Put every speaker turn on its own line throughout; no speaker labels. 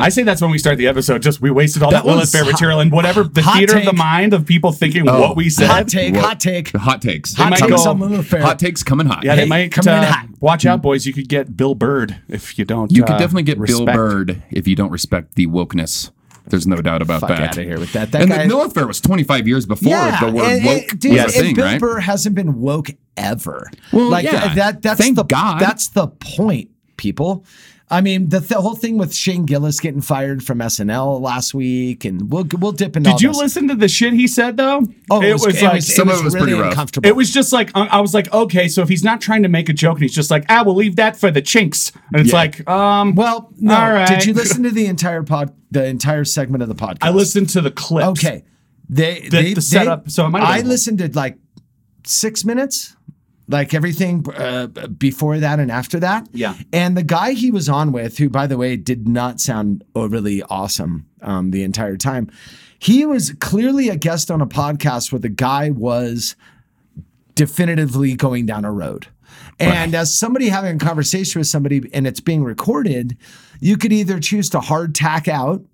I say that's when we start the episode. Just we wasted all that,
That
Lilith
was
fair
hot-
material and whatever the
hot
theater of the
take.
mind of people thinking
Oh,
what we said.
hot take.
What-
Hot take.
The hot takes.
They
Hot,
might
takes.
go-
Some Lilith fair.
hot takes coming hot.
Yeah, they
Hey,
might
coming in
uh,
hot.
Watch out, boys. You could get Bill Bird if you don't.
you could
uh,
definitely get Bill
respect.
Bird if you don't respect the wokeness. There's no doubt about
Fuck
that.
outta here with that. That
and
guy-
the Lilith fair was 25 years before
Yeah,
the word
and- and-
woke
dude,
was a
and
thing,
Bill
right?
Burr hasn't been woke ever.
Well,
like
yeah.
th- that. That's
Thank
the
God.
that's the point, people. I mean, the, the whole thing with Shane Gillis getting fired from SNL last week, and we'll we'll dip into. all
Did you
this.
listen to the shit he said though?
Oh,
it was, like.
some of it was pretty
really
rough.
uncomfortable.
it was just like uh, I was like, okay, so if he's not trying to make a joke and he's just like, I will leave that for the chinks, and it's like, um,
well. No,
all right.
did you listen to the entire pod? The entire segment of the podcast.
I listened to the clips.
Okay. They
The-
they,
the
they-
setup- so it might have
I
been-
listened to like six minutes, like everything uh, before that and after that.
Yeah.
And the guy he was on with, who by the way did not sound overly awesome um, the entire time, he was clearly a guest on a podcast where the guy was definitively going down a road. And as somebody having a conversation with somebody and it's being recorded, you could either choose to hard tack out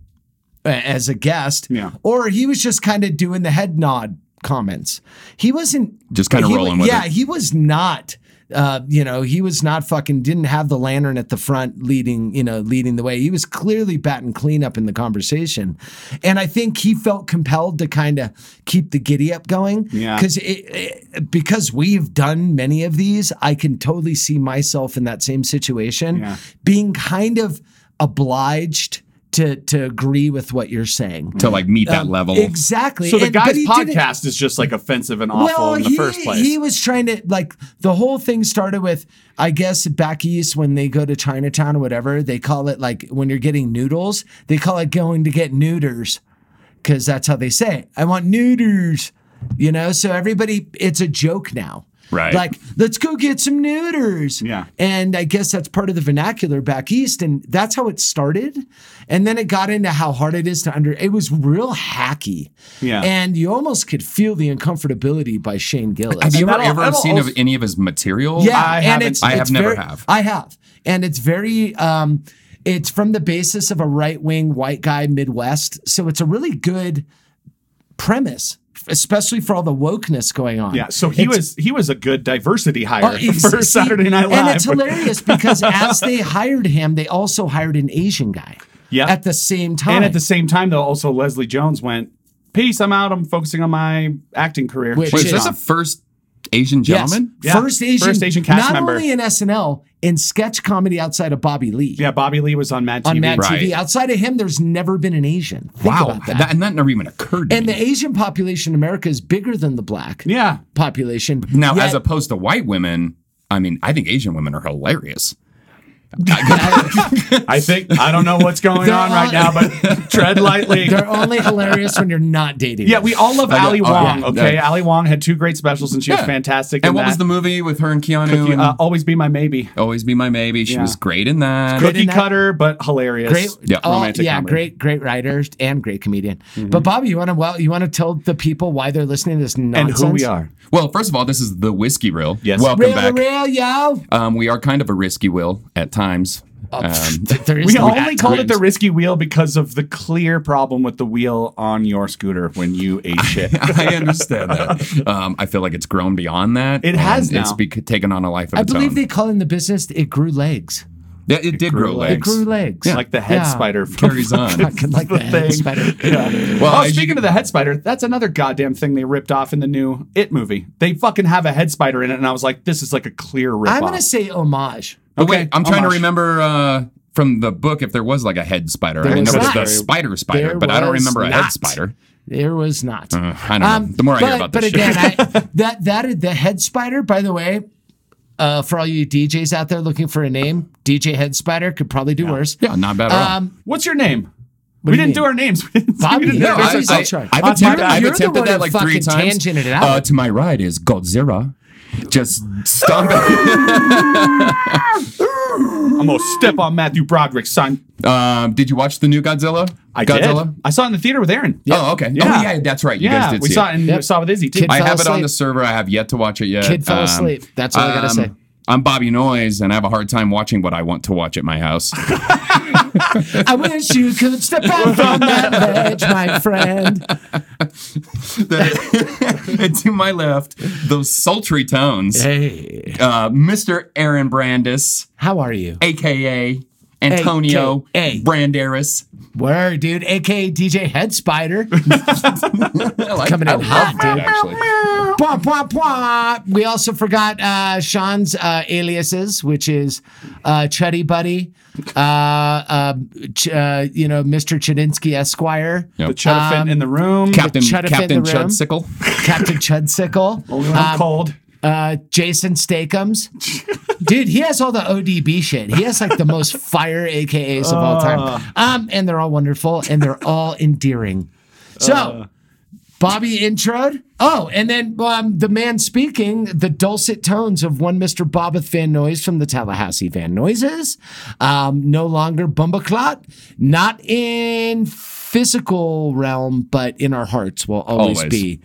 a- as a guest,
Yeah.
or he was just kind of doing the head nod comments. He wasn't
Just kinda
he wa-
rolling with
Yeah,
it.
he was not. Uh, you know, he was not fucking didn't have the lantern at the front leading, you know, leading the way. He was clearly batting cleanup in the conversation. And I think he felt compelled to kind of keep the giddy up going.
Yeah.
Cause it, it- because we've done many of these, I can totally see myself in that same situation
Yeah.
being kind of obliged to to agree with what you're saying.
to like meet that
Um,
level.
Exactly.
So the
And- but
guy's
he didn't-
podcast is just like offensive and awful in the
he,
first place.
he was trying to like the whole thing started with I guess back east when they go to Chinatown or whatever they call it like when you're getting noodles they call it going to get neuters because that's how they say it. I want neuters, you know. So everybody, it's a joke now.
Right.
Like, let's go get some neuters.
Yeah.
And I guess that's part of the vernacular back east. And that's how it started. And then it got into how hard it is to under it was real hacky.
Yeah.
And you almost could feel the uncomfortability by Shane Gillis.
have you
And
ever,
that'll-
ever
that'll
seen of
also-
any of his material?
Yeah,
I
and
haven't-
it's,
I have
it's
never
very-
have.
I have, and it's very. Um, it's from the basis of a right wing white guy Midwest, so it's a really good premise, especially for all the wokeness going on.
yeah, so he
It's-
was he was a good diversity hire
Oh, he's-
for
see,
Saturday Night Live.
And it's hilarious because as they hired him, they also hired an Asian guy.
Yeah.
At the same time.
And at the same time, though, also Leslie Jones went, "Peace, I'm out. I'm focusing on my acting career."
Which
She was
Wait, is this
Yeah.
the
gone.
first Asian
Yes.
gentleman?
Yeah.
First Asian,
First Asian cast
not
member.
only in SNL, in sketch comedy outside of Bobby Lee.
yeah, Bobby Lee was on Mad
On
TV.
Mad
Right.
TV. Outside of him, there's never been an Asian. Think
Wow,
about that.
that, and that never even occurred to
And
me.
the Asian population in America is bigger than the black
Yeah,
population.
Now,
Yet-
as opposed to white women, I mean, I think Asian women are hilarious.
I think I don't know what's going
They're
on right
all-
now, but tread lightly.
they're only hilarious when you're not dating.
Yeah, we all love
I know.
Ali
Oh,
Wong.
yeah.
okay,
Yeah.
Ali Wong had two great specials, and she was
Yeah.
fantastic.
And
in
what was
that.
the movie with her and Keanu?
Cookie,
and
uh, Always be my maybe.
Always be my maybe. She
Yeah.
was great in that.
Good
Cookie
in that-
cutter, but hilarious.
great.
Yeah,
all-
romantic
yeah,
comedy.
great, great writers and great comedian. But Bobby, you want to well, you want to tell the people why they're listening to this
And
nonsense
who we are.
Well, first of all, this is the whiskey reel.
Yes.
Welcome
Real,
back.
real, yo. Oh,
Um, we are kind of a risky will at times. Um,
There is
We
no-
only called it
Grimm's.
the risky wheel because of the clear problem with the wheel on your scooter when you ate shit.
I understand that. Um, I feel like it's grown beyond that.
It has
and It's
now.
bec- taken on a life of
I
its
believe
own.
they call in the business it grew legs.
Yeah, it, did
grew
grow
legs.
legs.
It grew legs.
Like the head
Yeah.
spider from
Carries on.
Fucking like the head spider.
Well,
oh,
as
speaking of the head spider, that's another goddamn thing they ripped off in the new It movie. They fucking have a head spider in it, and I was like, this is like a clear rip
I'm gonna say homage.
But Oh, wait, I'm trying
homage.
to remember uh, from the book if there was like a head spider. I
was
know it's
not.
the spider spider,
There
but I don't
was
remember a head
not.
spider.
There was not. Um,
Uh, I don't know. The more I
but,
hear about this
but
shit.
again, I, that that the head spider. By the way, uh, for all you DJs out there looking for a name, DJ Head Spider could probably do worse.
Yeah, not bad at all.
Um,
What's your name?
What
we
do you
didn't do
mean?
our names. We didn't- we
Bobby,
didn't-
no,
I,
this is
I,
all true.
have
Uh,
attempted,
you're-
I've
you're the
attempted
one
that
who
like three
fucking
times.
tangented it out.
Uh, to my right is Godzilla. Just stomping.
I'm gonna step on Matthew Broderick, son.
um, did you watch the new Godzilla?
I
Godzilla.
did. I saw it in the theater with Aaron.
Oh, okay.
Yeah.
Oh, yeah, that's right. You
yeah,
guys did
we
see
saw it,
it.
and
Yep.
we saw it with Izzy too.
Kid-
I
fell
have it on the
asleep.
server. I have yet to watch it yet. Um,
Kid fell asleep. That's all I gotta say.
I'm Bobby Noyes, and I have a hard time watching what I want to watch at my house.
I wish you could step out from that ledge, my friend.
and to my left, those sultry tones,
Hey,
uh, Mr. Aaron Brandis,
how are you?
aka Antonio
AKA.
Branderis.
Where, dude? AKA DJ Head Spider.
I like,
Coming in
I love
hot,
that,
dude.
Oh, actually.
Bwah, bwah, bwah. We also forgot uh, Sean's uh, aliases, which is uh, Chuddy Buddy, uh, uh, ch- uh, you know, Mr. Chudinsky Esquire,
Yep.
The Chedda Finn in the room.
Um, Captain
Chud up in
Captain
the room.
Chudsicle.
Captain Chudsickle,
Only when I'm
um,
cold.
uh, Jason Stakeums. Dude, he has all the ODB shit. He has like the most fire AKAs of all
Uh.
time. Um, and they're all wonderful and they're all endearing. So,
Uh.
Bobby introed. Oh, and then um, the man speaking, the dulcet tones of one Mr. Bobbeth Van Noyes from the Tallahassee Van Noises. Um, no longer Bumbaclot, not in physical realm, but in our hearts will always,
Always.
be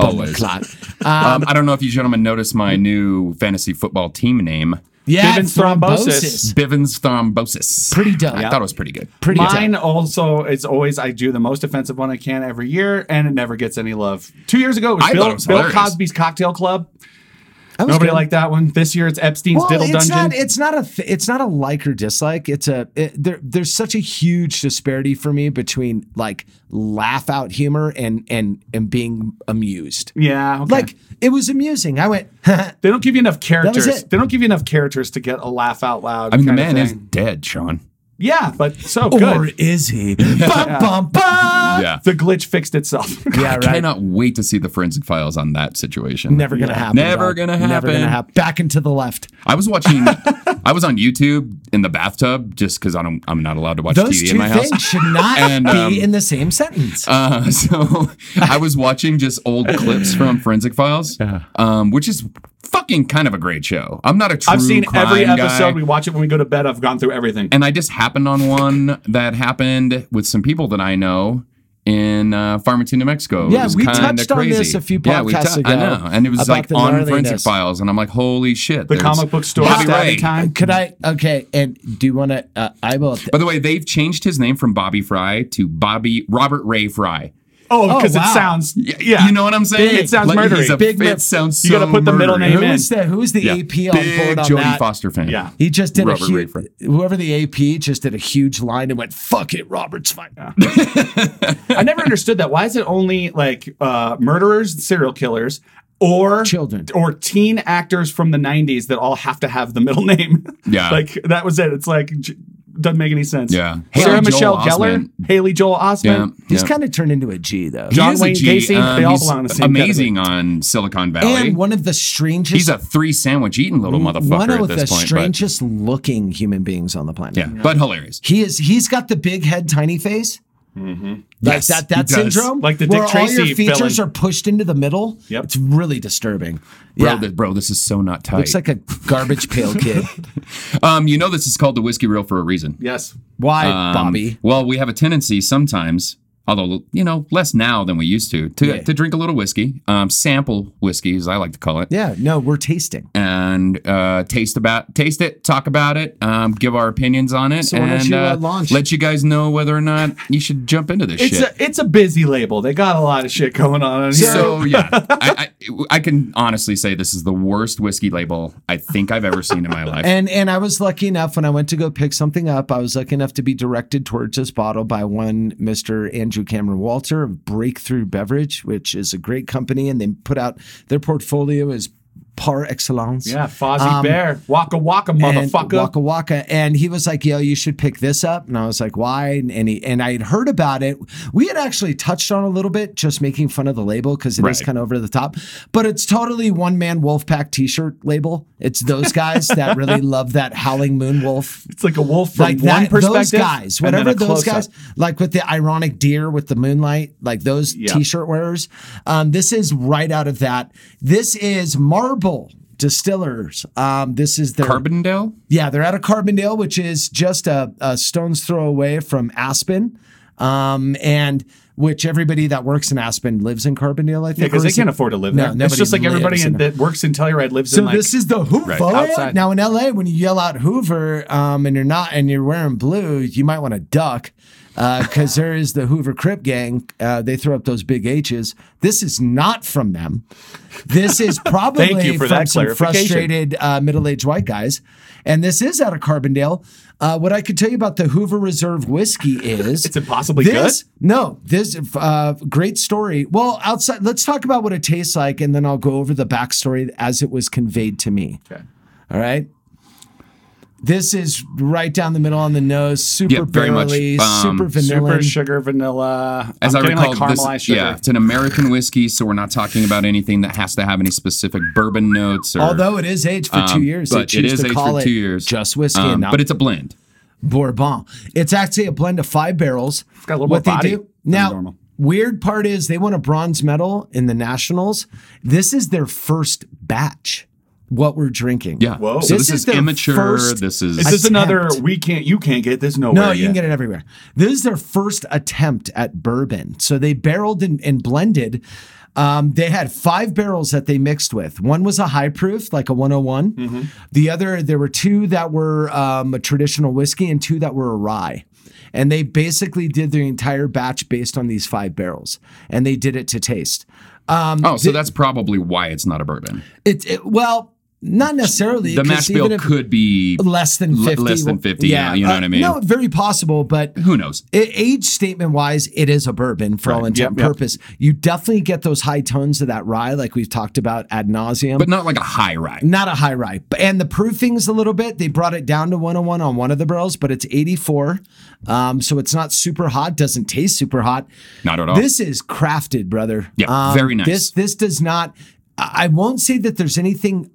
Always.
Bumbaclot.
Um, I don't know if you gentlemen noticed my new fantasy football team name,
Yeah,
Gibbons thrombosis.
Bivens Thrombosis.
Pretty dope.
I thought it was pretty good.
Pretty
Mine
dope.
also is always I do the most offensive one I can every year, and it never gets any love. Two years ago, it was
I thought
Bill,
it was
Bill
hilarious.
Cosby's Cocktail Club.
That was
Nobody
good.
liked that one. This year, it's Epstein's
Well,
Diddle
it's
Dungeon.
not. It's not a. th- It's not a like or dislike. It's a. It, there, there's such a huge disparity for me between like laugh out humor and and and being amused.
yeah, okay.
Like it was amusing. I went.
Oh,
They don't give you enough characters.
it.
They don't give you enough characters to get a laugh out loud.
I mean, the
kind of
man is
thing.
dead, Sean.
Yeah, but so
or
good.
is he? bum, bum, bum.
Yeah.
The glitch fixed itself.
Yeah,
I cannot wait to see the forensic files on that situation.
Never gonna happen.
Never
dog.
gonna
Never gonna
happen.
happen. Back into the left.
I was watching. I was on YouTube in the bathtub just because I don't. I'm not allowed to watch
Those
TV
two
in my
things
house.
should not
And,
be
um,
in the same sentence.
Uh, so I was watching just old clips from Forensic Files, um, which is fucking kind of a great show. I'm not a true.
I've seen every
crime
episode.
guy.
We watch it when we go to bed. I've gone through everything.
and I just happened on one that happened with some people that I know in uh, Farmington, New Mexico.
Yeah,
it was
we
kinda
touched on
crazy.
this a few
Yeah, we
podcasts
tou-
ago
I know, and it was
about
like
the
on Forensic
gnarliness.
Files, and I'm like, holy shit!
the
there's
comic book store
Bobby
stabby
Ray.
time.
Uh, Could I? Okay. And do you want to? Uh, I will.
By the way, they've changed his name from Bobby Fry to Bobby Robert Ray Fry.
Oh,
Oh,
because
wow.
it sounds. Yeah,
you know what I'm saying?
It sounds murdery.
he's a-
Big
it
lip.
sounds.
You gotta
so
put the middle
murdery.
name
Who
in.
is the Who's the
Yeah.
AP on
Big
board on
Jodie
that?
Foster fan.
Yeah.
He just did
Robert
a huge.
Redford.
Whoever the AP just did a huge line and went, "Fuck it, Robert's fine."
I never understood that. Why is it only like uh, murderers, and serial killers, or
Children.
or teen actors from the '90s that all have to have the middle name?
Yeah.
like that was it. It's like j- doesn't make any sense.
Yeah.
Sarah
Haley
Michelle
Joel
Gellar,
Osment.
Haley Joel
Yeah,
Osment.
He's
yeah.
kind of turned into a G though.
John
He is a
Wayne
G.
Gacy, they all
um, he's
belong in the same
amazing on Silicon Valley.
And one of the strangest.
he's a three sandwich eating little motherfucker
one
at
of the
this point. but,
strangest looking human beings on the planet.
yeah, but hilarious.
He is. He's got the big head, tiny face. Like
Mm-hmm. Yes,
that,
he
that
does.
syndrome,
Like the
where
Dick
all
Tracy
your features
villain.
are pushed into the middle.
Yep.
It's really disturbing.
Bro,
yeah,
this, bro, this is so not tight.
looks like a garbage pail kid.
um, you know, this is called the whiskey reel for a reason.
Yes.
Why,
Um,
Bobby?
Well, we have a tendency sometimes although you know less now than we used to, to
Yeah.
to drink a little whiskey, um, sample whiskey as I like to call it,
Yeah, no, we're tasting.
and uh, taste about taste it, talk about it, um, give our opinions on it,
So why
and
don't you, uh,
uh,
launch?
let you guys know whether or not you should jump into this
It's
shit.
a it's a busy label. They got a lot of shit going on. So,
so yeah, I, I I can honestly say this is the worst whiskey label I think I've ever seen in my life.
And and I was lucky enough when I went to go pick something up, I was lucky enough to be directed towards this bottle by one Mr. Andrew Cameron Walter of Breakthrough Beverage, which is a great company, and they put out their portfolio is par excellence.
yeah, Fozzie Bear, Waka Waka,
um, and
motherfucker.
Waka Waka. And he was like, yo, you should pick this up. And I was like, why? And, and he and I had heard about it. We had actually touched on a little bit, just making fun of the label because it is
Right.
kind of over the top. But it's totally one man wolf pack t-shirt label. It's those guys that really love that howling moon wolf.
it's like a wolf from
Like
one
that, those
perspective.
guys,
and then
whatever
a
those
close-up.
guys, like with the ironic deer with the moonlight, like those
Yeah.
t-shirt wearers. Um, this is right out of that. This is Marble Distillers. Um, this is their
Carbondale.
yeah, they're out of Carbondale, which is just a, a stone's throw away from Aspen, um, and which everybody that works in Aspen lives in Carbondale. I
Yeah,
think
because
or
they
is
can't
it-
afford to live
No,
there.
nobody
it's just like everybody
lives
in,
in
that works in Telluride lives
So
in like
this is the Hoover.
outside.
Now in LA, when you yell out Hoover, um, and you're not, and you're wearing blue, you might want to duck, because there is the Hoover Crip Gang. Uh, they throw up those big H's. This is not from them. This is probably
Thank you for
from
that
some
clarification.
frustrated uh, middle-aged white guys, and this is out of Carbondale. Uh, what I could tell you about the Hoover Reserve whiskey is
It's impossibly
this, No, this uh, great story. Well, outside, let's talk about what it tastes like, and then I'll go over the backstory as it was conveyed to me.
Okay.
All right. This is right down the middle on the nose, super
Yeah, very much,
barrely,
um,
super vanilla.
super sugar vanilla.
As
I'm
I
getting
recall,
like caramelized
this,
sugar.
yeah, it's an American whiskey, so we're not talking about anything that has to have any specific bourbon notes. Or,
Although it is aged for two
um,
years, they
but it
choose
is
to
aged
call
for
it
two years.
just whiskey and
Um,
not
but it's a blend.
bourbon. It's actually a blend of five barrels.
got a little
what
more body
they do
than
now.
normal.
Weird part is they won a bronze medal in the nationals. This is their first batch. What we're drinking.
Yeah.
Whoa.
So
This
this,
is
is,
their
immature.
first-
this is.
Is this another?
attempt.
We can't. You can't get
Oh,
this nowhere.
No, you
yet.
can get it everywhere. This is their first attempt at bourbon. So they barreled and, and blended. Um, they had five barrels that they mixed with. One was a high proof, like a 101.
Mm-hmm.
The other, there were two that were um, a traditional whiskey and two that were a rye. And they basically did their entire batch based on these five barrels. And they did it to taste. Um,
oh, so that's probably why it's not a bourbon.
It, it well, not necessarily.
The
'cause
mash
even
bill
if-
could be
less than
l-
50.
less than 50, yeah, you know what I mean?
uh, No, very possible, but
Who knows?
It, age statement wise, it is a bourbon for all intent
Yep,
and
yep.
purpose. You definitely get those high tones of that rye, like we've talked about ad nauseum.
but not like a high rye.
not a high rye, But- and the proofing's a little bit. They brought it down to 101 on one of the barrels, but it's 84, um, so it's not super hot. Doesn't taste super hot.
Not at all.
This is crafted, brother. Um,
Yeah, very nice.
This this does not. I I won't say that there's anything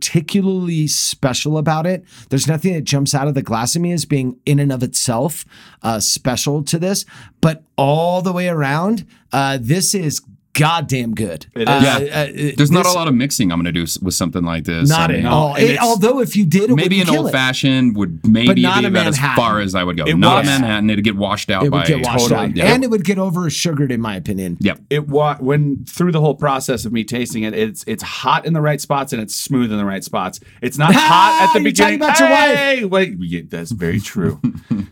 particularly special about it. There's nothing that jumps out of the glass at me as being in and of itself uh, special to this, but all the way around, uh, this is goddamn good. Uh, It
is.
Yeah.
There's
There's not a lot of mixing I'm going to do s- with something like this.
Not
I mean, uh,
at all.
and
It-
it's-
although if you did, it
Maybe
would
an
kill
old
it.
fashioned would maybe be
not a
about as
Manhattan.
far as I would go.
It
not
was-
a Manhattan. It'd get washed out
It
by
would get washed
Totally.
out,
Yeah.
and it would get over sugared, in my opinion.
Yep.
It wa- when through the whole process of me tasting it, it's it's hot in the right spots and it's smooth in the right spots. It's not hot at the
You're talking
beginning.
about your wife.
Hey, wait, yeah, that's very true.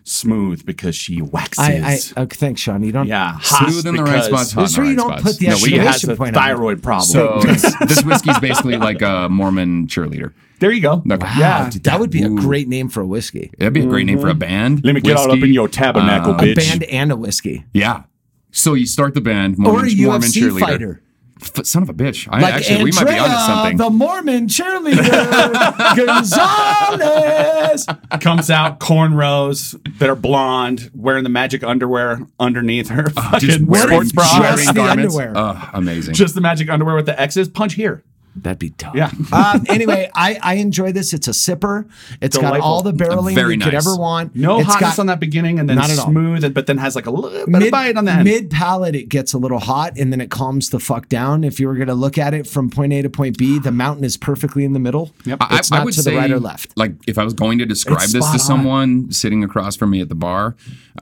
smooth because she waxes.
I, I okay, thanks, Sean. You don't.
yeah, hot
Smooth in the right
because
spots. Hot
That's where
in
you
the
don't
right
put the
spots.
She
exclamation
has a
point on it.
thyroid problem.
So it's- this whiskey's basically like a Mormon cheerleader.
there you go.
Okay.
Yeah.
Dude, that would be a great name for a whiskey.
That'd be a great name for a
Mm-hmm.
band.
Let me get all up
Whiskey.
in your tabernacle,
Uh,
bitch.
A band and a whiskey,
Yeah. So you start the band, Mormon,
or a
Mormon
UFC
cheerleader.
fighter,
F- son of a bitch. I,
like
actually,
Andrea,
we might be onto something.
the Mormon cheerleader Gonzalez.
comes out cornrows that are blonde, wearing the magic underwear underneath her fucking
wearing-
Uh, sports bra.
just the
garments.
underwear.
Ugh, amazing.
Just the magic underwear with the X's. Punch here.
That'd be tough.
Yeah.
um, anyway, I, I enjoy this. It's a sipper. It's got all the barreling
Very
you could
nice.
ever want.
No
it's
hotness
got
on that beginning and then
Not at all.
smooth, and- but then has like a little bit of bite on the end.
mid palate, it gets a little hot and then it calms the fuck down. If you were going to look at it from point A to point B, the mountain is perfectly in the middle.
Yep.
I,
It's
I
not
would
to the
say,
right or left.
Like, if I was going to describe
It's
this
spot
to
on.
someone sitting across from me at the bar,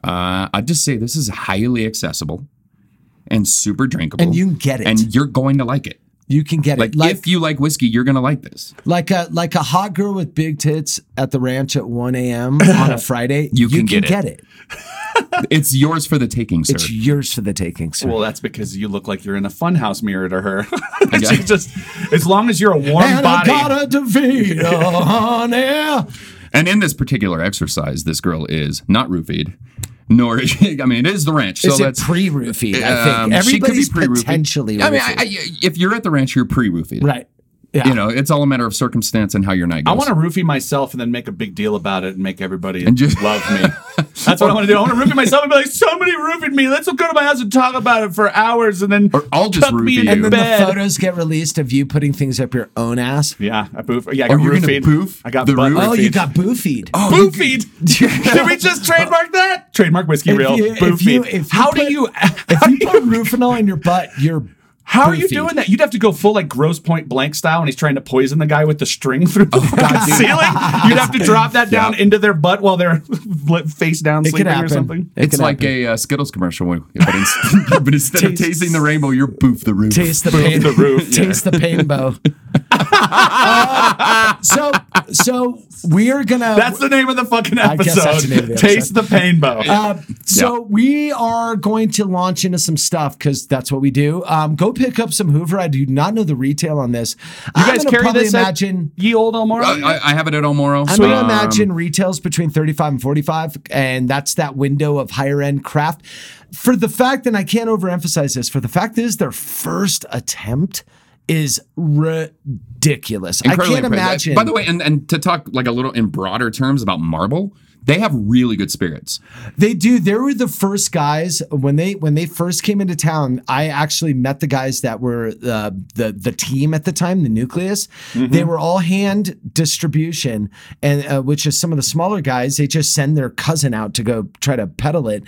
uh, I'd just say this is highly accessible and super drinkable.
And you can get it.
And you're going to like it.
You can get
Like,
it. Like,
if you like whiskey, you're going to like this.
like a like a hot girl with big tits at the ranch at 1 a.m. on a Friday,
You can get it.
it.
It's yours for the taking, sir.
It's yours for the taking, sir.
Well, that's because you look like you're in a funhouse mirror to her.
guess.
She's just as long as you're a warm
and
body.
I got a DeVito on air.
and in this particular exercise, this girl is not roofied, nor is she, I mean, it is the ranch. So
Is it
that's.
pre-roofied? I think
um, she could be
everybody's
pre-roofied.
potentially.
I mean, I,
roofied.
I, if you're at the ranch, you're pre-roofied.
right? Yeah.
You know, it's all a matter of circumstance and how your night goes.
I want to roofie myself and then make a big deal about it and make everybody
And just-
love me. That's what I want to do. I want to roofie myself and be like, somebody roofied me. Let's go to my house and talk about it for hours and then
Or I'll just
tuck me
roofie
in
you.
and then
bed.
the photos get released of you putting things up your own ass.
yeah, I boof. Yeah, I
Are
got
you gonna
roofied.
boof
I got
the
butt
roof?
Oh, you
roofied.
got boofied. Oh,
Boofied. Did we just trademark that? Trademark whiskey
If
reel.
you- if
Boofied.
you- if you
how
put-
do you?
if you put Rufinol in your butt, you're
How are you
Boofied.
doing that? You'd have to go full like gross point blank style, and he's trying to poison the guy with the string through
Oh,
the fucking ceiling. You'd have to drop that down into their butt while they're face down
it could
sleeping
happen.
or something.
It
It's
could
like
happen.
a uh, Skittles commercial, when- but, inst- but instead
Taste-
of tasting the rainbow, you're boof the roof.
taste the pain.
the roof, yeah.
Taste the pain, Bo. Uh, so so we're gonna
That's the name of the fucking
I guess
episode.
that's the name of the
Taste the pain, Bo.
Uh, so we are going to launch into some stuff because that's what we do. Um, go pick up some Hoover. I do not know the retail on this.
you guys carry this
Imagine.
at ye old Elmore?
I, I- I have it at El Moro.
I'm going to
Um,
imagine retails between 35 and 45, and that's that window of higher end craft. For the fact, and I can't overemphasize this, for the fact is their first attempt is ridiculous. I
incredibly
can't
impressive.
imagine.
By the way, and, and to talk like a little in broader terms about marble, they have really good spirits.
They do. They were the first guys when they when they first came into town. I actually met the guys that were uh, the the team at the time, the nucleus. They
Mm-hmm.
were all hand distribution, and uh, which is some of the smaller guys. They just send their cousin out to go try to peddle it.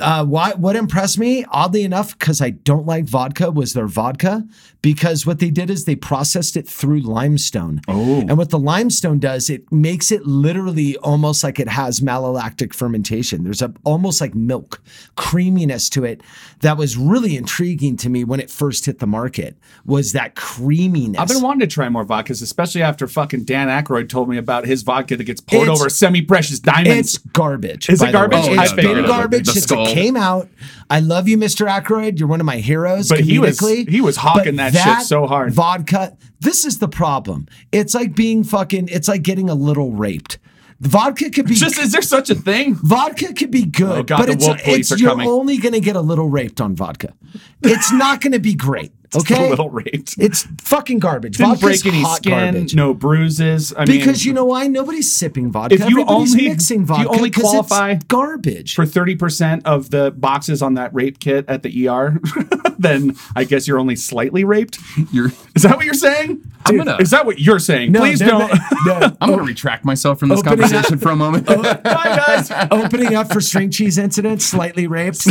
Uh, why, what impressed me, oddly enough, because I don't like vodka, was their vodka. Because what they did is they processed it through limestone. Oh. And what the limestone does, it makes it literally almost like it has malolactic fermentation. There's a almost like milk creaminess to it that was really intriguing to me when it first hit the market. Was that creaminess?
I've been wanting to try more vodkas, especially after fucking Dan Aykroyd told me about his vodka that gets poured
It's-
over semi-precious diamonds.
It's garbage.
Is it
by the way.
garbage?
Oh,
It's
I figured
been
it.
garbage
The
since
skull.
it came out. I love you, Mr. Aykroyd. You're one of my heroes.
But he was-
comedically.
he was hawking
But
that shit so hard.
Vodka. This is the problem. It's like being fucking. It's like getting a little raped. Vodka could be
Just is there such a thing?
vodka could be good,
Oh, God,
but
the
it's,
woke police
it's-
are
you're
coming.
only going to get a little raped on vodka. It's not going to be great. Okay,
A little raped.
It's fucking garbage.
Didn't
Vodka's
break any
hot
skin,
garbage.
no bruises. I
Because
mean,
you know why nobody's sipping vodka.
If you
Everybody's
only-
mixing
if you
vodka,
only
'cause it's
qualify
garbage.
for thirty percent of the boxes on that rape kit at the ER, then I guess you're only slightly raped.
You're,
Is that what you're saying?
I'm gonna-
Is that what you're saying? Please
they're
don't.
not-
I'm going to retract myself from this
Oh. Opening Oh, up-
conversation for a moment.
Bye guys.
no. Opening up for string cheese incident, slightly raped.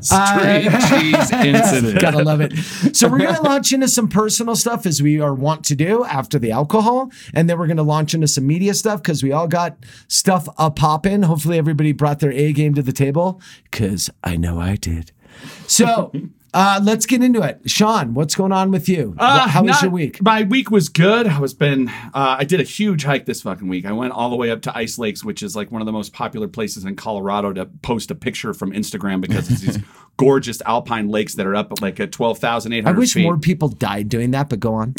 String cheese incident.
Gotta love it. So we're gonna launch into some personal stuff as we are wont to do after the alcohol, and then we're gonna launch into some media stuff because we all got stuff a poppin'. Hopefully everybody brought their A game to the table because I know I did. So. Uh, let's get into it. Sean, what's going on with you?
Uh,
How was
not-
your week?
My week was good. I was been. Uh, I did a huge hike this fucking week. I went all the way up to Ice Lakes, which is like one of the most popular places in Colorado to post a picture from Instagram because it's these gorgeous alpine lakes that are up at like a twelve thousand eight
I
hundred
wish
feet.
more people died doing that, but go on.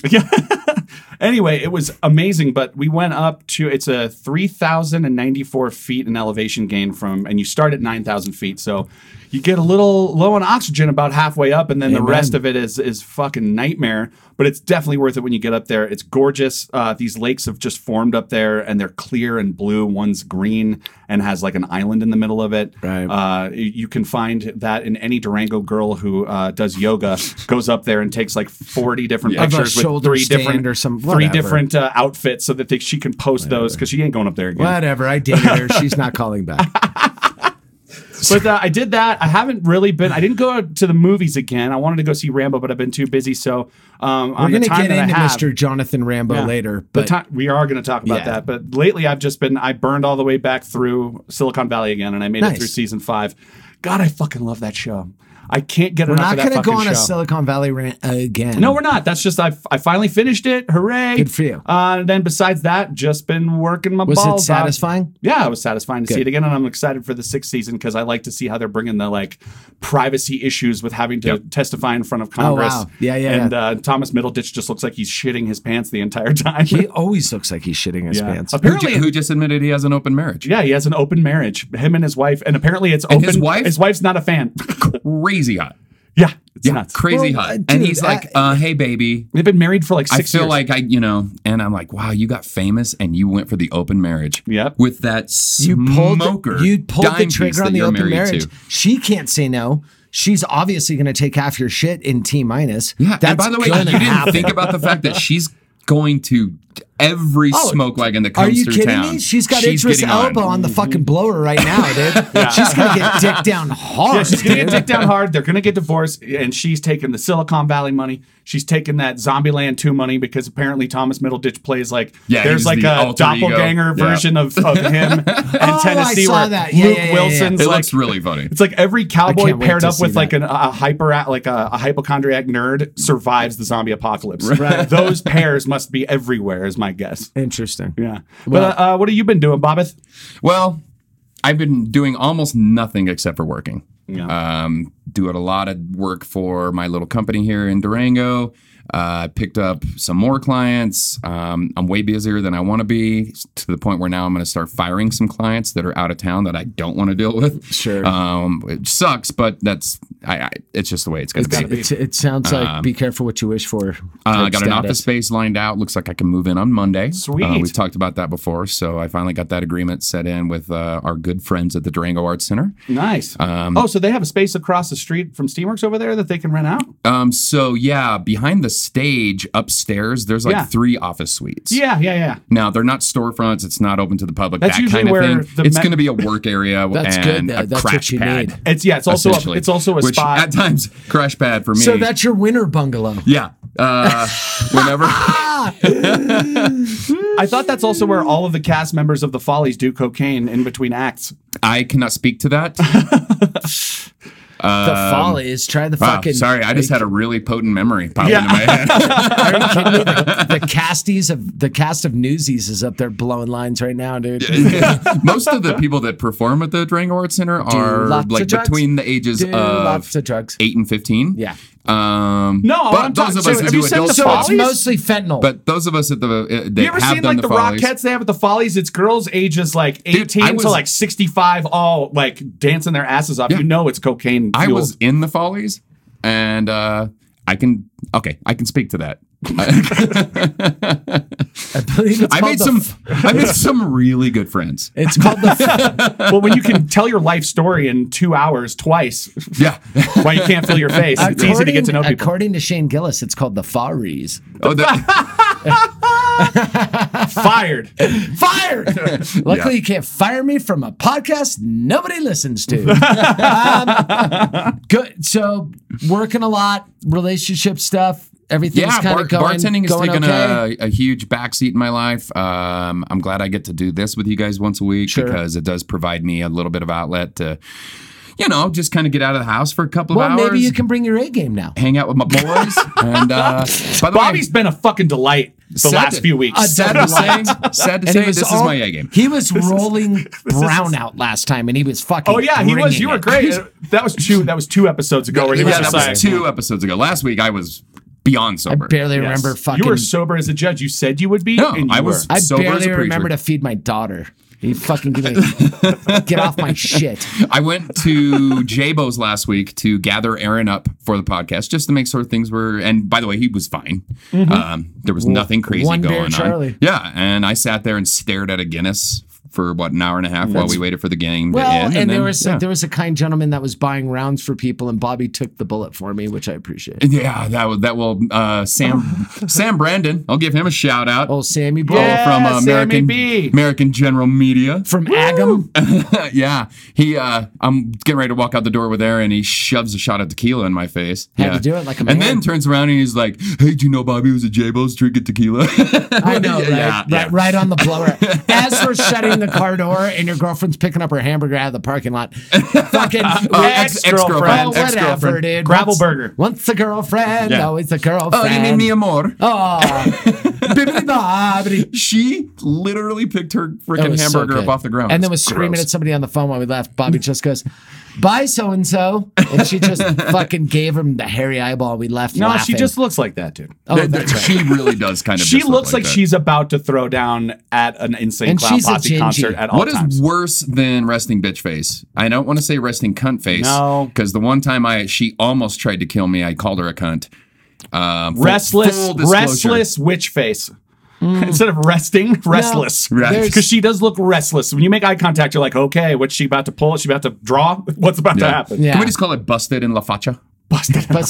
Anyway, it was amazing, but we went up to it's a 3,094 feet in elevation gain from, and you start at 9,000 feet. So you get a little low on oxygen about halfway up, and then the rest of it is is fucking nightmare. But it's definitely worth it when you get up there. It's gorgeous. Uh, these lakes have just formed up there, and they're clear and blue. One's green and has like an island in the middle of it.
Right.
Uh, you you can find that in any Durango girl who uh, does yoga goes up there and takes like 40 different
Of a
pictures with
shoulder
three
stand
different
or some-
three
whatever.
different uh, outfits so that they, she can post those because she ain't going up there again.
Whatever. I dated her. She's not calling back.
But uh, I did that. I haven't really been. I didn't go out to the movies again. I wanted to go see Rambo, but I've been too busy. So um,
We're
on
going
the
to
time
get
that I
into
have-
Mr. Jonathan Rambo
Yeah.
later,
The
but
ti- we are going to talk about
Yeah.
that. But lately, I've just been I burned all the way back through Silicon Valley again, and I made it
Nice.
through season five. God, I fucking love that show. I can't get
we're
enough of
not
that
going to go
fucking
on a
show.
Silicon Valley rant again.
No, we're not. That's just I, I finally finished it. Hooray!
Good for you.
Uh, and then besides that, just been working my
Was
balls.
it
off.
satisfying?
Yeah, it was satisfying to see it
Good.
again, and I'm excited for the sixth season because I like to see how they're bringing the like privacy issues with having to testify in front of Congress.
Yeah, yeah,
And
yeah.
Uh, Thomas Middleditch just looks like he's shitting his pants the entire time.
He always looks like he's shitting his
yeah.
pants.
Who, ju-
Apparently,
who just admitted he has an open marriage?
yeah, he has an open marriage. Him and his wife, and apparently it's
And
open.
his wife?
His wife's not a fan.
Crazy hot.
yeah, it's nuts.
Crazy
Well,
hot.
uh,
and
dude,
he's like, uh, hey, baby.
They've been married for like
I
six
feel
years.
like I, you know, and I'm like, wow, you got famous and you went for the open marriage.
Yep.
With that smoker.
You pulled, you pulled
dime
the
piece
trigger
that
on the
you're
open
married
marriage.
to.
She can't say no. She's obviously going to take half your shit in T minus.
Yeah. and by the way, you
gonna
didn't
happen.
think about the fact that she's going to every
Oh,
smoke wagon that comes
Are you
through
kidding
town.
me? She's got
She's
interest
getting on. Mm-hmm.
elbow on. the fucking blower right now, dude. She's gonna get dick down hard.
Yeah, she's gonna get
dude.
dick down hard. They're gonna get divorced, and she's taking the Silicon Valley money. She's taking that Zombieland Two money because apparently Thomas Middleditch plays like
Yeah,
there's
he's
like
the
a
alter
doppelganger
ego. Yeah.
version of, of him in
Oh, I
Tennessee.
saw
where
that. Yeah,
Luke
yeah, yeah, yeah.
Wilson's
It
like
looks really funny.
it's like every cowboy
can't wait
paired
to
up
see
with like
that.
an, a hyper like a, a hypochondriac nerd survives the zombie apocalypse. Those pairs must be everywhere, is my guess.
Interesting.
Yeah. But uh, uh, what have you been doing, Bobbeth?
Well, I've been doing almost nothing except for working. Um, doing a lot of work for my little company here in Durango. Uh, picked up some more clients. Um, I'm way busier than I want to be to the point where now I'm going to start firing some clients that are out of town that I don't want to deal with.
Sure.
Um, it sucks, but that's I, I it's just the way it's going to be.
It's, it sounds like be careful what you wish Um, for.
Uh, I
type
got an
status.
office space lined out. Looks like I can move in on Monday.
Sweet.
Uh, we've talked about that before. So I finally got that agreement set in with uh, our good friends at the Durango Arts Center.
Nice.
Um,
oh, so they have a space across the street from Steamworks over there that they can rent out?
Um, so yeah, behind the stage upstairs, there's like
Yeah.
three office suites.
Yeah, yeah, yeah.
Now they're not storefronts. It's not open to the public.
That's
that
usually
kind of
where
thing.
the
It's
ma-
going to be a work area
That's good,
and
though.
a
That's
crash
what you
pad.
need.
It's yeah. It's also a,
essentially.
it's also a
Which
spot.
at times crash pad for me.
So that's your winter bungalow.
yeah. Uh, whenever
I thought that's also where all of the cast members of the Follies do cocaine in between acts.
I cannot speak to that.
the follies. Try the
Um, Wow,
fucking.
sorry, I just had a really potent memory pop into my head.
the casties of the cast of Newsies is up there blowing lines right now, dude.
Most of the people that perform at the Durango Arts Center are
lots of
like
drugs.
between the ages
Do
of
lots of drugs.
eight and fifteen.
Yeah.
Um,
No,
but
I'm
those
talking-
of
so
us
have
that
you
do
seen
adult
the
stuff-
It's
Follies?
mostly fentanyl.
But those of us at the uh, that
You ever
have
seen
done
like the,
Follies-
Rockettes they have at the Follies? It's girls ages like eighteen
I was-
to like sixty-five, all like dancing their asses off. You know it's cocaine.
I
fueled.
was in the Follies, and uh, I can okay, I can speak to that.
I believe it's
I
called
made
the
some I made some really good friends.
It's called the.
well, when you can tell your life story in two hours twice,
Yeah.
why you can't feel your face? It's easy to get to know
according-
people.
According to Shane Gillis, it's called the Faries.
Oh, the,
Fired.
Fired! Luckily,
Yeah.
you can't fire me from a podcast nobody listens to. Um, good. So, working a lot, relationship stuff, everything's
yeah,
kind
bar-
of going.
bartending has
going
taken
okay.
a, a huge backseat in my life. Um, I'm glad I get to do this with you guys once a week
Sure.
because it does provide me a little bit of outlet to, you know, just kind of get out of the house for a couple
Well,
of hours.
maybe you can bring your A game now.
hang out with my boys. and uh, by the
Bobby's
way,
been a fucking delight the
sad
last
to-
few weeks.
a
sad to say, sad to
And
say,
he was
this is
all-
my A game.
He was rolling brown out last time, and he was fucking.
Oh yeah, he was.
bringing
You were
it.
great. that was two. That was two episodes ago. Where he
yeah,
was
that
just
was
like,
two episodes ago. Last week I was beyond sober.
I barely
Yes.
remember fucking.
You were sober as a judge. You said you would be.
No,
and you
I was-
were.
I
sober as a
barely
preacher.
remember to feed my daughter. You fucking give me, get off my shit.
I went to Jabo's last week to gather Aaron up for the podcast just to make sure things were. And by the way, he was fine. Um, there was nothing crazy
Mm-hmm. one beer
going on.
Charlie.
Yeah, and I sat there and stared at a Guinness for what an hour and a half while we waited for the game
Well,
to end.
and, there
then-
was
yeah.
there was a kind gentleman that was buying rounds for people, and Bobby took the bullet for me, which I appreciate.
yeah, that will that will uh, Sam Sam Brandon. I'll give him a shout out.
Oh, Sammy Ball
Yeah,
from uh,
Sammy
American
B.
American General Media.
from Agam.
yeah, he. Uh, I'm getting ready to walk out the door with Aaron. He shoves a shot of tequila in my face.
Had
yeah.
to do it like a
And
man.
then turns around and he's like, "Hey, do you know Bobby was a J-Bo's drinking tequila?"
I know, right?
yeah,
right, right on the blower. As for shutting the car door and your girlfriend's picking up her hamburger out of the parking lot, fucking
Oh,
yeah,
ex- ex-girlfriend,
oh, whatever,
ex-girlfriend.
dude.
Gravel
Once-
burger.
Once the girlfriend,
Yeah.
always the girlfriend.
Oh, you need me a more.
Oh, bibbidi bobbidi.
She literally picked her
That
freaking
was so
hamburger
good.
up off the ground.
and then
It
was screaming
gross.
at somebody on the phone while we left. Bobby just goes, "Bye, so and so," and she just fucking gave him the hairy eyeball. We left.
No,
laughing.
she just looks like that, dude.
Oh,
Th- th-
that's right.
She really does kind of.
She
just look
looks like,
that.
she's about to throw down at an insane
And
clown
she's a
posse
gingy.
concert at all
What is
times.
worse than resting bitch face? I don't want to say resting cunt face.
No.
because the one time I she almost tried to kill me, I called her a cunt. Um, full-
restless,
full disclosure.
restless witch face.
Mm.
Instead of resting, restless.
Right.
Because she does look restless. When you make eye contact, you're like, okay, what's she about to pull? Is she about to draw? What's about to
Yeah.
happen?
Yeah.
Can we just call it busted in La Facha?
Busted.
But,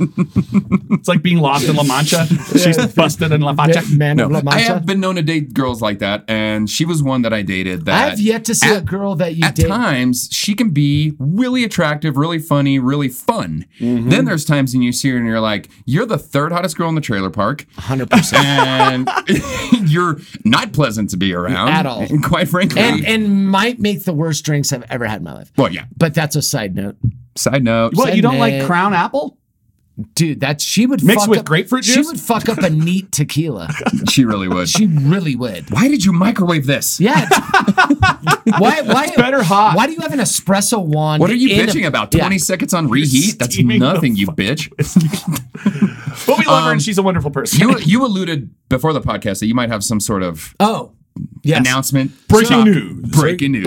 It's like being lost in La Mancha. She's busted in La Mancha.
man of La
I
Mancha.
have been known to date girls like that, and she was one that I dated. That
I've yet to see a
at-
girl that you
At
date.
times, she can be really attractive, really funny, really fun.
Mm-hmm.
Then there's times when you see her and you're like, you're the third hottest girl in the trailer park.
100%.
and you're not pleasant to be around
At all.
Quite frankly.
and and might make the worst drinks I've ever had in my life.
well, yeah.
But that's a side note,
Side note.
What, you don't like
Segment.
crown apple?
dude. That's she would
Mixed
fuck
with
up,
grapefruit
She
juice?
would fuck up a neat tequila.
She really would.
she really would.
Why did you microwave this?
Yeah. why? Why?
better hot.
Why do you have an espresso wand?
What are you
in a-
bitching about?
Yeah.
20 seconds on reheat? That's
steaming the
nothing, you bitch.
But we love her
Um,
and she's a wonderful person.
You, you alluded before the podcast that you might have some sort of
Oh, yes.
announcement.
Breaking
Stop.
news.
Breaking news.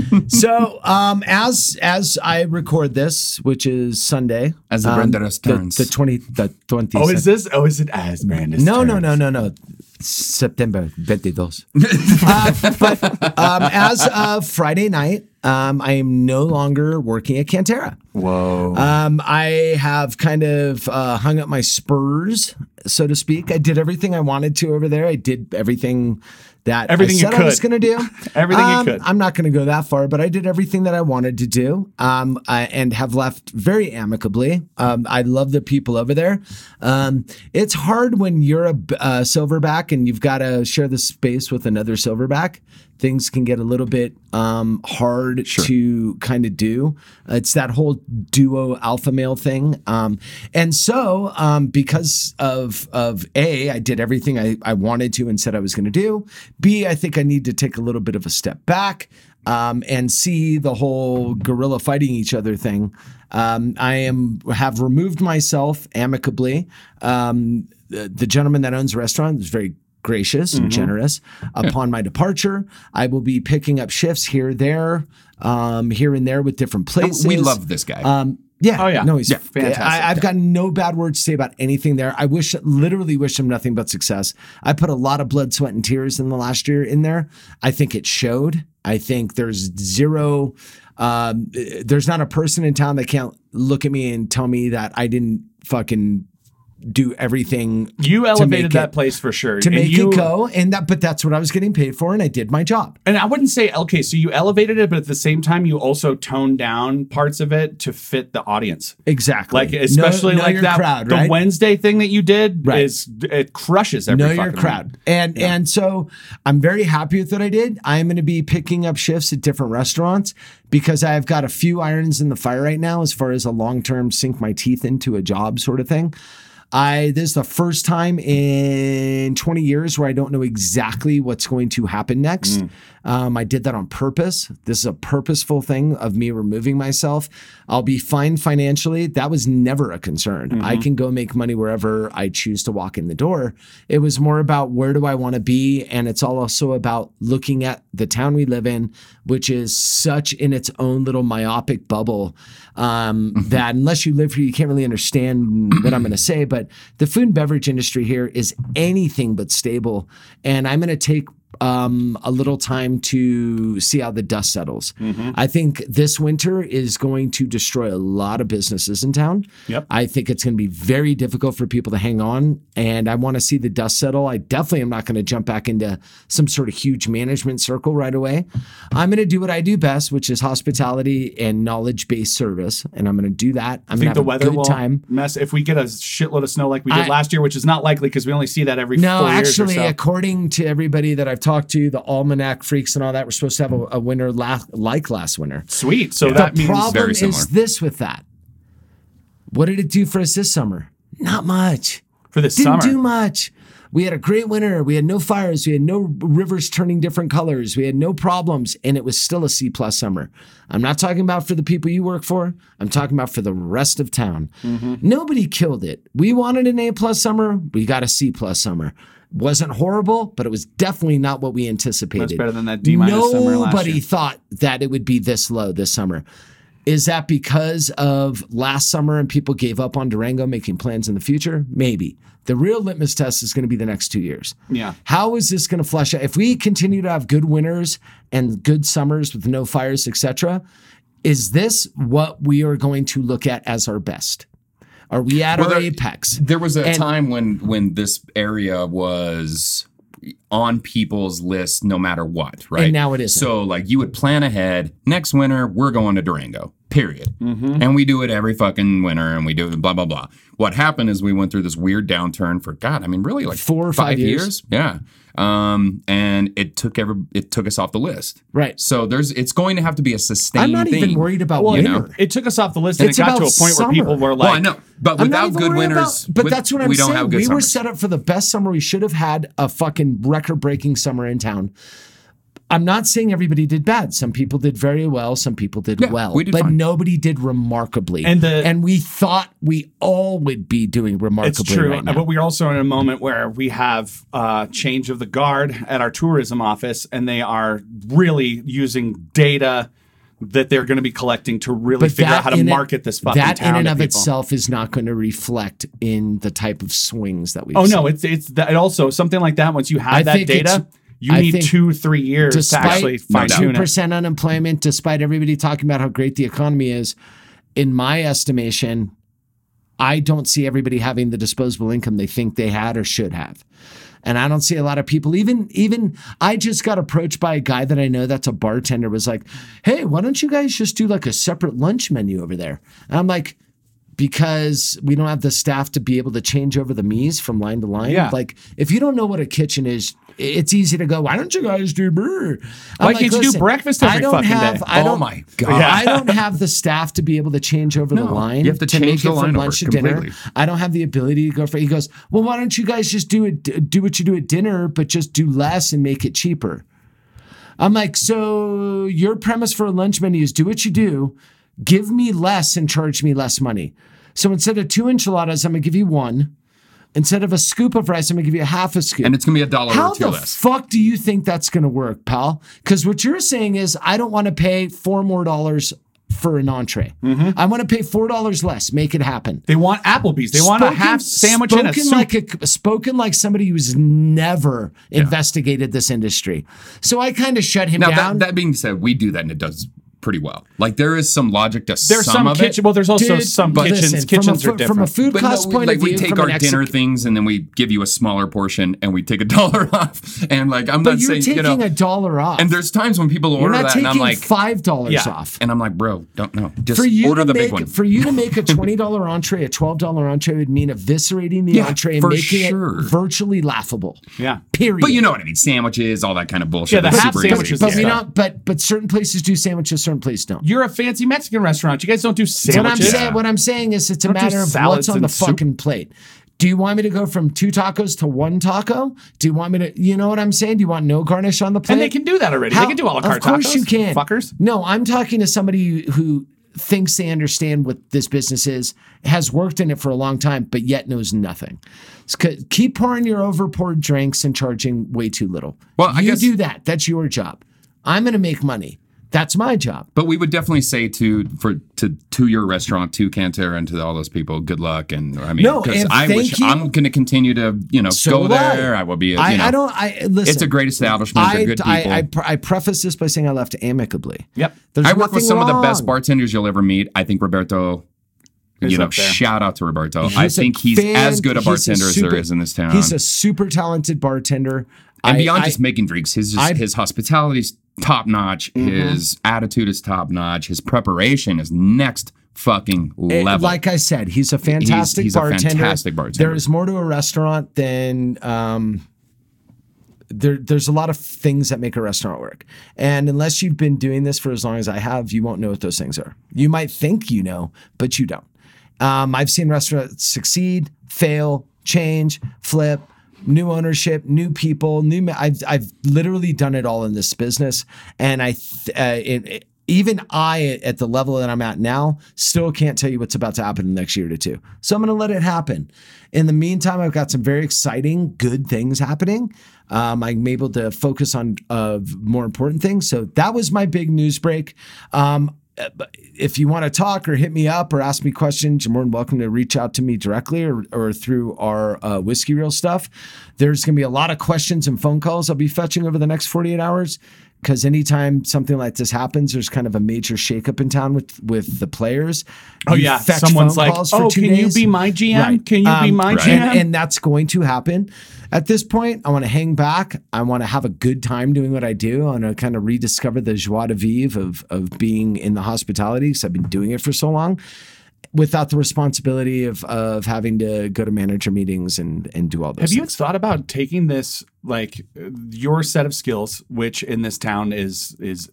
so um, as as I record this, which is Sunday,
As the
um,
Brenda's turns.
the twenty, the twenty.
oh, is this? Oh, is it as Brandon?
No, no, no, no, no. September 22. uh, but um, as of Friday night, um, I am no longer working at Cantera.
Whoa.
Um, I have kind of uh, hung up my spurs, so to speak. I did everything I wanted to over there. I did everything that
Everything
I
you
said I was
could.
going to do.
Everything you
Um,
could.
I'm not going to go that far, but I did everything that I wanted to do um, I, and have left very amicably. Um, I love the people over there. Um, it's hard when you're a b- uh, silverback and you've got to share the space with another silverback. Things can get a little bit um, hard to kind of do. It's that whole duo alpha male thing. Um, and so, um, because of of a, I did everything I, I wanted to and said I was going to do. B, I think I need to take a little bit of a step back. Um, and C, the whole guerrilla fighting each other thing. Um, I am have removed myself amicably. Um, the, the gentleman that owns the restaurant is very gracious and
Mm-hmm.
generous. Upon my departure, I will be picking up shifts here, there, um, here and there with different places.
We love this guy.
Um, yeah.
Oh, yeah.
No, he's
Yeah,
fantastic.
fantastic.
I, I've got no bad words to say about anything there. I wish, literally, wish him nothing but success. I put a lot of blood, sweat, and tears in the last year in there. I think it showed. I think there's zero. Um, eh, there's not a person in town that can't look at me and tell me that I didn't fucking do everything
You
make
elevated that
it-
place for sure.
to
And
make
you,
it go. And that, but that's what I was getting paid for, and I did my job.
And I wouldn't say okay, so you elevated it, but at the same time, you also toned down parts of it to fit the audience.
Exactly.
Like especially
Know- know
like
your
that
crowd,
the
right?
Wednesday thing that you did
Right.
is it crushes every
know your
fucking
crowd
week.
and and so i'm very happy with what i did i'm going to be picking up shifts at different restaurants because i've got a few irons in the fire right now as far as a long-term sink my teeth into a job sort of thing I this is the first
Mm.
time in 20 years where I don't know exactly what's going to happen next. Um, I did that on purpose. This is a purposeful thing of me removing myself. I'll be fine financially. That was never a concern. I can go make money wherever I choose to walk in the door. It was more about where do I want to be? And it's all also about looking at the town we live in, which is such in its own little myopic bubble um, that unless you live here, you can't really understand what I'm going to say. But the food and beverage industry here is anything but stable. And I'm going to take um, a little time to see how the dust settles.
Mm-hmm.
I think this winter is going to destroy a lot of businesses in town.
Yep.
I think it's going to be very difficult for people to hang on, and I want to see the dust settle. I definitely am not going to jump back into some sort of huge management circle right away. I'm going to do what I do best, which is hospitality and knowledge based service, and I'm going to do that. I'm
I
going to
think
have
the
a
weather
good
will
time.
mess if we get a shitload of snow like we did
I-
last year, which is not likely because we only see that every
No,
four
actually,
years or so.
according to everybody that I've talked to, the almanac freaks and all that, we're supposed to have a, a winter la- like last winter.
Sweet. So that
the
means
problem
Very similar.
is this with that. What did it do for us this summer? Not much.
for this
Didn't
summer.
do much. We had a great winter. We had no fires. We had no rivers turning different colors. We had no problems, and it was still a C plus summer. I'm not talking about for the people you work for. I'm talking about for the rest of town.
Mm-hmm.
Nobody killed it. We wanted an A plus summer. We got a C plus summer. Wasn't horrible, but it was definitely not what we anticipated.
better than that D minus summer last
Nobody
year.
thought that it would be this low this summer. Is that because of last summer and people gave up on Durango making plans in the future? Maybe. The real litmus test is going to be the next two years.
Yeah.
How is this going to flush out? If we continue to have good winters and good summers with no fires, etc., is this what we are going to look at as our best? Are we at
Well,
our
there-
apex?
There was a
And-
time when when this area was on people's list no matter what, right?
now it isn't.
So like you would plan ahead, next winter we're going to Durango. Period. And we do it every fucking winter and we do it blah blah blah. What happened is we went through this weird downturn for god, I mean really like
Four or five years.
Yeah. Um and it took every it took us off the list.
right.
So there's it's going to have to be a sustained
I'm not even
thing.
worried about
you
winter.
know.
It took us off the list and
Oh, It's
it got
about
to a point
summer.
where people were like,
well, Oh, I know, but
I'm not
without
even
good
worried about-
winters,
but
with-
that's what I'm
we
saying.
don't have good
we were
summers.
set up for the best summer. We should have had a fucking record breaking summer in town. I'm not saying everybody did bad. Some people did very well. Some people did
Yeah,
well,
we did
but
fine.
nobody did remarkably.
And the-
and we thought we all would be doing remarkably.
It's true,
right now.
but we're also in a moment where we have uh, change of the guard at our tourism office, and they are really using data that they're going to be collecting to really figure out how to
in it-
market this fucking
that
town
in and
to
of
people.
itself is not going to reflect in the type of swings that we.
Oh no, it's it's that also something like that. Once you have
I
that
think it's-
data, you
I
need
think
two three years to actually
despite
fine
two
tune it.
percent unemployment, despite everybody talking about how great the economy is, in my estimation, I don't see everybody having the disposable income they think they had or should have. And I don't see a lot of people. Even even I just got approached by a guy that I know that's a bartender was like, "Hey, why don't you guys just do like a separate lunch menu over there?" And I'm like, because we don't have the staff to be able to change over the me's from line to line.
Yeah.
Like if you don't know what a kitchen is, it's easy to go. Why don't you guys do brr? I'm
Why can't you do breakfast every
I don't
fucking
have,
day?
I
Oh
don't,
my God.
I don't have the staff to be able to change over the
No,
line.
you have to change
make
the
it
line
from
over
lunch to dinner.
completely.
I don't have the ability to go for. He goes, well, why don't you guys just do it? Do what you do at dinner, but just do less and make it cheaper. I'm like, so your premise for a lunch menu is do what you do, give me less and charge me less money. So instead of two enchiladas, I'm gonna give you one. Instead of a scoop of rice, I'm gonna give you a half a scoop.
and it's going to be a dollar
how
or two
the
less.
fuck do you think that's gonna work, pal? Because what you're saying is I don't want to pay four more dollars for an entree.
Mm-hmm.
I want to pay four dollars less. Make it happen.
They want Applebee's. They want a
Spoken-
half sandwich
spoken
and a soup.
like a spoken like somebody who's never investigated this industry. So I kind of shut him
Now
down.
that, that being said, we do that and it does pretty well. Like there is some logic to
there's
some,
some,
of
kitchen.
it.
Well, there's also
Dude,
some
but
kitchens.
listen,
kitchens
from a,
are
fu-
different.
From a food
But
cost
no, we-
point
like
of view,
we take
from
our
an exec-
dinner things and then we give you a smaller portion and we take a dollar off. And like I'm
but
not
you're
saying
taking
you know.
a dollar off.
and there's times when people
you're
order
not
that
taking
and I'm like,
five dollars
Yeah.
off.
and I'm like, bro, don't know. Just
For you
order
to
the
make,
big one.
For you to make a twenty dollar entree, a twelve dollar entree would mean eviscerating the
Yeah,
entree and
for
making
sure.
it virtually laughable.
Yeah.
Period.
but you know what I mean? Sandwiches, all that kind of bullshit.
Yeah, the
That's
half
super easy.
sandwiches
but
is
we
Yeah.
don't. But but certain places do sandwiches, certain places don't.
You're a fancy Mexican restaurant. You guys don't do
what I'm
sandwiches.
saying, what I'm saying is, it's a
Don't do
matter of
salads
what's on
and
the
soup.
fucking plate. Do you want me to go from two tacos to one taco? Do you want me to, you know what I'm saying? Do you want no garnish on the plate?
And they can do that already.
How-
they can do a la carte
Of course
tacos,
you can.
Fuckers.
No, I'm talking to somebody who thinks they understand what this business is, has worked in it for a long time, but yet knows nothing. It's c- Keep pouring your overpoured drinks and charging way too little.
Well, I
you
guess-
do that. That's your job. I'm going to make money. That's my job.
But we would definitely say to for to to your restaurant, to Cantor, and to all those people, good luck. And I mean,
No,
because
and
I
thank
wish
you.
I'm going to continue to you know
So
go
will I.
there. I will be. A,
I,
you know,
I don't. I listen.
It's a great establishment. They're
I,
good
I,
people.
I, pre- I preface this by saying I left amicably.
Yep.
There's
I work with
nothing
some of the
wrong.
best bartenders you'll ever meet. I think Roberto.
He's
You know,
up there.
shout out to Roberto. I
He's a
think he's
fan-
as good a
he's
bartender as there
super-
is in this town.
He's a super talented bartender.
and
I-
beyond
I-
just making drinks, his just,
I-
his hospitality's top notch.
Mm-hmm.
His attitude is top notch. His preparation is next fucking
it-
level.
Eh, like I said, he's a fantastic
he's a
bartender.
fantastic bartender.
There is more to a restaurant than um, there. There's a lot of things that make a restaurant work, and unless you've been doing this for as long as I have, you won't know what those things are. You might think you know, but you don't. Um, I've seen restaurants succeed, fail, change, flip, new ownership, new people, new. Ma- I've I've literally done it all in this business, and I th- uh, it, it- even I at the level that I'm at now still can't tell you what's about to happen in the next year to two. So I'm going to let it happen. In the meantime, I've got some very exciting, good things happening. Um, I'm able to focus on uh, more important things. So that was my big news break. Um, if you want to talk or hit me up or ask me questions, you're more than welcome to reach out to me directly or, or through our uh, whiskey reel stuff. There's going to be a lot of questions and phone calls I'll be fetching over the next 48 hours because anytime something like this happens, there's kind of a major shakeup in town with with the players.
Oh
You
yeah,
fetch
someone's
phone
like,
calls for
"Oh,
two
can you
days."
be my GM?
Right.
Can you be
Um,
my
Right.
GM?"
and, and that's going to happen. At this point, I want to hang back. I want to have a good time doing what I do. I want to kind of rediscover the joie de vivre of of being in the hospitality because I've been doing it for so long, without the responsibility of of having to go to manager meetings and and do all those.
Have you
things.
thought about taking this like uh, your set of skills, which in this town is is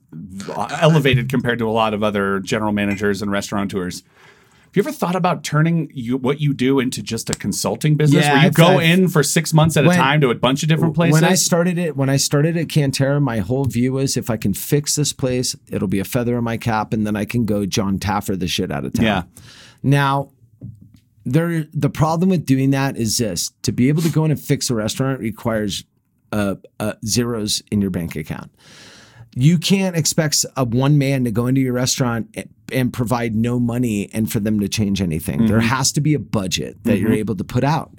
elevated compared to a lot of other general managers and restaurateurs? Have you ever thought about turning you, what you do into just a consulting business
Yeah,
where you
I've-
go
I've-
in for six months at
When-
a time to a bunch of different places?
When I started it, when I started at Cantera, my whole view was if I can fix this place, it'll be a feather in my cap, and then I can go John Taffer the shit out of town.
yeah,
Now, there the problem with doing that is this: to be able to go in and fix a restaurant requires uh, uh, zeros in your bank account. You can't expect a one man to go into your restaurant a- and provide no money and for them to change anything. There has to be a budget that you're able to put out.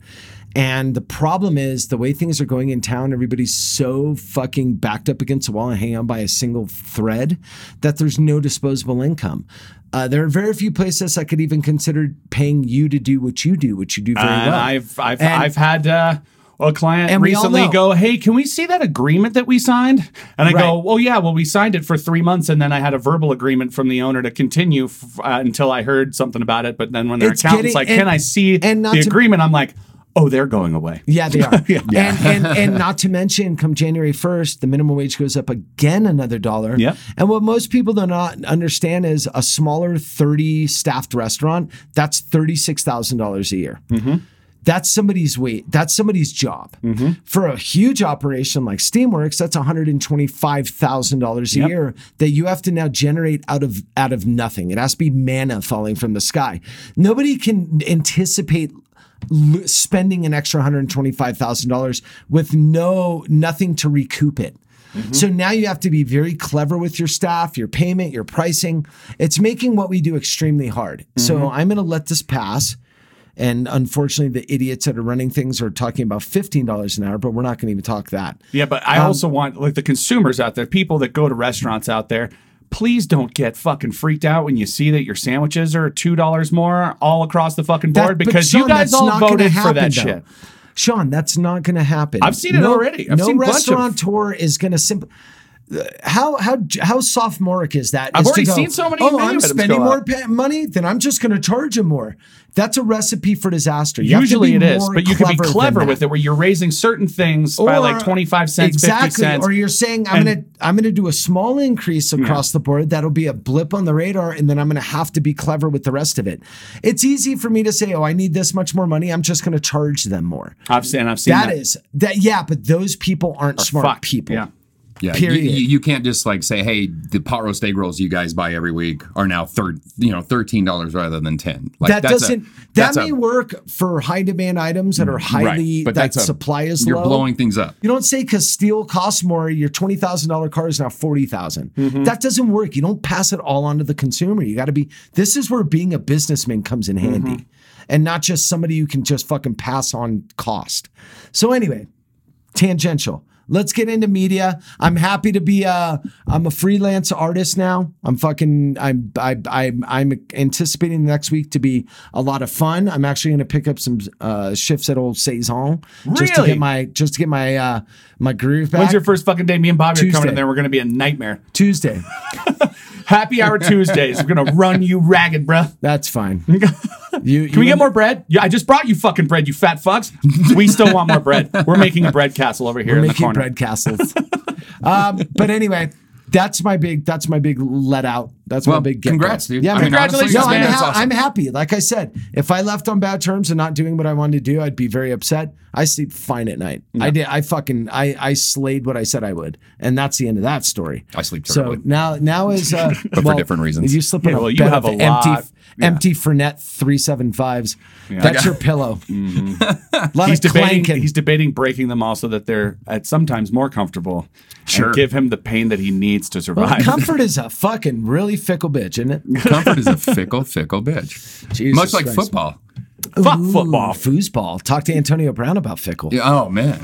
And the problem is the way things are going in town, everybody's so fucking backed up against the wall and hanging on by a single thread that there's no disposable income. Uh, there are very few places I could even consider paying you to do what you do, which you do very
and
well.
I've I've
And-
I've had. Uh, a client
And we all
recently
know.
go, hey, can we see that agreement that we signed? And I go,
Right.
oh yeah, well we signed it for three months, and then I had a verbal agreement from the owner to continue f- uh, until I heard something about it. But then when their
It's
accountant's
getting-
like,
and-
can I see
and not
the
to-
agreement? I'm like, oh, they're going away.
Yeah, they are. And, and and not to mention, come January first, the minimum wage goes up again another dollar.
Yep.
And what most people do not understand is a smaller thirty staffed restaurant that's thirty six thousand dollars a year. That's somebody's weight. That's somebody's job. For a huge operation like Steamworks, that's one hundred and twenty five thousand dollars a year that you have to now generate out of out of nothing. It has to be manna falling from the sky. Nobody can anticipate lo- spending an extra $125,000 with no nothing to recoup it. So now you have to be very clever with your staff, your payment, your pricing. It's making what we do extremely hard. So I'm going to let this pass. And unfortunately, the idiots that are running things are talking about $15 an hour, but we're not going to even talk that.
Yeah, but
Um,
I also want like the consumers out there, people that go to restaurants out there. Please don't get fucking freaked out when you see that your sandwiches are two dollars more all across the fucking
That-
board
but
because you
Sean,
guys
that's
all
not gonna
voted for
happen,
that
though.
shit.
Sean, that's not going to happen.
I've seen it already. I've
no
seen a bunch of-
restaurateur is going to simply. how how how sophomoric is that?
I've
is to
already
go,
seen so many
Oh,
menu
I'm
items
spending
go
more
up."
pa- money, then I'm just going to charge him more. That's a recipe for disaster. You have to
Usually
be
it is,
more
but you can be
than
clever
that.
with it where you're raising certain things by like 25 cents,
exactly.
50 cents.
Or you're saying
And-
I'm gonna I'm gonna do a small increase across the board. That'll be a blip on the radar, and then I'm gonna have to be clever with the rest of it. It's easy for me to say, oh, I need this much more money. I'm just gonna charge them more.
I've seen, I've seen
That
that.
is that. Yeah, but those people aren't smart
Fuck.
people.
Yeah.
Yeah, you-
Period.
You, you can't just like say, "Hey, the pot roast egg rolls you guys buy every week are now third, you know, thirteen dollars rather than ten. Like
that
that's a-
doesn't. that
that's a-
may work for high demand items that are highly
but
that
that's a-
supply is
you're
low.
blowing things up.
You don't say because steel costs more, your twenty thousand dollar car is now forty That doesn't work. You don't pass it all on to the consumer. You got to be. This is where being a businessman comes in handy, and not just somebody you can just fucking pass on cost. So anyway, tangential. Let's get into media. I'm happy to be a. I'm a freelance artist now. I'm fucking. I'm. I, I, I'm anticipating next week to be a lot of fun. I'm actually going to pick up some uh, shifts at old Saison just to
Really?
get my just to get my uh, my groove back.
When's your first fucking day? Me and Bobby are coming
Tuesday.
in there. We're going to be a nightmare.
Tuesday?
Happy hour Tuesdays. We're going to run you ragged, bruh.
That's fine. you, you
Can we get more bread? Yeah, I just brought you fucking bread, you fat fucks. We still want more bread. We're making a bread castle over here
We're
in the
making
corner.
bread castles. um, but anyway, that's my big. That's my big let out. That's my
Well,
big. get-go.
congrats, dude.
Yeah,
I
man.
mean, honestly,
Congratulations,
No,
man.
I'm,
That's
ha-
awesome.
I'm happy. Like I said, if I left on bad terms and not doing what I wanted to do, I'd be very upset. I sleep fine at night. I did. I fucking I I slayed what I said I would, and that's the end of that story.
I sleep
So
terribly.
now now is uh,
But for different reasons.
You slip in
Yeah,
a
well, you
bed
have
of
a
empty
lot- yeah.
empty Fernet three seven fives. That's your pillow.
Mm-hmm.
A lot
He's
of
debating.
clanking.
He's debating breaking them all so that they're at sometimes more comfortable. and
Sure.
give him the pain that he needs to
Well,
survive.
comfort is a fucking really fickle bitch, isn't it?
Comfort is a fickle, fickle bitch.
Jesus
Much like
Christ.
football.
Fuck
Ooh,
football.
foosball. Talk to Antonio Brown about fickle.
Yeah, Oh man,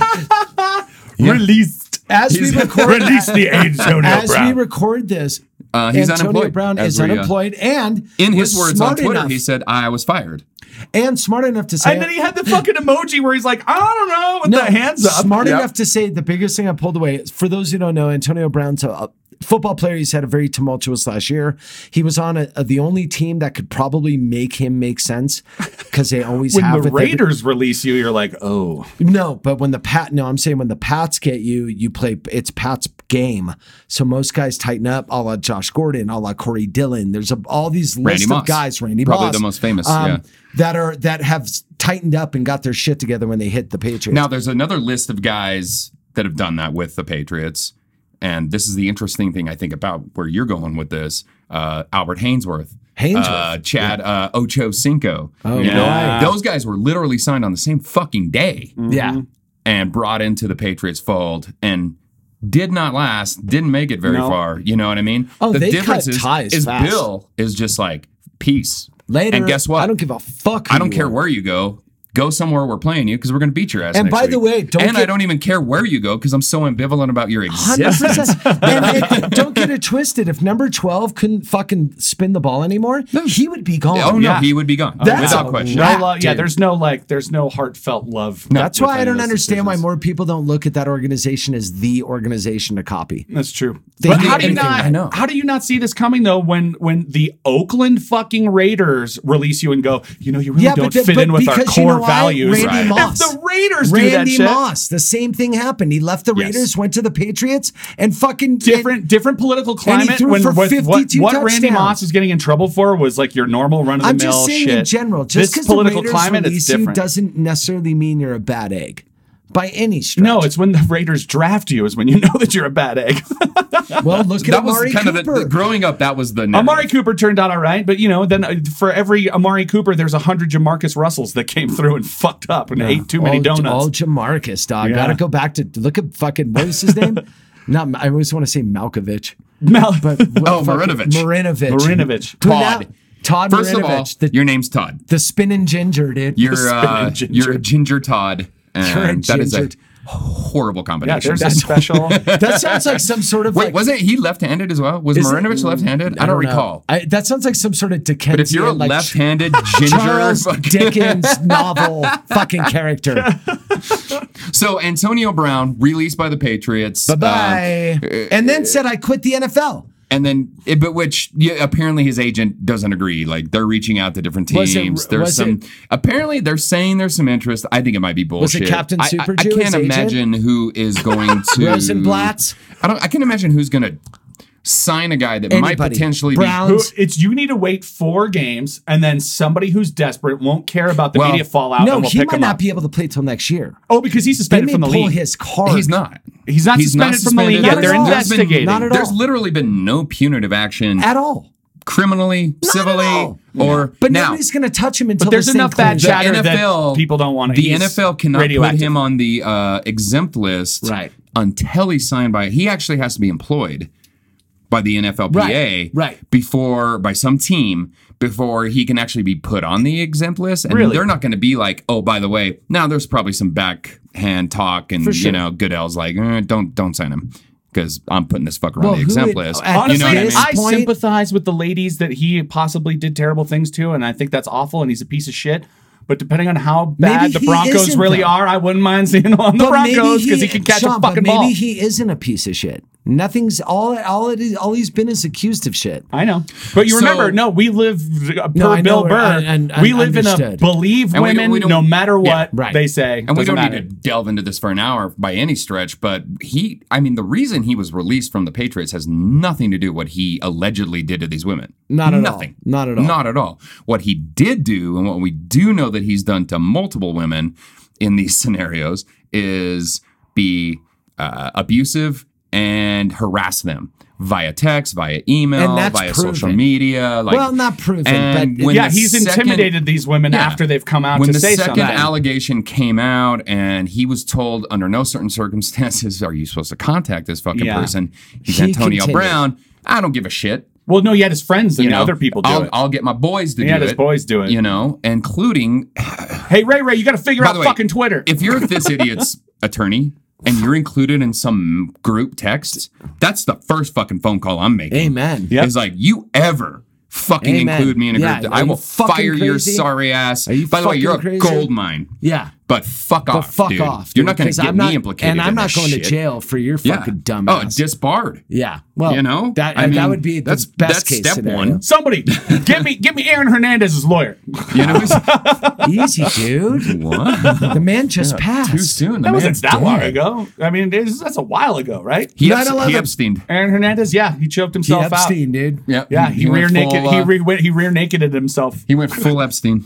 Released.
As we record,
Release the Antonio
as we
Brown.
record this,
uh, he's
Antonio
unemployed.
Brown
as
is
we, uh,
unemployed, and
in his
was
words on
smart
Twitter,
enough-
he said, "I was fired."
and smart enough to say,
and then he had the fucking emoji where he's like, I don't know, with the hands up.
Smart
Yep.
enough to say the biggest thing I pulled away. is- For those who don't know, Antonio Brown's a, a football player. He's had a very tumultuous last year. He was on a, a- the only team that could probably make him make sense because they always
When
have
the
with every-
Raiders release you, you're like, oh.
No, but when the pat no, I'm saying when the Pats get you, you play it's Pat's game. So most guys tighten up, a la Josh Gordon, a la Corey Dillon. There's a, all these
Randy
list
Moss.
of guys, Randy
Probably
Moss, um,
the most famous, yeah.
that are that have tightened up and got their shit together when they hit the Patriots.
Now there's another list of guys that have done that with the Patriots, and this is the interesting thing I think about where you're going with this. Uh, Albert Hainsworth,
Hainsworth.
uh, Chad uh, Ocho Cinco.
Oh,
you
right.
those guys were literally signed on the same fucking day
yeah,
and brought into the Patriots fold and did not last, didn't make it very
No.
far. You know what I mean?
Oh,
the
they cut
difference is,
ties
is
fast.
Bill is just like peace.
later.
and guess what?
I don't give a fuck. who
I don't
you
care
are.
where you go. Go somewhere we're playing you because we're going to beat your ass.
And
next
by the
week.
way, don't
and I
get-
don't even care where you go because I'm so ambivalent about your existence.
100%. and, and don't get it twisted. If number 12 couldn't fucking spin the ball anymore, he would be gone.
Oh no,
Yeah.
he would be gone
That's
without
a
question.
No
That
love, yeah.
dude.
There's no like, there's no heartfelt love.
That's
with
why I
any of
don't
those
understand why
decisions.
more people don't look at that organization as the organization to copy.
That's true.
They
but
do
how do you
anything.
not?
I know.
How do you not see this coming though? When when the Oakland fucking Raiders release you and go, you know, you really don't
the-
fit in with our
because you
core
know why?
values.
Randy
Right.
Moss.
If the Raiders do that
Randy
shit,
Moss, the same thing happened. He left the
Yes.
Raiders, went to the Patriots, and fucking
different different political
he
climate.
threw
When
for
with what,
52
what Randy
touchdowns.
Moss is getting in trouble for was like your normal run of the
I'm
mill
just saying
shit.
in general, just
this
because the
political
Raiders
climate is
release you
different.
doesn't necessarily mean you're a bad egg by any stretch.
no, it's when the Raiders draft you is when you know that you're a bad egg.
well, look at
That was
Amari
kind
Cooper.
of the, the- growing up. That was the narrative.
Amari Cooper turned out all right, but you know, then uh, for every Amari Cooper, there's a hundred Jamarcus Russells that came through and fucked up and ate too many
all,
donuts.
All Jamarcus, dog.
Yeah.
Gotta go back to look at fucking what is his name? Not I always want to say Malkovich.
Mal-
But
Oh,
fucking-
Marinovich.
Marinovich.
Marinovich.
Dude,
Todd.
now- Todd
First of all,
Marinovich. the,
your name's Todd.
the spinning ginger, dude.
You're uh,
Spinning ginger.
you're a ginger Todd, and
You're a
that is a
ginger.
horrible
yeah,
combination.
there's a special.
that sounds like some sort of
Wait,
like,
wasn't he left-handed as well? Was
Is it-
Marinovich left-handed? I don't,
know.
recall.
I, that sounds like some sort of Dickensian.
But if you're a
like,
left-handed ginger,
Charles
fucking-
Dickens novel fucking character.
So Antonio Brown released by the Patriots. uh,
Bye bye. and then said, I quit the NFL.
and then it, but which yeah, apparently his agent doesn't agree. Like they're reaching out to different
Was it-
teams. there's
was
some
it-
apparently they're saying there's some interest. I think it might be bullshit.
Captain
I- I-
Super
I,
Jew, his
can't
agent?
imagine who is going to
Rosenblatt?
I don't. I can't imagine who's going to sign a guy that might
Anybody.
potentially be.
Browns.
Who, it's you need to wait four games, and then somebody who's desperate won't care about the
Well,
media fallout.
no,
and will
he
pick
might
him
not
up.
be able to play till next year.
Oh, because he's
They
suspended
may
from the
pull
league.
his card.
He's not.
He's not suspended from the league
yet.
Not
They're
at all.
investigating.
Not at all.
There's literally been no punitive action
at all.
criminally,
Not at
civilly,
all.
or
But
now.
nobody's going to touch him until
But there's
this thing
enough bad
clears
the
up.
chatter
NFL
that people don't want to.
The NFL cannot put him on the uh, exempt list
Right.
until he's signed by. He actually has to be employed by the NFLPA
Right, right.
before by some team before he can actually be put on the exempt list. And
Really?
they're not going to be like, oh, by the way, now there's probably some backhand talk, and you
sure.
know, Goodell's like, eh, don't don't sign him because I'm putting this fucker
Well,
on the
who
exempt
would-
list.
at
Honestly,
you know what I
this
mean?
I
point-
sympathize with the ladies that he possibly did terrible things to, and I think that's awful, and he's a piece of shit. But depending on how bad
Maybe
the
he
Broncos
isn't,
really
though.
are, I wouldn't mind seeing him on the
But maybe
Broncos because he, can catch
Sean,
a
but
fucking
maybe
ball.
he isn't a piece of shit. Nothing's all. All it is. All he's been is accused of shit.
I know, but you
So-
remember, no, we live uh, per
No, I know,
Bill Burr.
I- and-
we
I
live in a
understood.
believe
And we don't-
women
we don't-
no matter what
yeah,
right.
they say.
And we
Doesn't
don't
matter.
need to delve into this for an hour by any stretch, but he, I mean, the reason he was released from the Patriots has nothing to do with what he allegedly did to these women.
Not at all.
nothing.
Not at all.
Not at all. What he did do, and what we do know that he's done to multiple women in these scenarios, is be uh, abusive and harass them via text, via email,
And that's
via social
proven.
media. Like,
Well, not proven,
and
but-
when
yeah,
the
he's
second-
intimidated these women
Yeah.
after they've come out
when
to
the
say
second
something.
allegation came out and he was told under no certain circumstances are you supposed to contact this fucking
Yeah.
person he's
He
antonio
continued.
brown i don't give a shit
well, no, he had his friends and
you
the
know
other people do
I'll,
it.
I'll get my boys to
He
do
had
it
his boys do it.
you know including
hey, Ray, Ray, you got to figure
By
out
the way,
fucking Twitter.
if you're this idiot's attorney and you're included in some group text that's the first fucking phone call i'm making
Amen.
Yep.
It's like you ever fucking
Amen.
include me in a
Yeah,
group
are
i
you
will
fucking
fire your
crazy?
sorry ass
Are you
by the way you're a
fucking crazy?
gold mine
Yeah.
but fuck
But
off.
fuck
dude.
off.
You're
dude,
not going to
'cause
get
I'm
me
not-
implicated.
and I'm
in
not
this
going
shit.
to jail for your
Yeah.
fucking dumbass.
Oh, disbarred.
yeah. Well,
you know
that
I
that
mean,
would be the
that's
best
that's
case
step
scenario.
one.
Somebody get me get me Aaron Hernandez's lawyer.
You know, it's-
Easy, dude.
what?
The man just passed.
Too soon. The
That wasn't
man's
that long
dead.
ago. I mean, it is- that's a while ago, right?
He,
Nine
eps- he
eleven.
Epstein.
Aaron Hernandez, yeah, he choked
He
himself out.
Epstein, dude.
Yeah,
Yeah, he,
went
rear naked.
full,
he
uh,
re- went- he rear nakeded himself.
he went full Epstein.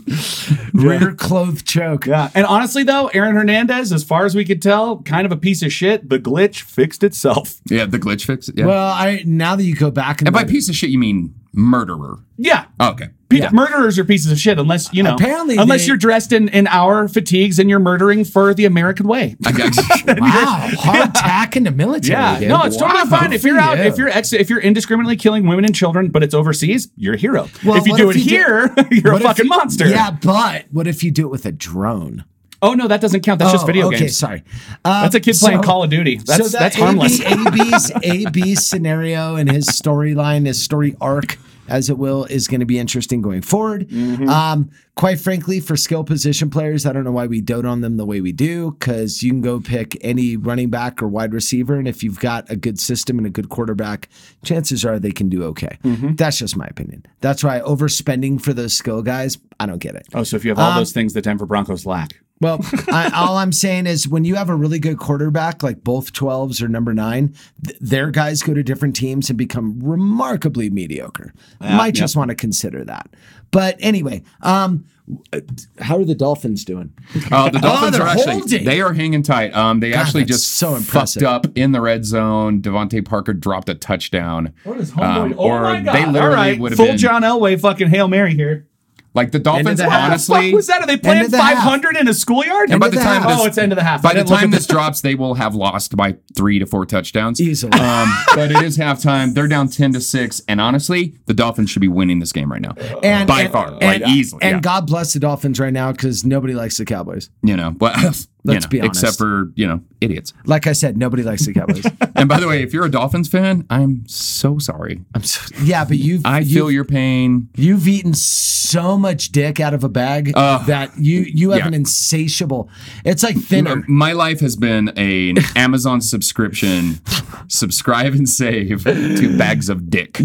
Rear clothed choke.
Yeah, and honestly though, Aaron Hernandez, as far as we could tell, kind of a piece of shit. The glitch fixed itself.
Yeah, the glitch fix. Yeah.
Well, I now that you go back and,
and by
look-
piece of shit, you mean murderer.
Yeah.
Oh, okay.
Pe- Murderers are pieces of shit, unless you know.
Apparently
unless
they-
you're dressed in, in our fatigues and you're murdering for the American way.
I uh, got-
wow, hard tack in the military.
Yeah,
dude.
no, it's totally
Wow.
fine if you're out
Yeah.
if you're ex- if you're indiscriminately killing women and children, but it's overseas, you're a hero.
Well,
if you
what
do
if
it
you do-
here, you're a
What if
fucking
you-
monster.
Yeah, but what if you do it with a drone?
Oh no, that doesn't count. That's just
Oh,
video
okay,
games.
sorry. Um,
That's a kid playing Call of Duty. That's
that
that's harmless.
AB, AB's, AB's scenario and his storyline, his story arc, as it will, is going to be interesting going forward.
Mm-hmm.
Um, quite frankly, for skill position players, I don't know why we dote on them the way we do, because you can go pick any running back or wide receiver, and if you've got a good system and a good quarterback, chances are they can do okay.
Mm-hmm.
That's just my opinion. That's why overspending for those skill guys, I don't get it.
oh, so if you have all those things the Denver Broncos lack.
Well, I, all I'm saying is when you have a really good quarterback, like both 12s or number nine, th- their guys go to different teams and become remarkably mediocre. Might just want to consider that. But anyway, um, uh, how are the Dolphins doing?
Uh, the Dolphins
they're
are actually
holding.
they are hanging tight. Um, they actually
that's
just
so impressive.
fucked up in the red zone. Devontae Parker dropped a touchdown. Um,
oh
oh
or they literally would have
full
been
John Elway fucking hail mary here.
like the Dolphins.
the half.
what the
honestly,
fuck was that? Are they playing
of the half.
500 in a schoolyard?
and by
End
the
of the
time
half.
this,
oh, it's end of the half. I
by the
didn't look
time
at
this drops, they will have lost by three to four touchdowns.
Easily.
Um, but it is halftime. They're down ten to six, and honestly, the Dolphins should be winning this game right now
And-
by
and- uh,
far, like easily.
And
yeah.
God bless the Dolphins right now because nobody likes the Cowboys.
you know, but
Let's
you know,
be honest.
Except for, you know, idiots.
like I said, nobody likes the Cowboys.
And by the way, if you're a Dolphins fan, I'm so sorry.
I'm so, yeah, but you've
I
you,
feel your pain.
You've eaten so much dick out of a bag
Ugh.
that you you have
Yeah.
an insatiable. It's like thinner.
My life has been an Amazon subscription, subscribe and save to bags of dick.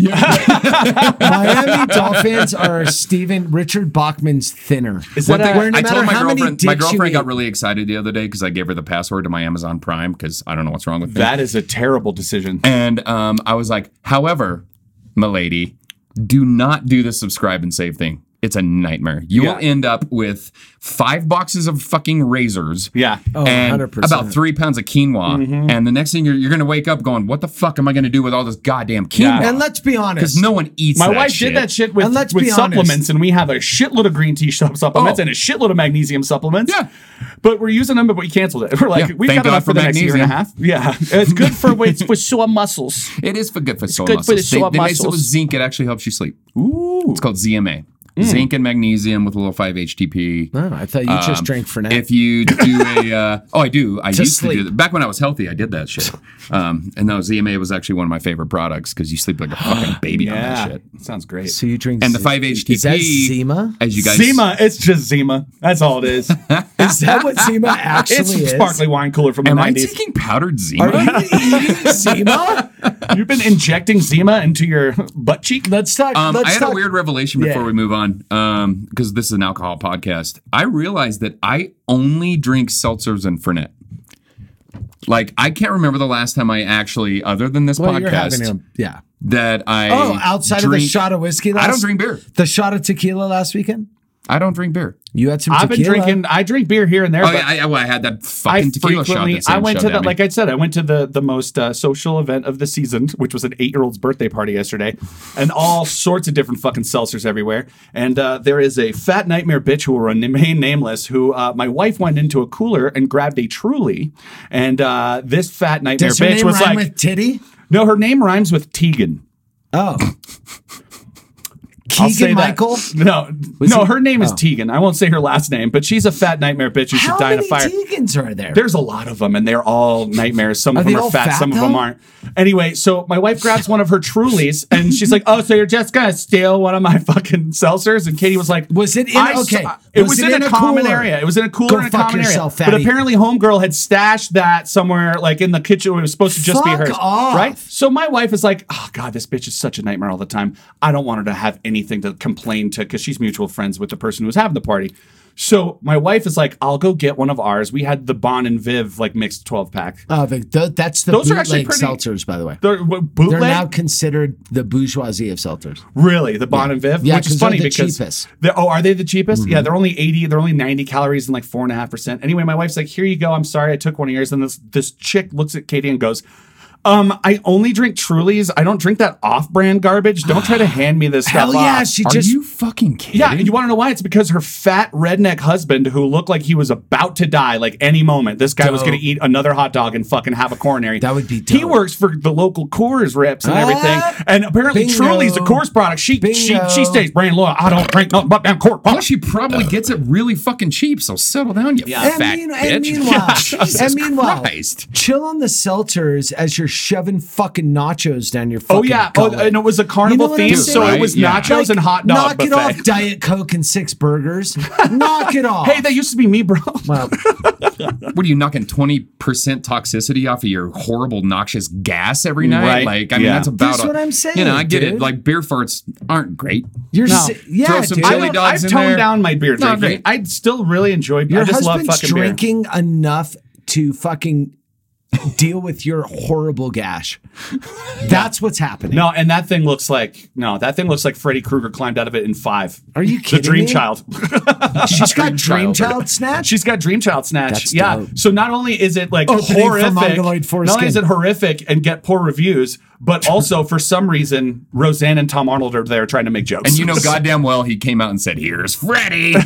Miami Dolphins are Steven Richard Bachman's thinner. Is
One thing-
where no
I
matter
told my
how many
girlfriend, my
dicks you
girlfriend got
eat-
really excited the other day because I gave her the password to my Amazon Prime because I don't know what's wrong with me.
That is a terrible decision.
And um, I was like, however, milady, do not do the subscribe and save thing. It's a nightmare. You will
Yeah.
end up with five boxes of fucking razors.
Yeah.
Oh,
and
100%.
about three pounds of quinoa.
Mm-hmm.
And the next thing you're, you're going to wake up going, what the fuck am I going to do with all this goddamn
Yeah.
And
quinoa?
let's be honest.
Because no one eats
My
that
wife
shit.
did that shit with,
And let's
with
be honest.
supplements, and we have a shitload of green tea sup- supplements
Oh.
and a shitload of magnesium supplements.
Yeah.
But we're using them, but we canceled it. We're like,
Yeah,
we've
thank
got
God
enough
for
for the next year and a half. Yeah. It's good for it's for sore muscles.
It is for good for sore
good for
muscles.
the sore
they, They mix it with
muscles.
zinc. It actually helps you sleep.
Ooh. Hmm.
It's called ZMA. Zinc and magnesium with a little 5-HTP.
Oh, I thought you just drank for now.
Um, If you do a, uh, oh, I do. I used to do
sleep.
that. Back when I was healthy, I did that shit. Um, and no, ZMA was actually one of my favorite products because you sleep like a fucking baby on that shit.
Sounds great.
so you drink
And the
Z-
5-HTP.
Is that Zima?
As you guys,
Zima, it's just Zima. That's all it is.
Is that what Zima actually
it's
is?
sparkly wine cooler from the
Am I
90s.
taking powdered Zima?
Are you eating Zima?
You've been injecting Zima into your butt cheek?
Let's talk.
Um,
let's
I had
talk.
a weird revelation before
Yeah.
we move on, because this is an alcohol podcast. I realized that I only drink seltzers and Fernet. Like I can't remember the last time I actually, other than this
Well, you're having
podcast,
a- yeah.
that I
Oh, outside of the
drink-
shot of whiskey. Last,
I don't drink beer.
the shot of tequila last weekend.
I don't drink beer.
You had some.
I've been
tequila.
drinking, I drink beer here and there.
Oh
but
yeah, I, well, I had that
I
fucking tequila shot.
frequently-
That Sam
I went to
shoved
the,
at me.
like I said, I went to the the most uh, social event of the season, which was an eight year old's birthday party yesterday, and all sorts of different fucking seltzers everywhere. And uh, there is a fat nightmare bitch who will remain nameless, who uh, my wife went into a cooler and grabbed a Truly, and uh, this fat nightmare
Does her
bitch
name
was
rhyme
like,
with titty?
no, her name rhymes with Tegan.
Oh.
I'll say
Keegan
that.
Michael.
No, no,
he-
her name is
Oh.
Tegan. I won't say her last name, but she's a fat nightmare bitch who should
How
die in
many
a fire.
Tegans are there?
There's a lot of them, and they're all nightmares. Some
Are
of
they
them
all
are fat,
fat,
some of them
though?
aren't. Anyway, so my wife grabs one of her Trulies, and she's like, "Oh, so you're just gonna steal one of my fucking seltzers?" And Katie was like,
Was it in-
I
okay,
saw- it
was
was,
it
in,
in
a,
a
common
cooler?
area. It was in a cooler
Go
in a
fuck
common
yourself,
area. But
fatty.
apparently, homegirl had stashed that somewhere, like in the kitchen. It was supposed to just be
Fuck
hers,
off.
right? So my wife is like, "Oh God, this bitch is such a nightmare all the time. I don't want her to have anything to complain to because she's mutual friends with the person who's having the party." So my wife is like, "I'll go get one of ours." We had the Bon and Viv like mixed twelve pack.
Oh, the, th- that's the
Those are
bootleg
actually pretty-
seltzers, by the way.
They're what, bootleg,
They're now considered the bourgeoisie of seltzers.
really the Bon and Viv,
Yeah,
which
'cause
is
they're
funny
the
because
cheapest. Mm-hmm.
they're- oh, are they the cheapest? Yeah, they're only eighty, they're only ninety calories and like four and a half percent. Anyway, my wife's like, "Here you go. I'm sorry, I took one of yours." And this this chick looks at Katie and goes. Um, I only drink Trulies. I don't drink that off-brand garbage. Don't try to hand me this stuff.
Hell yeah,
off."
she
Are
just
you fucking kidding?
Yeah, and you want to know why? It's because her fat redneck husband, who looked like he was about to die, like any moment, this guy was
Dope.
going to eat another hot dog and fucking have a coronary.
That would be
He
dope.
works for the local Coors reps and
Ah,
everything, and apparently
bingo.
Truly's a Coors product. She she
Bingo.
she stays brand loyal. I don't drink nothing but damn Coors.
Well, she probably gets it really fucking cheap. So settle down, you
Yeah.
And,
fat
mean-
bitch.
and meanwhile,
Jesus
and meanwhile,
Christ.
chill on the seltzers as you're shoving fucking nachos down your fucking.
Oh yeah, oh,
gullet.
and it was a
You
carnival
know what I'm
theme,
saying?
so
Right,
it was
yeah.
nachos and hot dog
Knock
buffet.
it off, Diet Coke and six burgers. knock it off.
Hey, that used to be me, bro.
Well,
What are you knocking twenty percent toxicity off of your horrible noxious gas every night?
Right,
Like, I mean,
yeah.
that's about.
That's
a-
what I'm saying,
You know, I get it.
dude.
Like beer farts aren't great.
you're
No.
si- yeah,
Throw some
dude.
chili
I don't-
dogs
I've
in
toned
there.
down my beer
Not
drinking.
great.
I still really enjoy.
Your
I just love
husband's
fucking beer.
drinking enough to fucking deal with your horrible gash. That's what's happening.
No, and that thing looks like no, that thing looks like Freddy Krueger climbed out of it in five.
Are you
The
kidding
Dream
me?
Child.
she's got Dream
Child.
Child snatch.
She's got Dream Child snatch.
That's
yeah.
dope.
So not only is it like
Opening for
horrific,
Mongoloid
not only is
foreskin.
it horrific and get poor reviews, but also for some reason Roseanne and Tom Arnold are there trying to make jokes.
And you know goddamn well he came out and said, "Here's Freddy."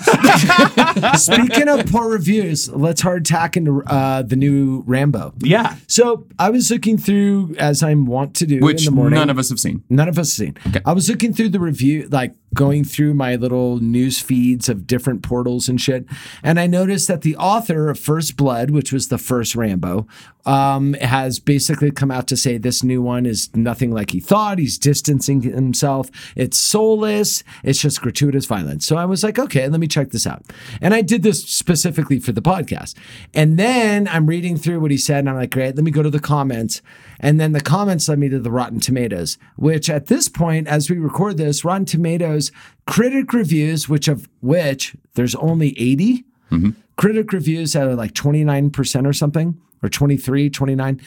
Speaking of poor reviews, let's hard tack into uh, the new Rambo.
yeah.
So I was looking through, as I'm wont to do in
which
the morning.
none of us have seen.
None of us have seen. I was looking through the review, like going through my little news feeds of different portals and shit. And I noticed that the author of First Blood, which was the first Rambo, um, has basically come out to say this new one is nothing like he thought. He's distancing himself. It's soulless. It's just gratuitous violence. So I was like, okay, let me check this out. And I did this specifically for the podcast. And then I'm reading through what he said, and I'm like, great, let me go to the comments. And then the comments led me to the Rotten Tomatoes, which at this point, as we record this, Rotten Tomatoes critic reviews, which of which there's only 80
Mm-hmm.
critic reviews that are like 29% or something, or 23, 29.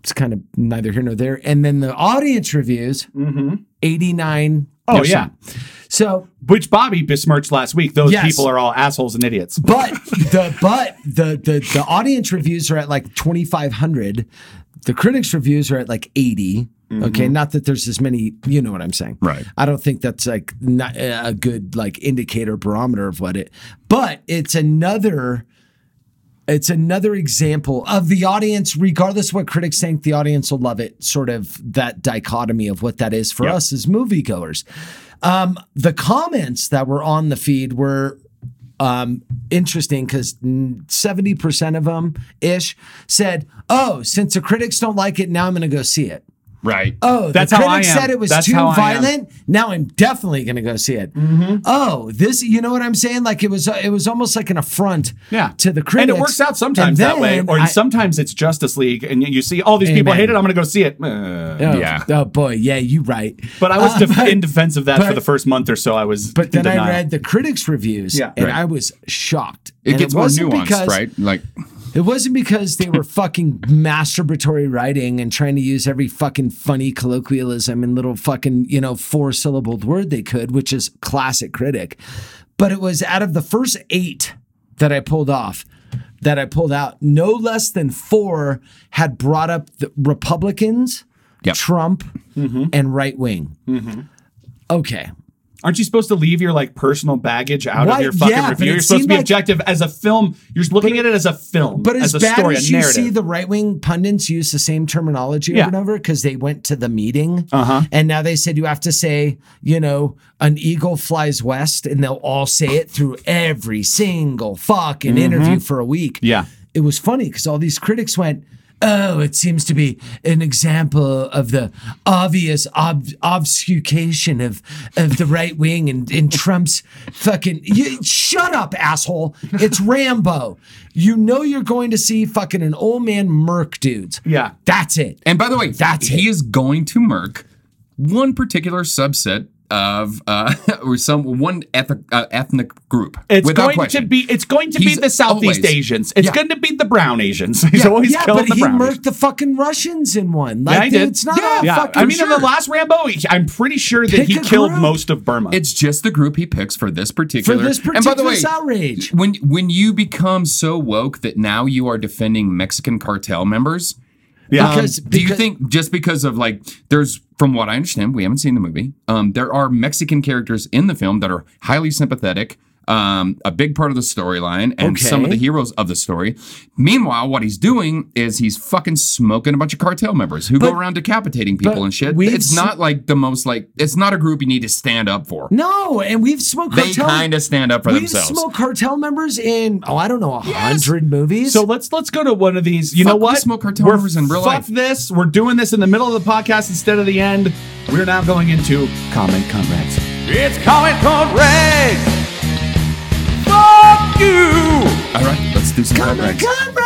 It's kind of neither here nor there. And then the audience reviews, 89.
Mm-hmm. Oh, yeah.
So
Which Bobby besmirched last week. Those
Yes.
people are all assholes and idiots.
but the but the the the audience reviews are at like 2500 the critics reviews are at like 80 okay not that there's as many you know what i'm saying
Right.
i don't think that's like not a good like indicator barometer of what it but it's another it's another example of the audience, regardless of what critics think, the audience will love it. Sort of that dichotomy of what that is for us as moviegoers. Um, the comments that were on the feed were um, interesting because 70% of them ish said, Oh, since the critics don't like it, now I'm going to go see it.
Right.
Oh,
That's
the
how
critic
I am.
said it was
That's
too
how I am. Mm-hmm.
violent. Now I'm definitely going to go see it. Oh, this, you know what I'm saying? Like it was, it was almost like an affront
Yeah.
to the critics.
And it works out
And
sometimes that way.
then
Or
I-
sometimes it's Justice League and you- you see all these people
Amen.
hate it. I'm going to go see it. Uh,
Oh,
Yeah.
Oh boy. Yeah, you right.
But I was
Uh,
def-
but-
in defense of that
but-
for the first month or so. I was.
But then
in denial.
I read the critics' reviews,
Yeah.
and
Right.
I was shocked.
it
And
gets more
wasn't
nuanced,
because-
right? Like
It wasn't because they were fucking masturbatory writing and trying to use every fucking funny colloquialism and little fucking, you know, four syllabled word they could, which is classic critic. But it was out of the first eight that I pulled off, that I pulled out, no less than four had brought up the Republicans,
Yep.
Trump, and right wing. Okay.
Aren't you supposed to leave your like personal baggage out
Why-
of your fucking
yeah, but
review?
it
You're supposed to
seemed
be
like-
objective as a film. You're looking at it as a film,
But
as
as
a
bad
story,
as
a
you
narrative.
see the right wing pundits use the same terminology
Yeah. Uh-huh.
over and over because they went to the meeting, and now they said you have to say, you know, an eagle flies west, and they'll all say it through every single fucking interview for a week.
Mm-hmm. Yeah.
it was funny because all these critics went. Oh, it seems to be an example of the obvious ob- obfuscation of of the right wing and, and Trump's fucking. You, shut up, asshole! It's Rambo. You know you're going to see fucking an old man Merc dudes.
Yeah.
that's it.
And by the way,
That's
he
it.
is going to murk one particular subset of uh, or some one ethnic uh, ethnic group.
It's
without
going
question.
to be. It's going to be
He's
the Southeast
always-
Asians. It's
Yeah.
going to be the brown Asians. He's always
yeah,
killing
but
the
he
brown.
murked
Asians.
the fucking Russians in one.
Yeah,
Like,
I
dude,
did.
it's not
Yeah,
a
Yeah,
fucking.
I mean, in
sure.
the last Rambo, he- I'm pretty sure that
Pick
he
a
killed
group.
most of Burma.
It's just the group he picks for this particular
For this
and by the
particular
way,
outrage.
When when you become so woke that now you are defending Mexican cartel members,
yeah.
because-
do you think just because of like there's from what I understand, we haven't seen the movie. Um, there are Mexican characters in the film that are highly sympathetic, um, a big part of the storyline, and some of the
Okay.
heroes of the story. Meanwhile, what he's doing is he's fucking smoking a bunch of cartel members who go around decapitating people
but
and shit.
we've
It's
se-
not like the most like it's not a group you need to stand up for.
No, and we've smoked.
They
cartel-
kind of stand up for
We've
themselves.
smoked cartel members in oh I don't know a hundred movies.
So let's let's go to one of these. You
Fuck,
know
we
what?
smoke cartel
We're-
members in real
fuck
life.
this. We're doing this in the middle of the podcast instead of the end. We're now going into comment Conrad's.
It's Comic Con Rag! Fuck you!
All right, let's do some contracts.
Conrads!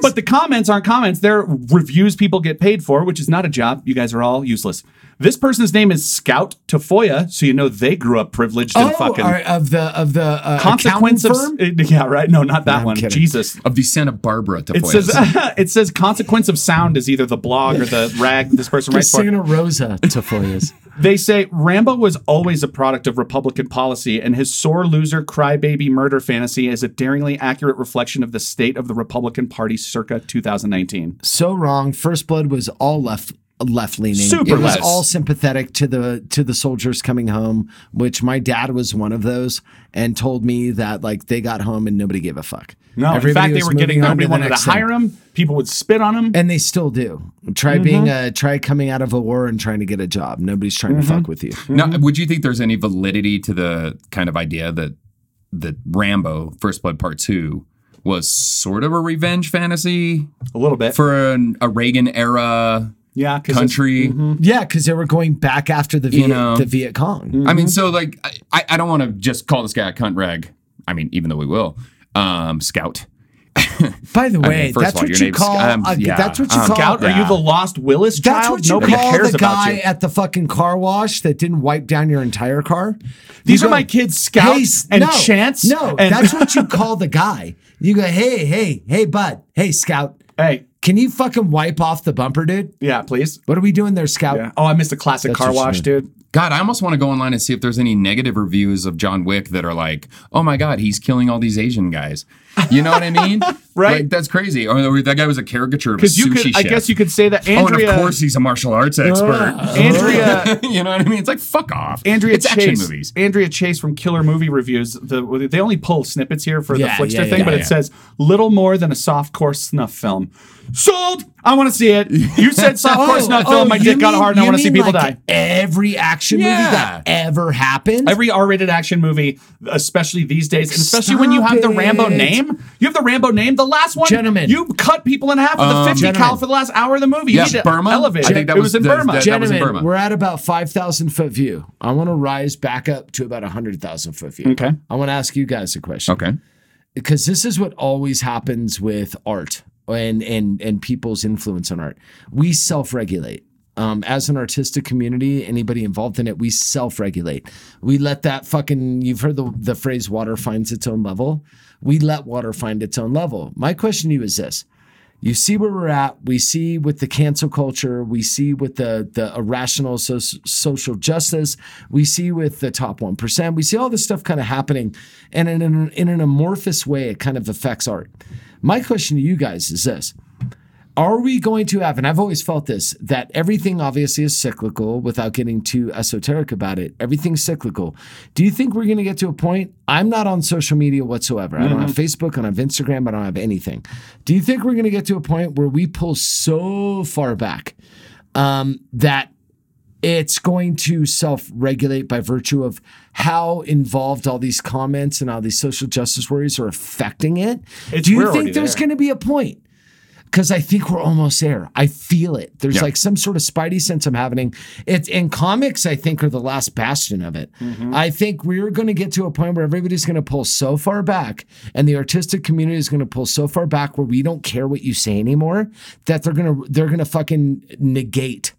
But the comments aren't comments. They're reviews people get paid for, which is not a job. You guys are all useless. This person's name is Scout Tafoya, so you know they grew up privileged and
Oh,
fucking
are- Oh, of the of the uh,
consequence of eh,
accounting firm?
yeah, right? No, not that one.
kidding.
Jesus.
Of the Santa Barbara to
It says it says consequence of sound is either the blog or the rag this person
The
writes for.
Santa Rosa Tafoyas.
They say Rambo was always a product of Republican policy, and his sore loser crybaby murder fantasy is a daringly accurate reflection of the state of the Republican Party circa 2019.
so wrong. First Blood was all left left leaning.
Super
it was
left.
all sympathetic to the to the soldiers coming home, which my dad was one of those, and told me that like they got home and nobody gave a fuck.
No, in fact, they
was
were getting
moving on
nobody
the
wanted to
next thing.
hire him. People would spit on him.
and they still do. Try being a try coming out of a war and trying to get a job. Nobody's trying to fuck with you.
Now,
Mm-hmm.
would you think there's any validity to the kind of idea that that Rambo First Blood Part Two was sort of a revenge fantasy
a little bit.
for an, a Reagan era
yeah, 'cause it's-
country?
Yeah, because they were going back after the Viet,
know.
the Viet Cong.
I
Mm-hmm.
mean, so like, I- I, I don't want to just call this guy a cunt rag. I mean, even though we will, um, scout.
By the
mean,
way,
first of
that's,
all,
what
your
you
name's-
call,
um,
a-
yeah,
that's what you
um,
call.
Scout, are you the lost Willis
That's
child?
what you
Nobody
call
cares
the
about
guy
you.
at the fucking car wash that didn't wipe down your entire car.
These
You
are my kids, Scout
s-
and Chance,
No,
and-
that's what you call the guy. You go, hey, hey, hey, bud, hey, Scout,
Hey,
can you fucking wipe off the bumper, dude?
yeah, please.
What are we doing there, Scout?
Yeah. Oh, I missed a classic
That's
car
what you
wash,
mean.
dude.
God, I almost want to go online and see if there's any negative reviews of John Wick that are like, oh my God, he's killing all these Asian guys. You know what I mean?
Right.
Like, that's crazy. Or that guy was a caricature of a
Because
sushi
you could,
chef.
I guess you could say that
Oh, and
Andrea. Ah.
of course he's a martial arts expert.
Andrea-
you know what I mean? It's like fuck off.
Andrea
it's
Chase,
action movies.
Andrea Chase from Killer Movie Reviews. The, they only pull snippets here for
Yeah,
the Flickster
yeah, yeah,
thing, but
yeah.
it says little more than a softcore snuff film. Sold. I want to see it. You said softcore snuff film. my
Oh, you
dick got
mean-
hard, and I
you
want to see
mean
people
like
die.
Every action
Yeah.
movie that ever happened.
Every R-rated action movie, especially these days, and especially when you
Stop
have the Rambo
it.
name. You have the Rambo name. The last one,
Gentlemen.
you cut people in half with a fifty cal
gentlemen.
for the last hour of the movie.
Um, Yeah,
you need to
Burma?
elevate.
I think that
it
was
was in
the-
Burma.
that- that was in Burma.
Gentlemen, we're at about 5,000 foot view. I want to rise back up to about 100,000 foot view.
Okay.
I want to ask you guys a question.
Okay.
Because this is what always happens with art and, and, and people's influence on art. We self regulate. Um, as an artistic community, anybody involved in it, we self regulate. We let that fucking, you've heard the, the phrase water finds its own level. We let water find its own level. My question to you is this you see where we're at. We see with the cancel culture. We see with the the irrational so- social justice. We see with the top one percent. We see all this stuff kind of happening, and in an, in an amorphous way, it kind of affects art. My question to you guys is this: Are we going to have? And I've always felt this that everything obviously is cyclical. Without getting too esoteric about it, everything's cyclical. Do you think we're going to get to a point? I'm not on social media whatsoever. I
Mm-hmm.
don't have Facebook. I don't have Instagram. I don't have anything. Do you think we're going to get to a point where we pull so far back um, that it's going to self regulate by virtue of how involved all these comments and all these social justice worries are affecting it?
It's-
Do
we're
you
already
think there's
there.
going to be a point? Because I think we're almost there. I feel it. There's
Yeah.
like some sort of spidey sense I'm having. It's in comics, I think, are the last bastion of it. I think we're going to get to a point where everybody's going to pull so far back, and the artistic community is going to pull so far back where we don't care what you say anymore that they're going to they're going to fucking negate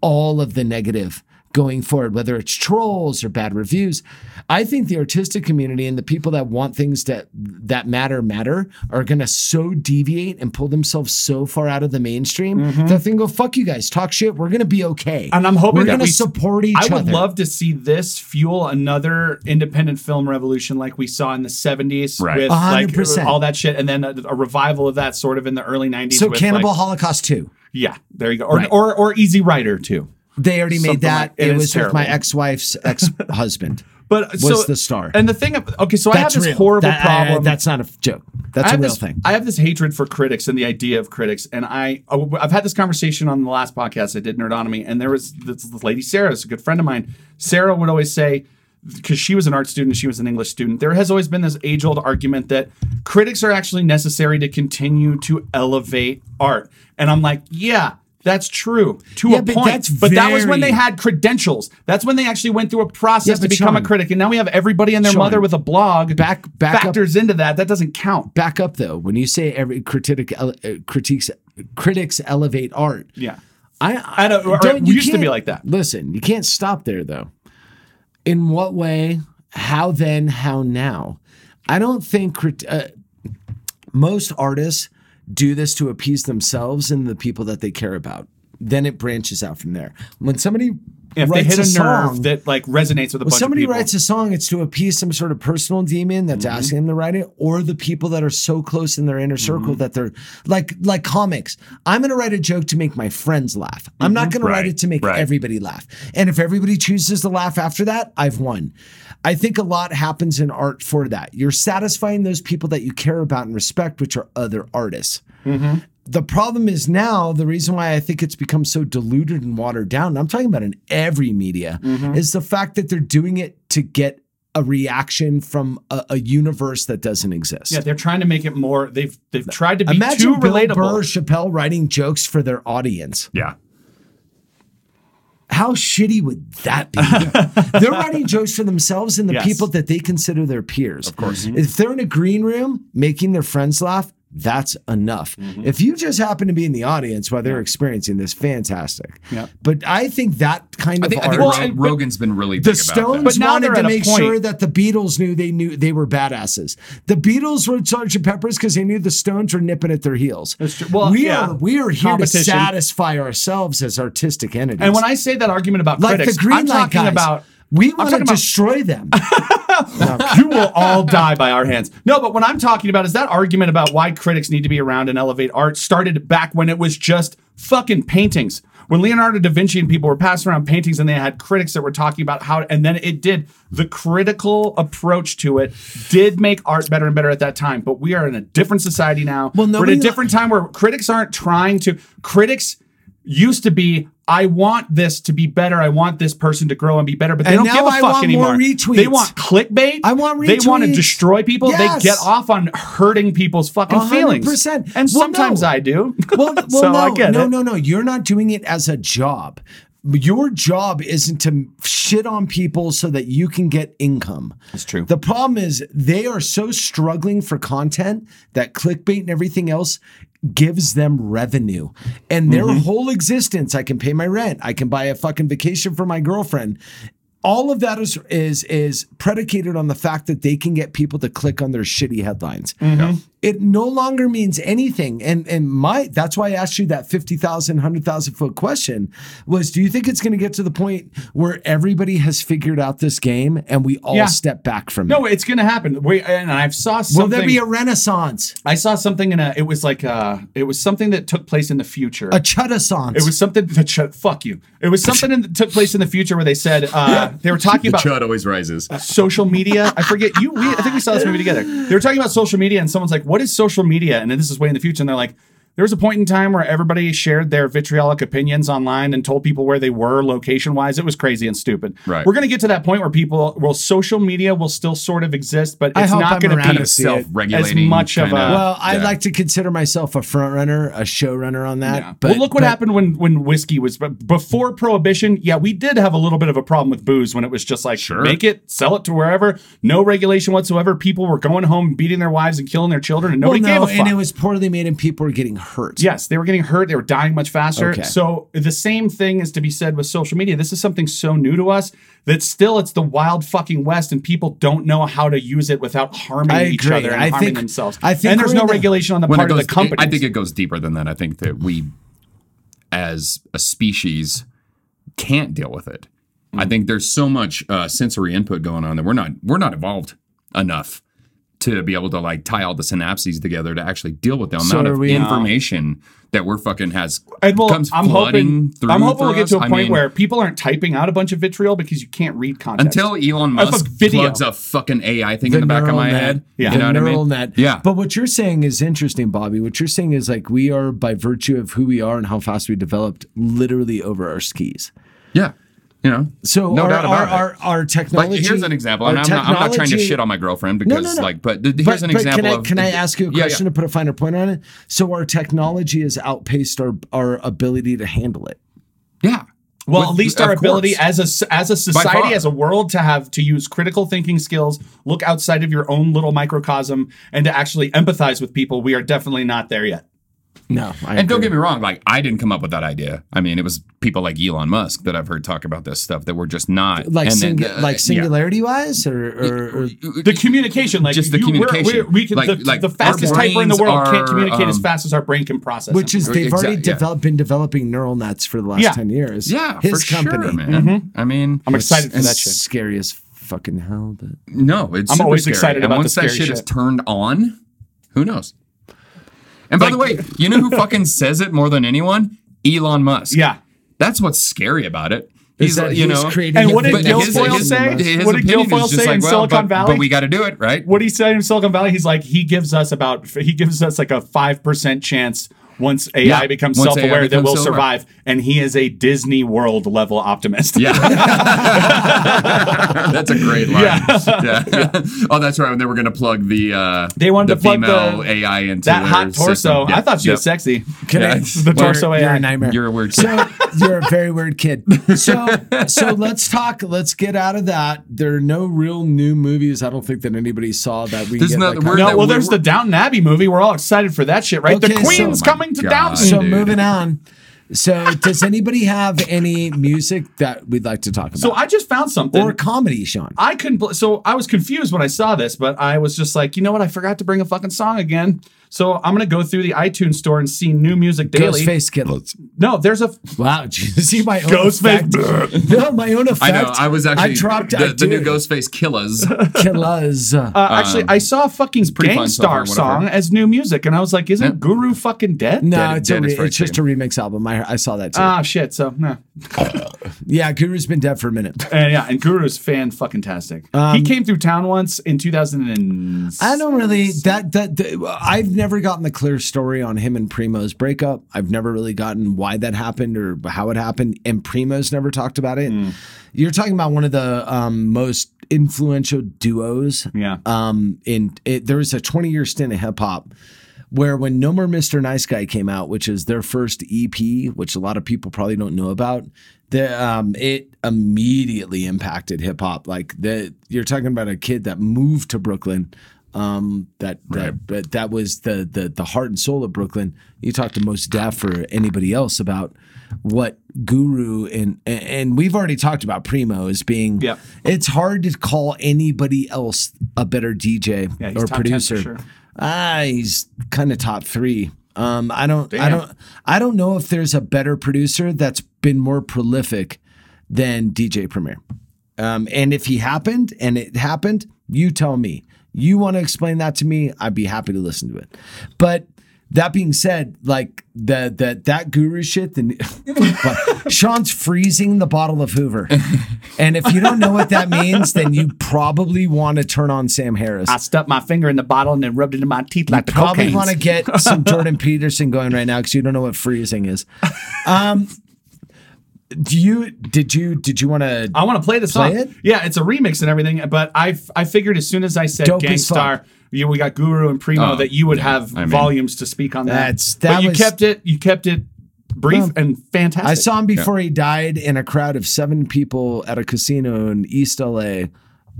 all of the negative going forward, whether it's trolls or bad reviews. I think the artistic community and the people that want things that that matter matter are gonna so deviate and pull themselves so far out of the mainstream that they can go, fuck you guys, talk shit. We're gonna be okay.
Mm-hmm. And I'm hoping
we're
that
gonna
we
support each
I would
other.
love to see this fuel another independent film revolution like we saw in the 70s
Right.
with
A hundred
like
percent.
all that shit, and then a, a revival of that sort of in the early 90s.
so
with,
Cannibal
like-
Holocaust 2.
yeah, there you go, or
Right.
or, or Easy Rider too.
They already
Something
made that.
like- it
it
is
was with my
terrible.
ex-wife's ex-husband.
But
Was
so
the star.
and the thing? of- Okay, so I have
That's
this
real.
horrible
That- I-
problem.
that's not a joke.
I
That's a
have
real
this-
thing.
I have this hatred for critics and the idea of critics, and I I've had this conversation on the last podcast I did Nerdonomy, and there was this lady Sarah, who's a good friend of mine. Sarah would always say. Because she was an art student, she was an English student. There has always been this age old argument that critics are actually necessary to continue to elevate art. And I'm like, yeah, that's true to
Yeah,
a
but
point.
that's
but that was when they
very-
had credentials. That's when they actually went through a
Yeah,
process to
but
become a
Sean-
critic. And now we have everybody and their
Sean,
mother with a blog
back- back up-
factors into that. That doesn't count.
back up though when you say every critic ele- uh, critiques critics elevate art
Yeah.
i
I don't- or it
you
used to be
can't-
like that.
listen you can't stop there though in what way how then how now i don't think crit- uh, most artists do this to appease themselves and the people that they care about then it branches out from there when somebody
if they
writes
hit a,
a
nerve
song-
that like resonates with a
Well,
bunch
somebody
of people. Mm-hmm.
writes a song, it's to appease some sort of personal demon that's asking them to write it, or the people that are so close in their inner circle
Mm-hmm.
that they're like like comics. I'm gonna write a joke to make my friends laugh. I'm
Mm-hmm.
not gonna write
Right,
it to make
right.
everybody laugh. And if everybody chooses to laugh after that, I've won. I think a lot happens in art for that. You're satisfying those people that you care about and respect, which are other artists the problem is now the reason why I think it's become so diluted and watered down. and I'm talking about in every media
Mm-hmm.
is the fact that they're doing it to get a reaction from a, a universe that doesn't exist.
yeah, they're trying to make it more. They've they've tried to be
Imagine
too
Bill
relatable.
Burr, Chappelle writing jokes for their audience.
Yeah.
How shitty would that be? they're writing jokes for themselves and the
Yes.
people that they consider their peers. Of course. If they're in a green room making their friends laugh, that's enough.
Mm-hmm.
If you just happen to be in the audience while they're experiencing this, fantastic.
Yeah.
But I think that kind
I think, I
of
think
art,
Ro-
and- but-
Rogan's been really big
the
about
Stones
But now
wanted
they're
to
at a
make
point-
sure that the Beatles knew they knew they were badasses. The Beatles wrote Sgt. Pepper's because they knew the Stones were nipping at their heels.
That's true. Well,
we
yeah.
are we are here to
Competition.
satisfy ourselves as artistic entities.
and when I say that argument about
like
critics,
the green
I'm
light
talking
guys,
about
we
I'm
want to
talking about-
destroy them.
you will all die by our hands. No, but what I'm talking about is that argument about why critics need to be around and elevate art started back when it was just fucking paintings. When Leonardo da Vinci and people were passing around paintings and they had critics that were talking about how, and then it did. The critical approach to it did make art better and better at that time. But we are in a different society now.
Well,
we're
nobody
in a
li-
different time where critics aren't trying to, critics used to be, I want this to be better. I want this person to grow and be better, but they
And
don't
now
give a
I
fuck
want more
anymore. They
retweets.
want clickbait.
I want
They want to
retweets.
destroy people.
Yes.
They get off on hurting people's fucking feelings.
100%.
And
Well,
sometimes
no.
I do.
well, well
so
no,
I get
no,
it.
no, no. You're not doing it as a job. Your job isn't to shit on people so that you can get income. That's
true.
The problem is they are so struggling for content that clickbait and everything else gives them revenue. And their
Mm-hmm.
whole existence, I can pay my rent, I can buy a fucking vacation for my girlfriend. All of that is is is predicated on the fact that they can get people to click on their shitty headlines
Mm-hmm.
it no longer means anything. And and my that's why I asked you that 50,000, 100,000 foot question was do you think it's going to get to the point where everybody has figured out this game and we all
Yeah.
step back from
No,
it?
it's gonna happen. We and I've saw
Will
something.
there be a renaissance,
I saw something in a. It was like uh It was something that took place in the future.
a chudassance?
it was something that shut- fuck you. It was something in- that took place in the future where they said uh, they were talking
the
about
chud always rises.
social media. I forget you. We, I think we saw this movie together. They were talking about social media, and someone's like, "What is social media?" And then this is way in the future, and they're like, "There was a point in time where everybody shared their vitriolic opinions online and told people where they were location wise. It was crazy and stupid.
Right.
We're gonna get to that point where people, well, social media will still sort of exist, but
I
it's
hope
not
I'm
gonna
around
be
to see it.
as
Regulating
much of a.
kinda-
well, I'd
Yeah.
like to consider myself a front runner, a showrunner on that.
Yeah.
But
well, look what
but-
happened when when whiskey was but before prohibition. Yeah, we did have a little bit of a problem with booze when it was just like
Sure.
make it, sell it to wherever, no regulation whatsoever. People were going home, beating their wives and killing their children, and
Well,
nobody
no,
gave a fuck.
and it was poorly made, and people were getting hurt.
Yes, they were getting hurt. They were dying much faster.
Okay.
So the same thing is to be said with social media. This is something so new to us that still it's the wild fucking west, and people don't know how to use it without harming
I
each
agree.
other and
I
harming
think-
themselves.
I think
and there's
we're
no
in the-
regulation on the
When it
part of the
goes- it-
company.
I think it goes deeper than that. I think that we, as a species, can't deal with it.
Mm.
I think there's so much uh, sensory input going on that we're not we're not evolved enough to be able to like tie all the synapses together to actually deal with the
So
amount
are
of
we-
information that we're fucking has
And well,
comes
I'm
flooding
hoping
through.
I'm hoping
for
we'll get
us.
to a
I
point
mean,
where people aren't typing out a bunch of vitriol because you can't read context.
until Elon
Of a
Musk
video.
plugs a fucking AI thing in the back of
neural
my
net,
head,
Yeah.
you
the
know what I
neural
mean?
net.
Yeah,
But what you're saying is interesting, Bobby. What you're saying is like we are, by virtue of who we are and how fast we developed, literally over our skis.
yeah, you know.
So
no
our,
doubt about
our,
it.
our, our
But
technology.
here's an example,
our
and I'm not, I'm not trying to
technology-
shit on my girlfriend because,
no, no.
like, but th- here's
But-
an
but
example
can I,
of.
Can I ask you a
Yeah, yeah.
question to put a finer point on it? So our technology has outpaced our our ability to handle it.
Yeah.
well,
With-
at least our
of
ability as
course.
a s- as a
far.
society, as a world, to have to use critical thinking skills, look outside of your own little microcosm, and to actually empathize with people. We are definitely not there yet.
No, I
And don't
agree.
get me wrong, like I didn't come up with that idea. I mean, it was people like Elon Musk that I've heard talk about this stuff that were just not
like
and then,
singu-
uh,
like
yeah.
singularity wise or, or, or
The communication, like
Just the
you- we're-
communication.
we're- we can,
Like-
the,
like
the
our
fastest typer in the
brains
world
are,
can't communicate as
um,
fast as our brain can process.
which
it.
is they've
Exact-
already
yeah.
developed been developing neural nets for the last
Yeah.
ten years.
Yeah,
his
for
company. Mm-hmm.
Sure, man. I mean,
I'm excited for
It's
that shit.
Scary as fucking hell, but
No, it's
I'm
super
always
scary.
excited
and
about
once
the
that
scary
shit, is
shit.
turned on, who knows? And by the way, you know who fucking says it more than anyone? Elon Musk.
Yeah.
that's what's scary about it.
Is
He's
that
you
he's
know.
creating
And
a
what did
thing
Gilfoyle
that's bigger than
say?
the-
his
What did
opinion is
Gilfoyle
just
say
like,
in
well,
Silicon
but,
Valley?
But we got to do it, right?
what he said in Silicon Valley, he's like he gives us about he gives us like a five percent chance once AI
Yeah,
becomes
once AI
self-aware that
becomes
we'll
self-aware.
survive, and he is a Disney World level optimist.
Yeah. that's a great line.
Yeah.
Yeah. oh, that's right. They were going to plug the uh,
They wanted
the
to plug
female
the-
AI into
that
their
hot torso.
system. Yeah.
I thought she was
Yep.
sexy.
Can I-
Yeah.
The torso
You're
AI.
a nightmare.
You're a weird kid.
So you're a very weird kid. So so let's talk. Let's get out of that. There are no real new movies. I don't think that anybody saw that we. can
There's
get,
not-
like,
we're
a-
no,
that
well,
we-
there's the Downton Abbey movie. We're all excited for that shit, right? the
Okay, so-
Queen's
Oh my
coming to
God.
Downton.
so
dude.
moving on. So does anybody have any music that we'd like to talk about?
So I just found something.
or comedy, Sean.
I couldn't. bel- So I was confused when I saw this, but I was just like, you know what? I forgot to bring a fucking song again. So I'm gonna go through the iTunes store and see new music daily.
Ghostface Kittles.
No, there's a
Wow, did you see my own effect?
Ghostface.
No, my own effect.
I know. I was actually
I dropped
the,
I
the new
did.
Ghostface Killers.
Killers.
Uh,
Um,
actually, I saw fucking
pretty fun so far,
Gangstar
whatever.
song as new music, and I was like, isn't
Yeah.
Guru fucking dead?
no,
Dead-
it's, a
Dead is
re-
Fried
it's just a remix album. I, I saw that too.
Ah, shit. So, no.
yeah, Guru's been dead for a minute.
And yeah, and Guru's fan fucking tastic. he came through town once in 2000. And
Um, I don't really that that that- I've never gotten the clear story on him and Primo's breakup. I've never really gotten why that happened or how it happened, and Primo's never talked about it.
Hmm.
You're talking about one of the um, most influential duos.
Yeah.
Um. In it, there was a 20 year stint in hip hop where when No More Mr. Nice Guy came out, which is their first EP, which a lot of people probably don't know about, the um, it immediately impacted hip hop. Like the you're talking about a kid that moved to Brooklyn. Um, that that but that was the the the heart and soul of Brooklyn. You talk to most deaf or anybody else about what Guru and and we've already talked about Primo as being.
Yep.
It's hard to call anybody else a better DJ
Yeah, he's
or
top 10 for
producer.
sure.
Ah, he's kind of top three. Um, I don't, I
Damn.
don't, I don't know if there's a better producer that's been more prolific than DJ Premier. Um, and if he happened, and it happened, you tell me. You want to explain that to me? I'd be happy to listen to it. But that being said, like the that that guru shit, the Sean's freezing the bottle of Hoover, and if you don't know what that means, then you probably want to turn on Sam Harris.
I stuck my finger in the bottle and then rubbed it in my teeth like the
Probably
cocaine.
want to get some Jordan Peterson going right now because you don't know what freezing is. Um, do you? Did you? Did you want to?
I want to play the
Play
song.
it?
Yeah, it's a remix and everything. But I I figured as soon as I said
Dope as
Gangstar,
fuck.
you, we got Guru and Primo
Oh,
that you would have
I mean-
volumes to speak on that.
That's- that
but you
was-
kept it. You kept it brief
Well,
and fantastic.
I saw him before he died in a crowd of seven people at a casino in East LA.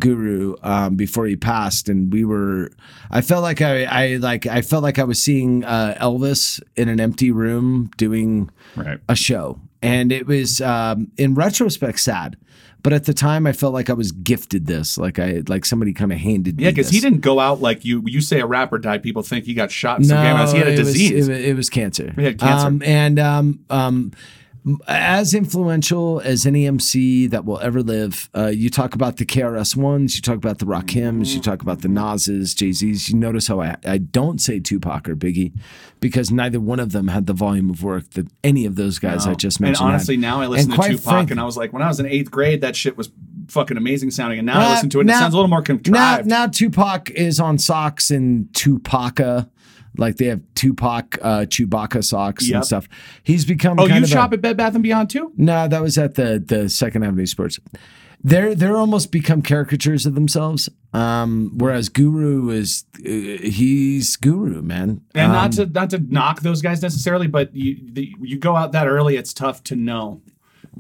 Guru, um, before he passed, and we were. I felt like I, I like I felt like I was seeing uh, Elvis in an empty room doing
Right.
a show, and it was um, in retrospect sad, but at the time I felt like I was gifted this, like I like somebody kind of handed me.
Yeah, because he
this.
didn't go out like you. You say a rapper died, people think he got shot in some game house. He had a
it was-
disease.
it, was, it was cancer.
He had cancer.
Um, and um, um, as influential as any MC that will ever live, uh, you talk about the KRS ones, you talk about the Rakims, you talk about the Nas's, Jay Z's. You notice how I, I don't say Tupac or Biggie because neither one of them had the volume of work that any of those guys I just
and
mentioned. had.
honestly, now I listen
And
to
quite
Tupac,
frank-
and I was like, when I was in eighth grade, that shit was fucking amazing sounding, and now I
Uh,
listen to it, and it
now-
sounds a little more contrived.
Now, now Tupac is on socks and Tupaca. Like they have Tupac uh, Chewbacca socks
Yep.
and stuff. He's become
oh,
kind
you
of a-
shop at Bed Bath and Beyond too?
No, that was at the the Second Avenue Sports. They're they're almost become caricatures of themselves. Um, whereas Guru is uh, he's Guru, man.
And
Um,
not to not to knock those guys necessarily, but you the, you go out that early, it's tough to know.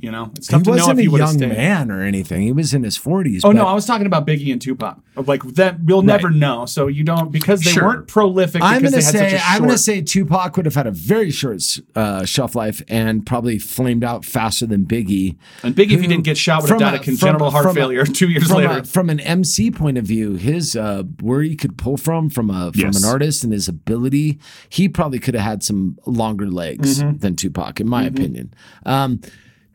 You know, it's
Um,
tough
He
to know if
wasn't
he
a
would have
young
stayed.
man or anything. He was in his 40s.
Oh no,
but
I was talking about Biggie and Tupac. Of Like that, we'll never know. So you don't because they
Sure.
weren't prolific. Because
I'm
they
gonna
had such
say
a
I'm gonna
short-
say Tupac would have had a very short uh, shelf life and probably flamed out faster than Biggie.
And Biggie, if he
who-
didn't get shot, would have
from
died
a-
of congenital
from-
heart
from a-
failure two years
from a-
later.
from an MC point of view, his uh, where he could pull from from a from
Yes.
an artist and his ability, he probably could have had some longer legs
Mm-hmm.
than Tupac, in my opinion. Um,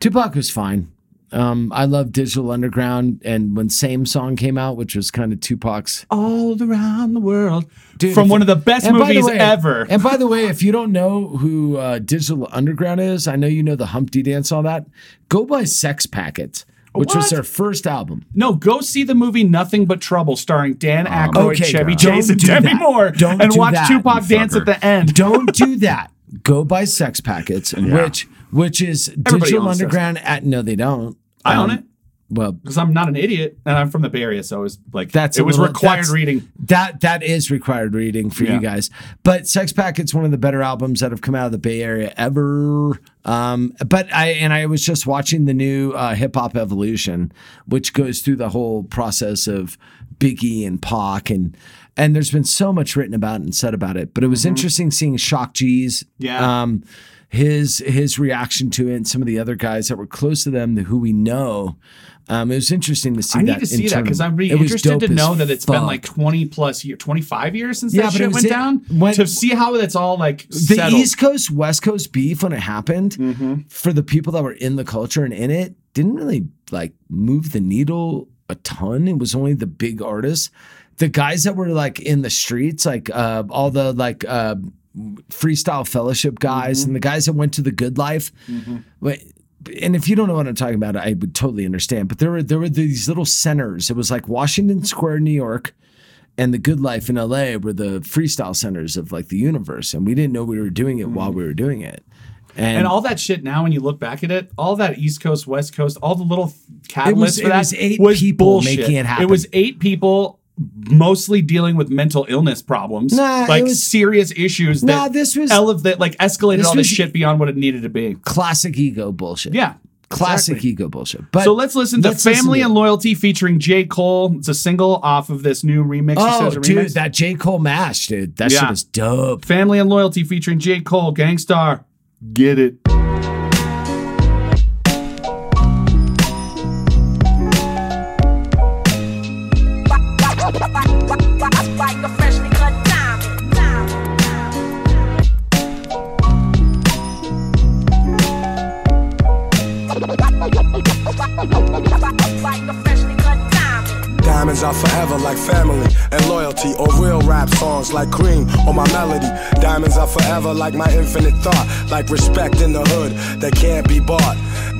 Tupac was fine. Um, I love Digital Underground, and when Same Song came out, which was kind of Tupac's
All around the world,
Dude,
from
if-
one of the best
and by the
movies
way-
ever.
And by the way, if you don't know who uh, Digital Underground is, I know you know the Humpty Dance, all that. Go buy Sex Packets, which was
What?
their first album.
no, go see the movie Nothing But Trouble, starring Dan Aykroyd,
Um, okay,
Chevy
don't
Chase, and
do
Demi
that.
Moore,
Don't
and
do
watch
that,
Tupac
you
dance at
fucker.
the end.
Don't do that. Go buy Sex Packets, which which is Digital
owns Sex
Underground. At, no, they don't.
I
Um,
own it
Well,
because I'm not an idiot, and I'm from the Bay Area, so it was like
That's
it
a
was
little-
required
that's-
reading.
That that is required reading for
Yeah.
you guys. But Sex Packet's one of the better albums that have come out of the Bay Area ever. Um, but I and I was just watching the new uh, Hip Hop Evolution, which goes through the whole process of Biggie and Pac and and there's been so much written about and said about it. But it was interesting seeing Shock G's
Mm-hmm. Yeah.
um, his his reaction to it and some of the other guys that were close to them who we know. Um, it was interesting to see
I
that.
need to
in
see that because
tournament.
I'm really
It was
interested
dope
to
as
know that it's been
fuck.
like 20 plus year, 25 years since
Yeah,
that
but it
shit
was
went
it-
down.
when-
to see how that's all like
the
settled.
East Coast West Coast beef when it happened for the people that were in the culture and in it didn't really like move the needle a ton. It was only the big artists, the guys that were like in the streets, like uh, all the like uh, freestyle fellowship guys and the guys that went to the good life. But- and if you don't know what I'm talking about, I would totally understand. But there were there were these little centers. It was like Washington Square, New York and the good life in LA were the freestyle centers of like the universe, and we didn't know we were doing it while we were doing it. And,
and all that shit now, when you look back at it, all that East Coast, West Coast, all the little catalysts
was-
for
it
that
was eight people making it happen.
It was eight people mostly dealing with mental illness problems,
Nah, it
like
was-
serious issues
Nah,
that
this was-
ele- that like escalated
this
all this
was-
shit beyond what it needed to be.
classic ego bullshit.
Yeah,
classic
exactly.
ego bullshit. But
so let's listen to
let's listen
Family
to
and
it.
Loyalty featuring J. Cole. It's a single off of this new remix. He
Oh,
says a
dude,
remix.
that J Cole mash, dude, that
Yeah.
shit is dope.
Family and Loyalty featuring J. Cole, Gangstar. Get it.
Like a freshly cut diamond. diamond, diamond. Like a freshly cut diamond.
Diamonds are forever like family and loyalty, or real rap songs like Cream or my melody. Diamonds are forever like my infinite thought, like respect in the hood that can't be bought.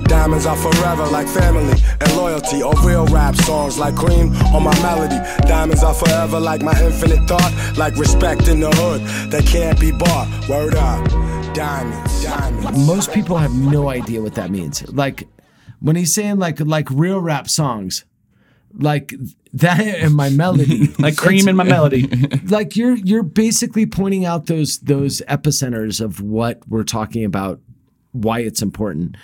Diamonds are forever like family and loyalty, or real rap songs like Cream or my melody. Diamonds are forever like my infinite thought, like respect in the hood that can't be bought. Word up, diamonds, diamonds.
Most people have no idea what that means. Like when he's saying like like real rap songs, like that and my melody,
Like cream in my melody.
like you're you're basically pointing out those those epicenters of what we're talking about why it's important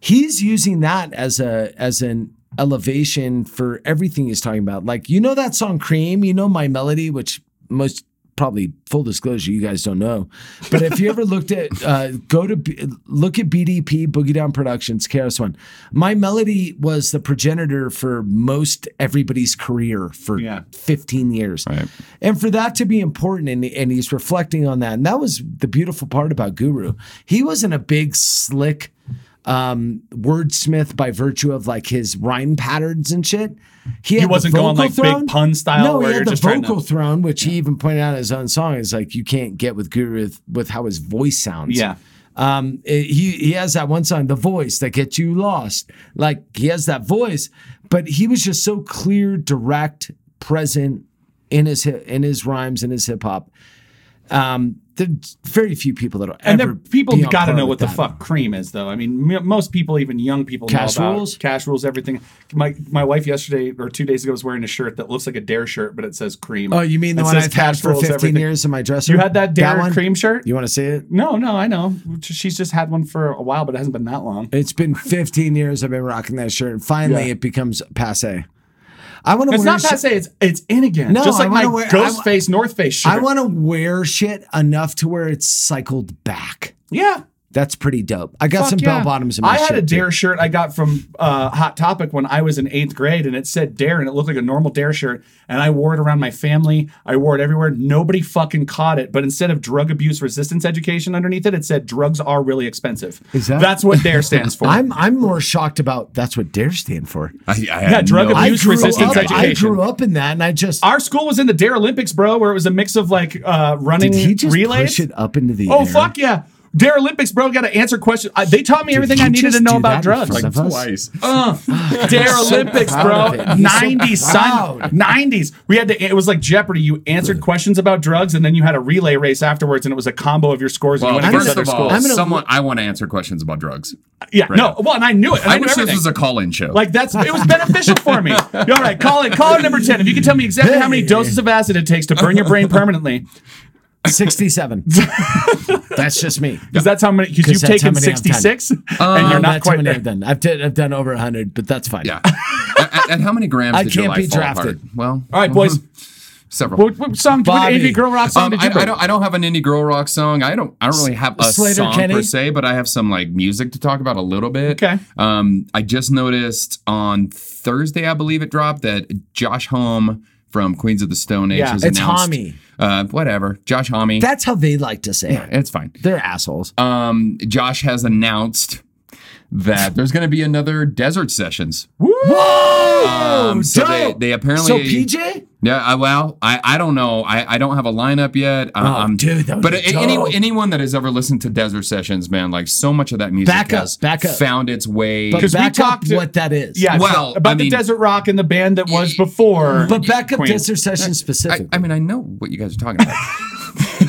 he's using that as a as an elevation for everything he's talking about like you know that song cream you know my melody which most probably full disclosure you guys don't know but if you ever looked at uh, go to B- look at bdp boogie down productions krs one my melody was the progenitor for most everybody's career for
Yeah.
15 years
Right.
and for that to be important, and, and he's reflecting on that. And that was the beautiful part about Guru. He wasn't a big, slick um, wordsmith by virtue of like his rhyme patterns and shit. He, had the
wasn't going,
vocal
like, big pun style
No,
where
he
you're
had the
just trying
vocal
to-
throne, which he even pointed out in his own song. Is like you can't get with Guru with, with how his voice sounds.
Yeah.
Um, it- he he has that one song, "The Voice," that gets you lost. Like he has that voice, but he was just so clear, direct, present in his hi- in his rhymes in his hip hop. Um, There's very few people that'll
And
ever.
then people
be on
got to
par
know
with
what the
that.
fuck cream is, though. I mean, m- most people, even young people,
Cash
know about
rules?
cash rules, everything. My my wife yesterday or two days ago was wearing a shirt that looks like a Dare shirt, but it says cream.
Oh, you mean the
It
one
says
I've had
cash
for
rules,
15
everything.
years in my dresser?
You had that Dare
one?
cream shirt?
You want to see it?
No, no, I know. She's just had one for a while, but it hasn't been that long.
It's been 15 years I've been rocking that shirt, and finally
Yeah.
it becomes passe. I want to.
It's not passe. It's it's in again.
No,
just
I
like my
wanna wear- I w-
ghost face, North Face shirt.
I want to wear shit enough to where it's cycled back.
Yeah.
That's pretty dope. I got
Fuck
some
yeah.
bell bottoms in my
I had
shit,
a
too.
Dare shirt I got from uh, Hot Topic when I was in eighth grade, and it said Dare, and it looked like a normal Dare shirt. And I wore it around my family. I wore it everywhere. Nobody fucking caught it. But instead of drug abuse resistance education underneath it, it said drugs are really expensive.
Is that-
That's what Dare stands for.
I'm I'm more shocked about that's what Dare stand for.
I, I yeah,
drug
I
Abuse
grew
resistance
up, I
education.
grew up in that, and I just
Our school was in the Dare Olympics, bro, where it was a mix of like uh, running
did he just
relays.
push it up into the
Oh
air?
fuck yeah! Dare Olympics, bro, got to answer questions. I, they taught me
Did
everything
you
I needed
just
to know
do
about
that in
drugs. Like,
front of us?
Twice.
uh, Dare
so
Olympics, bro.
proud of it. He's so
90s, son. 90s. We had to, it was like Jeopardy. You answered questions about drugs and then you had a relay race afterwards and it was a combo of your scores.
Well,
and you went
first
against other
of all,
schools.
I'm gonna-
someone I want to answer questions about drugs.
yeah,
right
no.
now.
Well, and I knew it.
I,
I, knew
wish
everything.
this was a call-in show.
like that's it was beneficial for me. All right, call it caller number ten. If you can tell me exactly how many doses of acid it takes to burn your brain permanently,
67. that's just me.
because that's how many. Because
'Cause
you've
that's how
taken
many I've
sixty
done.
six,
Uh,
and you're not
Um, that's how
quite
many
there.
I've done. I've done. I've done over 100, but that's fine.
yeah. and, and how many grams
I
did your
can't
life
be
fall
drafted.
apart? Well,
All right, boys.
several.
What, what song? What
Mm-hmm. Bobby.
indie girl rock song
Um,
did
I,
you?
I don't. I don't have an indie girl rock song. I don't. I don't really have a
Slater
song
Kenny?
per se, but I have some like music to talk about a little bit.
Okay.
Um, I just noticed on Thursday, I believe it dropped that Josh Home from Queens of the Stone Age
Yeah.
has
It's
announced.
Homme.
Uh, whatever. Josh Homme.
That's how they like to say it.
it's fine.
They're assholes.
Um, Josh has announced that there's going to be another Desert Sessions.
Whoa!
Um, so they,
dope!
they apparently
so PJ.
yeah, I, well, I, I don't know. I, I don't have a lineup yet. Uh,
Oh, dude, that would
but
be
a- any,
dope.
anyone that has ever listened to Desert Sessions, man, like so much of that music
Back up,
has
back up.
found its way.
But
'Cause we
back up
talked to-
what that is.
Yeah,
Well,
about
I
the
mean-
desert rock and the band that was before.
But back up
Queen.
Desert Session
I,
specifically.
I mean, I know what you guys are talking about.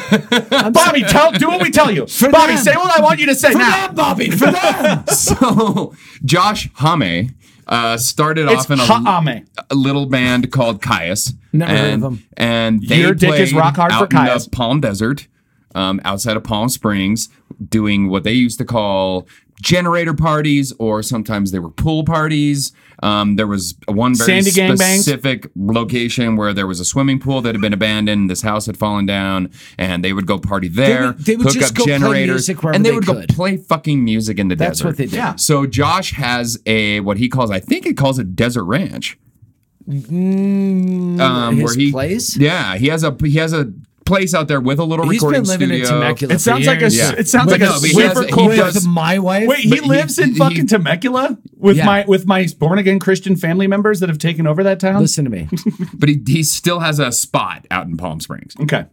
Bobby, tell do what we tell you. Bobby,
them.
say what I want you to say
for
now.
them, Bobby, for them.
so Josh Hame uh, started
It's
off in a,
Haame.
a little band called Caius.
Never
and,
heard of them.
And they
Your dick is
played
rock hard for
out in the
Caius.
Palm Desert, um, outside of Palm Springs, doing what they used to call generator parties, or sometimes they were pool parties. Um, there was one very
Sandy gang bangs?
specific location where there was a swimming pool that had been abandoned. This house had fallen down, and they would go party there.
would- they would
hook
just
up
go play
generators,
music wherever
and they,
they
would
could.
go play fucking music in the
That's
desert.
what they did. Yeah.
So Josh has a what he calls, I think he calls it desert ranch. um,
Mm, his place?
Yeah, he has a he has a place out there with a little
He's
recording
been living in
studio.
Temecula.
It sounds
for
like a
years.
Yeah.
it sounds
But
like
no,
a
but he
super
has- he
cool.
with
does-
my wife.
Wait, he
uh, but he-
lives in
he-
fucking Temecula with
Yeah.
my with my born again Christian family members that have taken over that town.
Listen to me.
But he, he still has a spot out in Palm Springs,
Okay.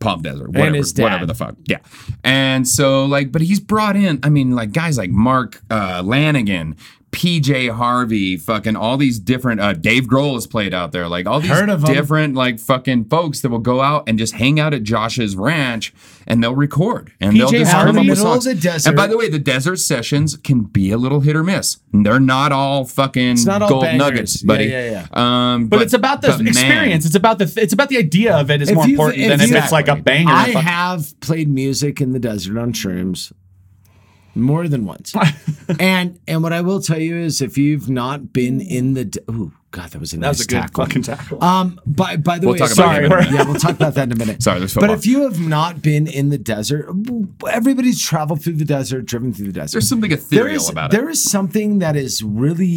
Palm Desert, whatever,
his dad.
whatever the fuck. Yeah. And so like, but he's brought in. I mean, like guys like Mark uh, Lanigan. PJ Harvey, fucking all these different uh Dave Grohl has played out there. Like all these
Heard of 'em.
different like fucking folks that will go out and just hang out at Josh's ranch and they'll record and they'll
PJ
just
Harvey?
come up
In the
with
middle of
songs.
the desert.
And by the way, the desert sessions can be a little hit or miss. They're not all fucking
not all
gold
bangers.
nuggets,
Yeah,
buddy.
yeah,
yeah. Um,
But, it's about the
but man,
experience. It's about the it's about the idea of it is
If
more
you've-
important
if
than if
you-
it's like a banger.
I
Fuck-
have played music in the desert on shrooms more than once. and and what I will tell you is if you've not been in the de- Ooh, god, that was a
that
nice
was a good
tackle.
fucking tackle.
Um by by the
We'll
way,
talk about
Sorry, that in a we're- minute.
yeah, we'll talk about that in a minute.
Sorry, there's
But
football.
if you have not been in the desert, everybody's traveled through the desert, driven through the desert.
There's something
There
ethereal
is-
about it.
There is something that is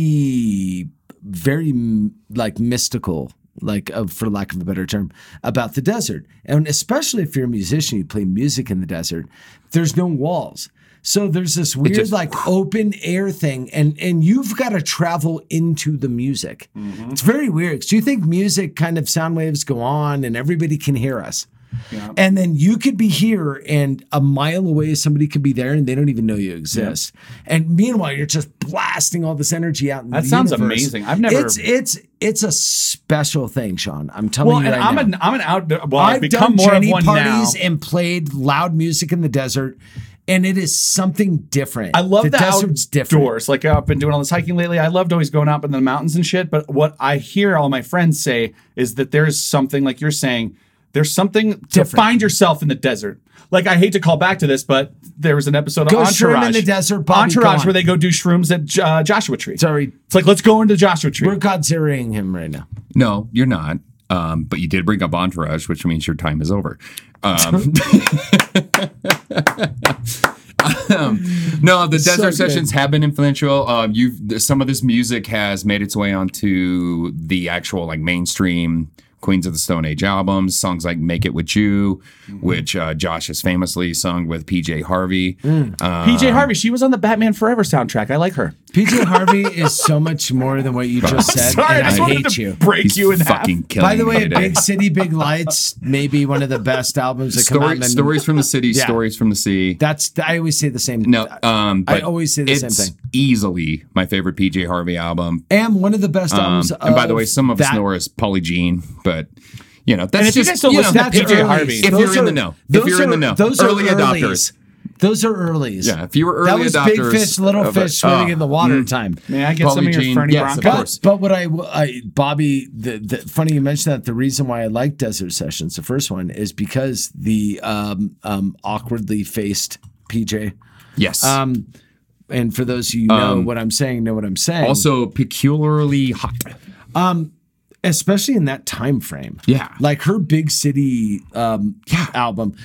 really very m- like mystical, like of, for lack of a better term, about the desert, and especially if you're a musician, you play music in the desert. There's no walls. So there's this weird
just-
like open air thing, and and you've got to travel into the
Mm-hmm.
music. It's very weird. Do you think music kind of sound waves go on, and everybody can hear us?
Yeah.
And then you could be here and a mile away, somebody could be there and they don't even know you exist. And meanwhile, you're just blasting all this energy out. in
That
the
sounds
universe.
amazing. I've never-
It's it's it's a special thing, Sean. I'm telling
Well,
you
and
right
I'm
now.
an I'm an outdoor. Well, I've,
I've
become
done
more
Jenny
of one
parties
now.
and played loud music in the desert, and it is something different.
I love
the
the, outdoors.
desert's different.
Like I've been doing all this hiking lately. I loved always going up in the mountains and shit. But what I hear all my friends say is that there's something like you're saying. There's something to
Different.
find yourself in the desert. Like I hate to call back to this, but there was an episode
Go
of
shroom
Entourage
in the desert, Bobby, go
Entourage,
on.
where they go do shrooms at J- uh, Joshua Tree.
Sorry,
It's like let's go into Joshua Tree.
we're Godzillaing him right now.
No, you're not. Um, but you did bring up Entourage, which means your time is over. Um, um, no, the desert
good.
sessions have been influential. Um, you've th- some of this music has made its way onto the actual like mainstream Queens of the Stone Age albums. Songs like "Make It With You,"
Mm-hmm.
which uh, Josh has famously sung with PJ Harvey.
Mm.
Uh,
uh,
PJ Harvey, she was on the Batman Forever soundtrack. I like her.
PJ Harvey is so much more than what you just said.
Sorry, I
and I,
just wanted
hate
to
you.
break
He's
you in half.
fucking killing
By the
me
way,
today.
Big City, Big Lights, maybe one of the best albums that come
Story,
out. in-
stories from the city,
Yeah.
stories from the sea.
That's I always say the same.
No, um,
I
but
always say the same
it's
thing.
Easily my favorite PJ Harvey album.
and one of the best
Um,
albums.
and by the
of
way, some of
that,
us know her as Polly Jean, but you know that's
if you
just
guys don't
you know,
listen to
That's
PJ
earlies.
Harvey.
If
Those
you're in
are-
the know, if
those
you're in
are-
the know,
those
early
are
adopters.
earlies. Those are earlies.
Yeah, if you were
that
early
was
adopters
big fish, little
of a-
fish swimming
Ah,
in the water time.
May I get
Polly
some of your
Jean,
Fernie
yes, of
Bronco?
course.
But what I, I Bobby, the, the funny you mentioned that. The reason why I like Desert Sessions, the first one, is because the um, um, awkwardly faced PJ.
Yes.
Um, and for those who know
Um,
what I'm saying, know what I'm saying.
also peculiarly hot.
especially in that time frame.
Yeah.
like her big city um, album,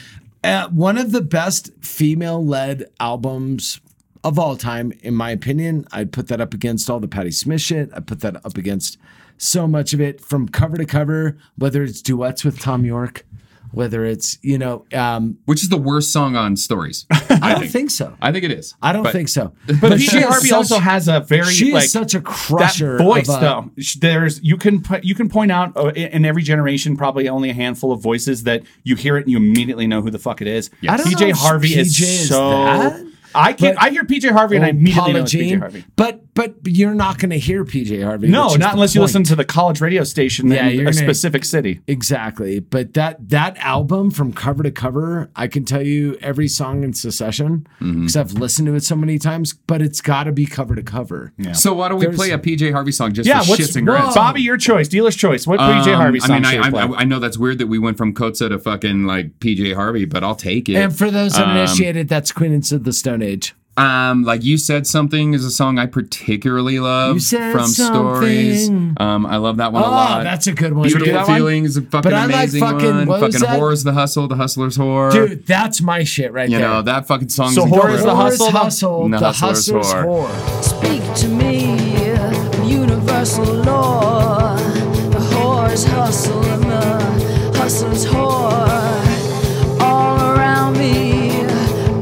uh, one of the best female-led albums of all time, in my opinion. I'd put that up against all the Patti Smith shit. I put that up against so much of it from cover to cover, whether it's duets with Tom York, whether it's you know, um,
Which is the worst song on Stories? I,
I don't think so.
I think it is.
I don't
But
think so.
But,
she
PJ
is
Harvey
such-
also has a very
she
like
is such a
that
crusher.
voice
of a-
though. Sh- There's you can pu- you can point out uh, in in every generation probably only a handful of voices that you hear it and you immediately know who the fuck it is.
I don't know
PJ
if
Harvey is
PJ is
so.
that,
I can
but-
I hear PJ Harvey and I
Oh,
immediately
Paula
know it's PJ
Jean.
Harvey.
But but you're not going to hear PJ Harvey.
No,
which is
not
the
unless you
point.
listen to the college radio station
Yeah,
in
you're
a
gonna-
specific city.
exactly. But that that album from cover to cover, I can tell you every song in succession because I've listened to it so many times. But it's got to be cover to cover. Yeah.
so. Why don't we
There's-
play a PJ Harvey song just
Yeah,
for
what's
shits and grins?
Bobby? Your choice, dealer's choice. What PJ
Um,
Harvey song
I mean,
should we
I,
play?
I, I know that's weird that we went from Kotza to fucking like PJ Harvey, but I'll take it.
And for those
Um,
uninitiated, that's Queens of the Stone Age.
Um, like you said, something is a song I particularly love
You Said
from stories.
Something.
Um, I love that one a
Oh,
lot.
that's a good one.
Beautiful
dude.
feelings, is a fucking
But I like
amazing
fucking-
one.
what
Fucking
was that?
whores, the hustle, the hustler's whore.
Dude, that's my shit right
you
there.
know that fucking song.
So
is
whore is
incredible.
the
Whore's
hustle, the-
hustle,
the
the,
hustler's
hustler's
whore.
whore.
Speak to me, universal law. The whore's hustle and the hustler's whore. All around me,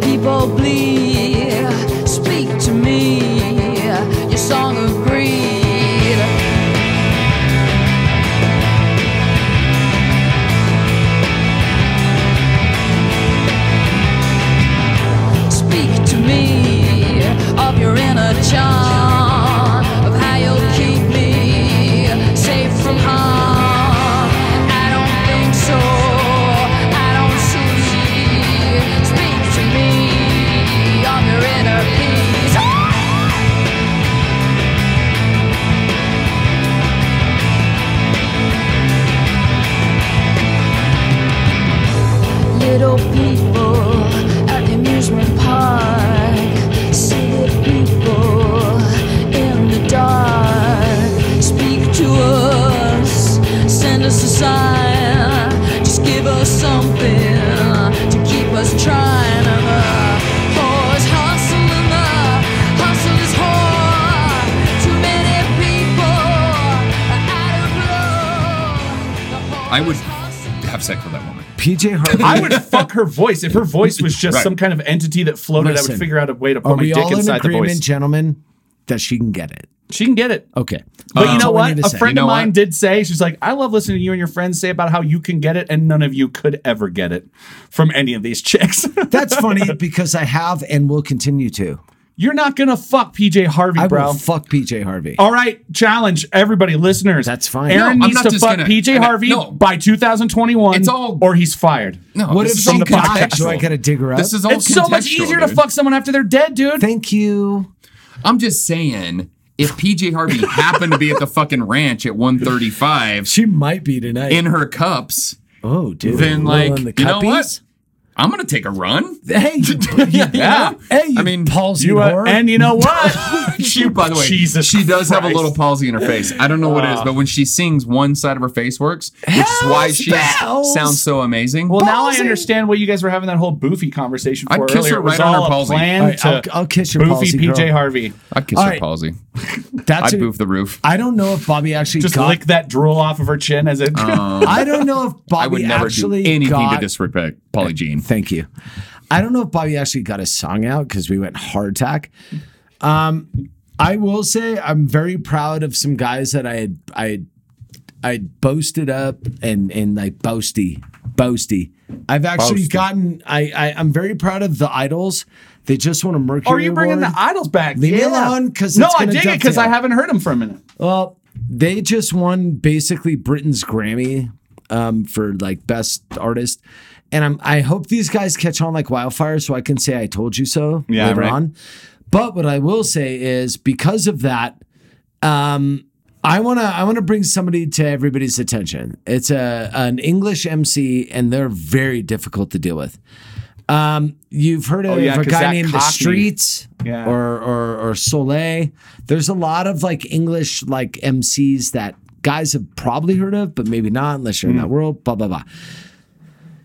people bleed. Speak to me, your song of greed. Speak to me of your inner charm, of how you'll keep me safe from harm. I don't think so. I don't see. Speak to me of your inner peace. Little people at the amusement park, silly people in the dark. Speak to us, send us a sign, just give us something to keep us trying. And the whore's hustle and the hustle is whore. Too many people are out of love. The
I would
whore's hustle-
have sex with that woman.
PJ Harvey.
I would fuck her voice if her voice was just
Right.
some kind of entity that floated. I would
Listen,
figure out a way to put
Are
my
we
dick
all in
inside the
agreement,
voice.
gentlemen? that she can get it?
She can get it.
Okay.
But
Um,
That's
you know
all we
what?
need to
A
say.
friend of mine did say, she's like, I love listening to you and your friends say about how you can get it, and none of you could ever get it from any of these chicks.
That's funny because I have and will continue to.
You're not gonna fuck PJ Harvey,
I
bro. Oh.
will fuck PJ Harvey.
All right, challenge everybody, listeners. That's
fine.
No,
Aaron
I'm
needs
not
to
just
fuck
gonna-
PJ
and I-
Harvey
no.
by 2021, it's all, or he's fired.
No,
what
this
if
is all
she dies?
contextual.
Do I gotta dig her up?
This is all
it's so much
contextual,
easier to
dude.
fuck someone after they're dead, dude.
Thank you.
I'm just saying, if PJ Harvey happened to be at the fucking ranch at 135
She might be tonight.
in her cups,
oh, dude.
then
Well,
like
in the
you know what?
cuppies?
I'm gonna take a run.
Hey, you, you,
Yeah.
hey, you
I mean,
palsy
You uh,
whore.
and you know what?
She, by the way,
Jesus
she does have a
Christ. Ah.
little palsy in her face. I don't know what it is, but when she sings, one side of her face works, which is why she
Hell's
sounds so amazing.
Well, now I
Ballsy.
understand why you guys were having that whole boofy conversation for
I'd kiss
earlier.
her
It was
right on
all
her
a
palsy.
plan
All right,
to
I'll- I'll kiss your
boofy
palsy,
PJ
girl.
Harvey.
I kiss
All
her
right.
palsy. I
That's a-
boof the roof.
I don't know if Bobby actually
Just
got. Oh.
lick that drool off of her chin as it.
I don't know if Bobby
I would never do
actually
anything
got,
to disrespect Polly Jean.
Thank you. I don't know if Bobby actually got his song out because we went hardtack. Um, I will say I'm very proud of some guys that I had I had- I had boasted up and and like boasty boasty. I've actually
Boasty.
gotten I, I I'm very proud of the idols. They just won a Mercury.
Or Oh, are you bringing
Award.
the idols back?
Leave me alone, 'cause
no,
it's
I
gonna
dig it because I
dovetail.
haven't heard him for a minute.
Well, they just won basically Britain's Grammy um, for like best artist, and I'm I hope these guys catch on like wildfire, so I can say I told you so
Yeah,
later
right.
on. But what I will say is because of that, um, I wanna I wanna bring somebody to everybody's attention. It's a an English MC, and they're very difficult to deal with. Um, you've heard of
Oh, yeah,
a
'cause that
guy named The
Cockney-
Streets
Yeah.
or or or Soleil. There's a lot of like English like MCs that guys have probably heard of, but maybe not unless you're in that world. Blah blah blah.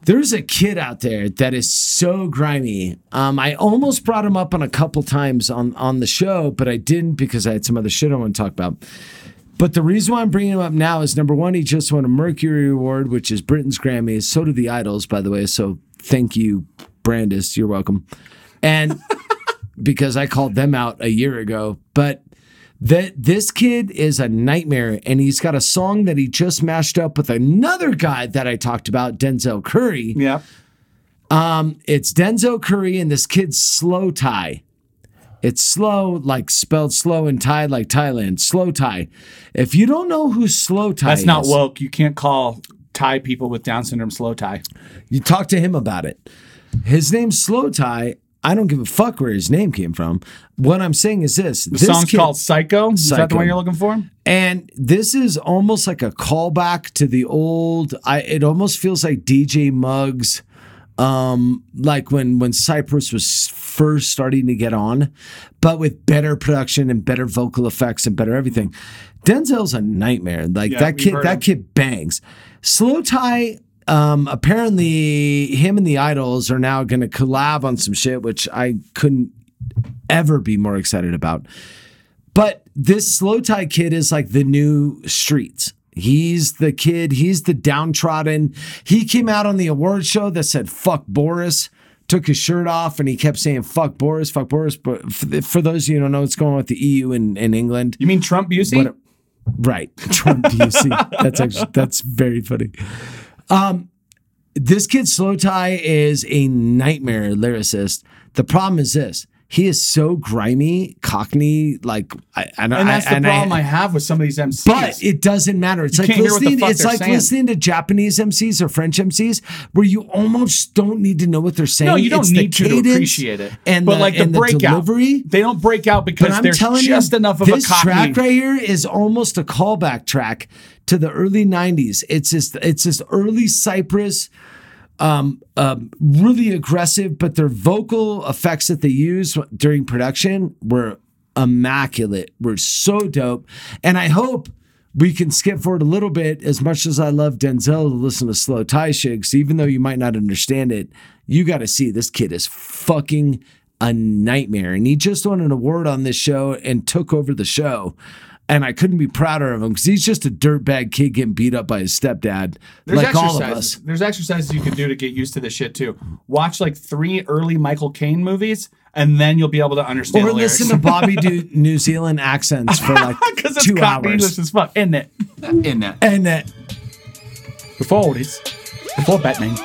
There's a kid out there that is so grimy. Um, I almost brought him up on a couple times on on the show, but I didn't because I had some other shit I want to talk about. But the reason why I'm bringing him up now is number one, he just won a Mercury Award, which is Britain's Grammys. So did the Idols, by the way. So thank you, Brandis. You're welcome. And because I called them out a year ago, but that this kid is a nightmare and he's got a song that he just mashed up with another guy that I talked about, Denzel Curry.
Yeah.
It's Denzel Curry and this kid's slow tie. It's slow, like spelled slow and tie like Thailand. Slow tie. If you don't know who slow tie
That's
is,
not woke. You can't call Thai people with Down syndrome slow tie.
You talk to him about it. His name's Slow Tie. I don't give a fuck where his name came from. What I'm saying is this:
The
this
song's
kid-
called Psycho. Is that the
Psycho.
one you're looking for?
And this is almost like a callback to the old. I it almost feels like DJ Muggs, um, like when when Cypress was first starting to get on, but with better production and better vocal effects and better everything. Denzel's a nightmare. Like
Yeah,
that
we've
kid,
heard
that
him.
kid bangs. Slow tie. Um, apparently, him and the Idols are now going to collab on some shit, which I couldn't ever be more excited about. But this slow tie kid is like the new streets. He's the kid, he's the downtrodden. He came out on the award show that said, fuck Boris, took his shirt off, and he kept saying, fuck Boris, fuck Boris. But for, for those of you who don't know what's going on with the E EU and, and England,
You mean Trump Busey?
What Right. Trump DC. That's actually that's very funny. Um this kid Slow Tie is a nightmare lyricist. The problem is this. He is so grimy, cockney, like I, I don't
and that's the
and
problem I, have with some of these MCs.
but it doesn't matter. It's
You
like
can't hear what the
listening.
fuck
It's
they're
like
saying.
listening to Japanese MCs or French MCs, where you almost don't need to know what they're saying.
no, you don't
It's the
need to, to
cadence
appreciate it.
And
but
the,
like
and
the breakout,
delivery.
they don't break out
But
because
I'm
there's
telling
just
you,
enough of
this
a cockney.
track right here is almost a callback track to the early '90s. It's just it's this early Cypress, um, um, really aggressive, but their vocal effects that they used during production were immaculate. Were so dope, and I hope. We can skip forward a little bit. As much as I love Denzel to listen to slow tie shakes, even though you might not understand it, you got to see this kid is fucking a nightmare. And he just won an award on this show and took over the show. And I couldn't be prouder of him because he's just a dirtbag kid getting beat up by his stepdad,
There's
like all
exercises.
of us.
There's exercises you can do to get used to this shit too. Watch like three early Michael Caine movies, and then you'll be able to understand.
Or
the lyrics.
listen to Bobby do New Zealand accents for like
because it's
two
copy English
hours.
as fuck, isn't it?
In that.
And that.
Before all this, before Batman.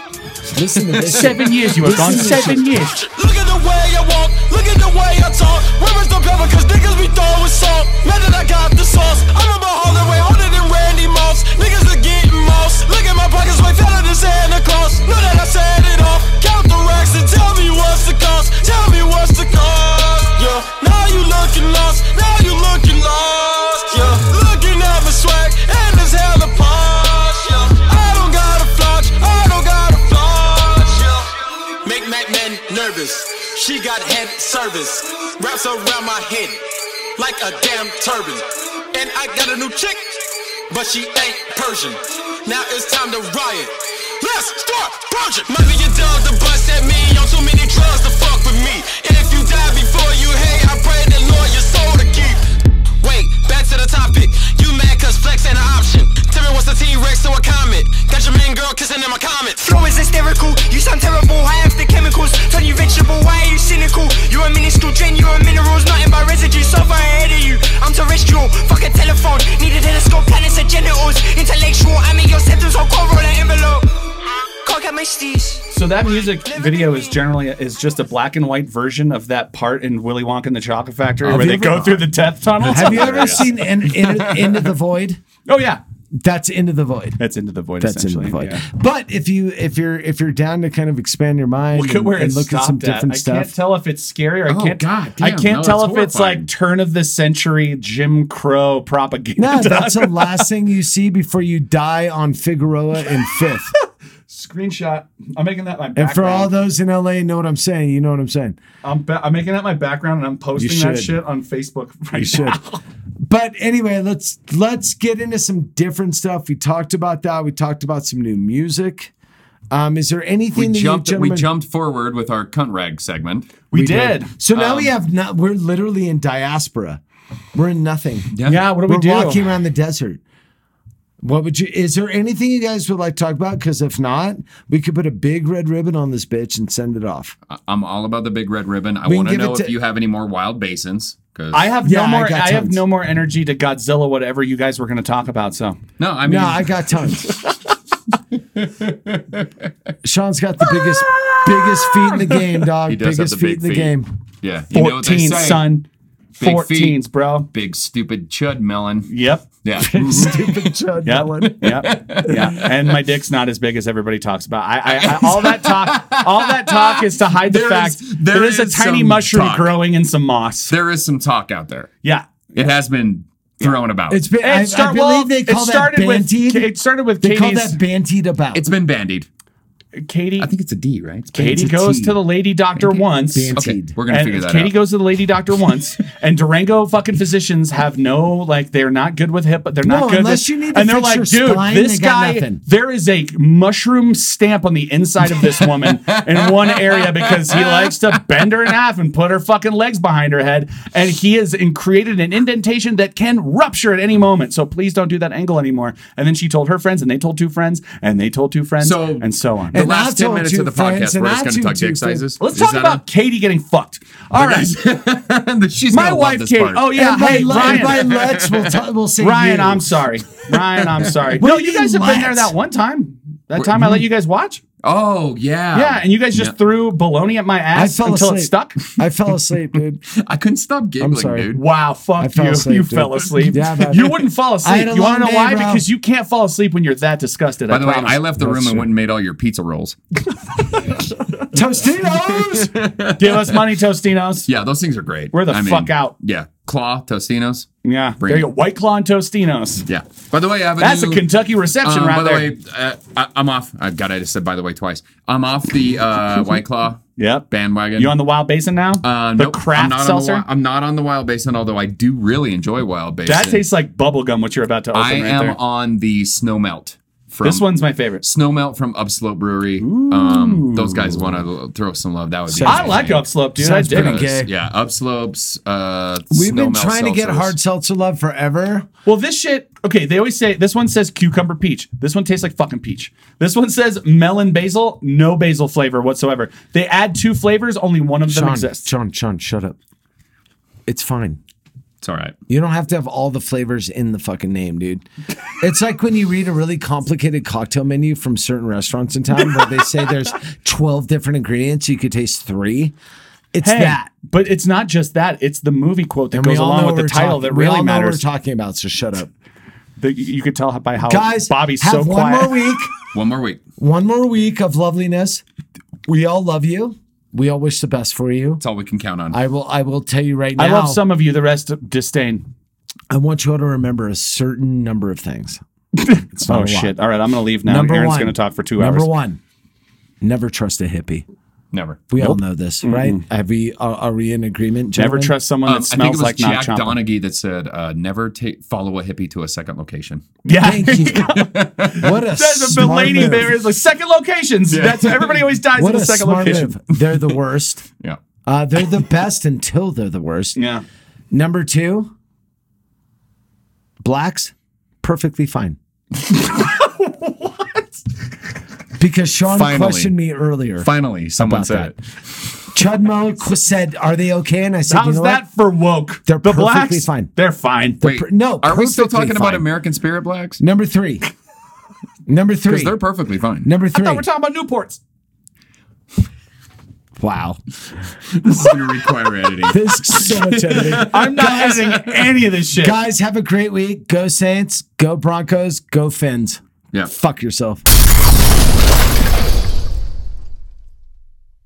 Listen to this.
Seven years you were
Listen
gone.
to this
Seven
shit.
years.
Look at the way I walk, look at the way I talk. Where is the pepper? Cause niggas be throwing salt. Now that I got the sauce, I'm about all the way harder than Randy Moss. Niggas are getting moss. Look at my pockets way fatter than Santa Claus. Know that I set it off. Count the racks and tell me what's the cost. Tell me what's the cost. Yeah, now you looking lost. Now you looking lost. Yeah, looking at my swag and it's hella posh. Yeah, I don't gotta flaunt. I don't gotta flaunt. Yeah, make Mac men nervous. She got head service. Wraps around my head like a damn turban. And I got a new chick, but she ain't Persian. Now it's time to riot. Let's start purging. Might be your dog to bust at me. On too many drugs to fuck with me. And if you die before you hate, I pray the Lord your soul to keep. Wait, back to the topic. You mad cause flex ain't an option. Tell me what's a T-Rex or a comet. Got your mean girl kissing in my comments.
Flow is hysterical. You sound terrible. High off the chemicals. Turn you vegetable. Why are you cynical? You're a minuscule drain. You're a minerals. Nothing but residue. So far ahead of you. I'm terrestrial. Fuck a telephone. Need a telescope. Planets are genitals. Intellectual. I'm in your septums. I'll call roll an envelope. Cock at my steez.
So that music video is generally is just a black and white version of that part in Willy Wonka and the Chocolate Factory
Have
where
you
they
ever-
go through the death tunnel.
Have you ever seen in, in, Into the Void?
Oh yeah,
that's Into the Void.
That's Into the Void.
That's Into the
essentially,
Void.
yeah.
But if you if you're if you're down to kind of expand your mind
Look
and,
at where
and
it
look at
stopped
some
at.
different
I
stuff,
can't tell if it's scary or I
Oh,
can't.
God
I
damn,
can't
no,
tell if
that's
it's like turn of the century Jim Crow propaganda.
no, that's the last thing you see before you die on Figueroa and Fifth.
screenshot. I'm making that my. Background.
and for all those in LA, know what I'm saying. You know what I'm saying.
I'm, ba- I'm making that my background and I'm posting
You
that
should.
shit on Facebook right
You should.
now.
But anyway, let's let's get into some different stuff. We talked about that. We talked about some new music. Um, is there anything
We
that
jumped.
you
We
gentlemen-
jumped forward with our cunt rag segment.
So now we
Um,
have not, we're literally in diaspora. We're in nothing.
Yeah. Yeah, what do we
We're
do?
Walking around the desert. What would you? Is there anything you guys would like to talk about? Because if not, we could put a big red ribbon on this bitch and send it off.
I- I'm all about the big red ribbon. I
We can
want to
give it
know
to-
if you have any more wild basins. Because
I have no more. I,
got
have
tons.
no more energy to Godzilla. Whatever you guys were going to talk about. So
no, I mean,
no, I got tons. Sean's got the biggest, biggest feet in the game, dog.
He does have
biggest
the
feet
big
in the
feet.
game.
yeah, you know what they
14,
say.
son.
Big feet,
14s, bro.
Big stupid chud melon.
Yep.
Yeah.
Stupid Chud
Yep.
Mellon.
Yep. Yeah. And my dick's not as big as everybody talks about. I, I, I all that talk, all that talk is to hide the
There
fact
is- there
there is,
is
a tiny
some
mushroom
talk.
growing in some moss.
There is some talk out there.
Yeah.
It has been thrown about.
It's been.
And
I,
start-
I believe
well,
they
it
call that
started with-
bantied.
it started with
They call
Katie's-
that bantied about.
it's been bandied.
Katie.
I think it's a D, right?
Katie
Bantied.
goes to the lady doctor once.
Okay, we're gonna
and
figure that
Katie
out.
goes to the lady doctor once, and Durango fucking physicians have no like they're not good with hip, they're
No,
not good. with,
unless you need to
and they're
fix
like,
your
dude,
spine,
this
they got
guy,
nothing."
there is a mushroom stamp on the inside of this woman in one area because he likes to bend her in half and put her fucking legs behind her head, and he has in, created an indentation that can rupture at any moment. So please don't do that angle anymore. And then she told her friends, and they told two friends, and they told two friends,
So-
and so on.
The
And I
last ten
told
minutes
two
of the
friends,
podcast,
and
we're
I
just going to
told
talk
two
dick
friends.
sizes.
Let's
Is
talk
that
about Katie getting fucked. All right.
a- She's
My
gonna love
wife,
this
Katie.
part.
Oh yeah,
And by,
hey
le-
Ryan.
and by let's we'll, t- we'll say
Ryan,
you.
I'm sorry. Ryan, I'm sorry.
What
no,
do
you
you
guys have
mean
been there
let?
that one time. That
Where-
time I let you guys watch.
hmm? Oh yeah.
yeah, and you guys just
Yeah.
threw bologna at my
I
ass
fell
until
asleep.
it stuck.
I fell asleep, dude.
I couldn't stop giggling,
sorry.
dude.
Wow,
I
fuck
fell
you.
asleep,
you
dude.
fell asleep.
Yeah, man.
you wouldn't fall
I had
asleep.
a
You want to know
long
why?
day, bro.
Because you can't fall asleep when you're that disgusted.
By
I
the way,
promise.
I left the room
That's
and
true.
went and made all your pizza rolls.
Tostitos.
give us money, Tostinos.
Yeah, those things are great.
We're the fuck out.
Yeah, claw Tostinos.
Yeah,
Bring
there
it.
you go. White Claw and Tostinos.
Yeah. By the way, I have a
That's a
new-
Kentucky reception
Um,
right
by the
there.
way, uh, I, I'm off. I've got. I just said by the way twice. I'm off the uh, White Claw
Yep.
bandwagon.
You on the Wild Basin now?
uh,
the
nope,
craft
I'm not
seltzer.
On the, Wi- I'm not on the Wild Basin, although I do really enjoy Wild Basin.
that tastes like bubblegum, what you're about to open
I
right
am
there.
on the Snowmelt From
This one's my favorite.
Snowmelt from Upslope Brewery. Um, those guys want to throw some love. That would be.
Sounds I
amazing.
like Upslope, dude. I Sounds dig pretty it. gay.
Yeah, Upslopes. Uh,
We've been
Snowmelt
trying to get
seltzers.
hard seltzer love forever.
Well, this shit. Okay, they always say this one says cucumber peach. This one tastes like fucking peach. This one says melon basil, no basil flavor whatsoever. They add two flavors, only one of them
Sean,
exists.
Sean, Sean, shut up. It's fine.
It's all right.
You don't have to have all the flavors in the fucking name, dude. It's like when you read a really complicated cocktail menu from certain restaurants in town where they say there's 12 different ingredients, you could taste three. It's
Hey,
that.
but it's not just that. It's the movie quote that goes along with the title that really matters.
What we're talking about, so shut up,
The- you could tell by how
guys.
Bobby's
have
so
one
quiet.
more week.
One more week.
One more week of loveliness. We all love you. We all wish the best for you.
That's all we can count on.
I will. I will tell you right now.
I love some of you. The rest disdain.
I want you all to remember a certain number of things. It's not
Oh
a lot.
shit! All right, I'm gonna leave now.
Number
Aaron's
one.
gonna talk for two
Number
hours.
one, never trust a hippie.
Never.
We all know this, right? Have we? Are, are we in agreement?
Never
gentlemen?
trust someone
Um,
that smells
I
like
think it was
not
Jack
chomping.
Donaghy that said, uh, "Never take follow a hippie to a second location."
Yeah.
Thank you. what a
That's a
smart
lady
move.
there is like second locations.
Yeah.
That's everybody always dies
What
in
a
the second
smart
location.
move. They're the worst.
Yeah.
Uh, they're the best until they're the worst.
Yeah.
Number two, blacks, perfectly fine. what? Because Sean
Finally.
questioned me earlier.
Finally, someone
About
said it.
Chudmo qu- said, "Are they okay?" And I said,
How's
"You know
that
what?
for woke?
They're
the
perfectly
blacks,
fine.
they're fine.
Wait,
per- no,
are we still
perfectly
talking about
fine.
American Spirit Blacks?
Number three. Number three.
Because they're perfectly fine.
Number
I
three.
thought we're talking about Newports.
wow,
This is going to require editing.
this is so much editing.
I'm not editing any of this shit.
Guys, have a great week. Go Saints. Go Broncos. Go Fins.
Yeah.
Fuck yourself.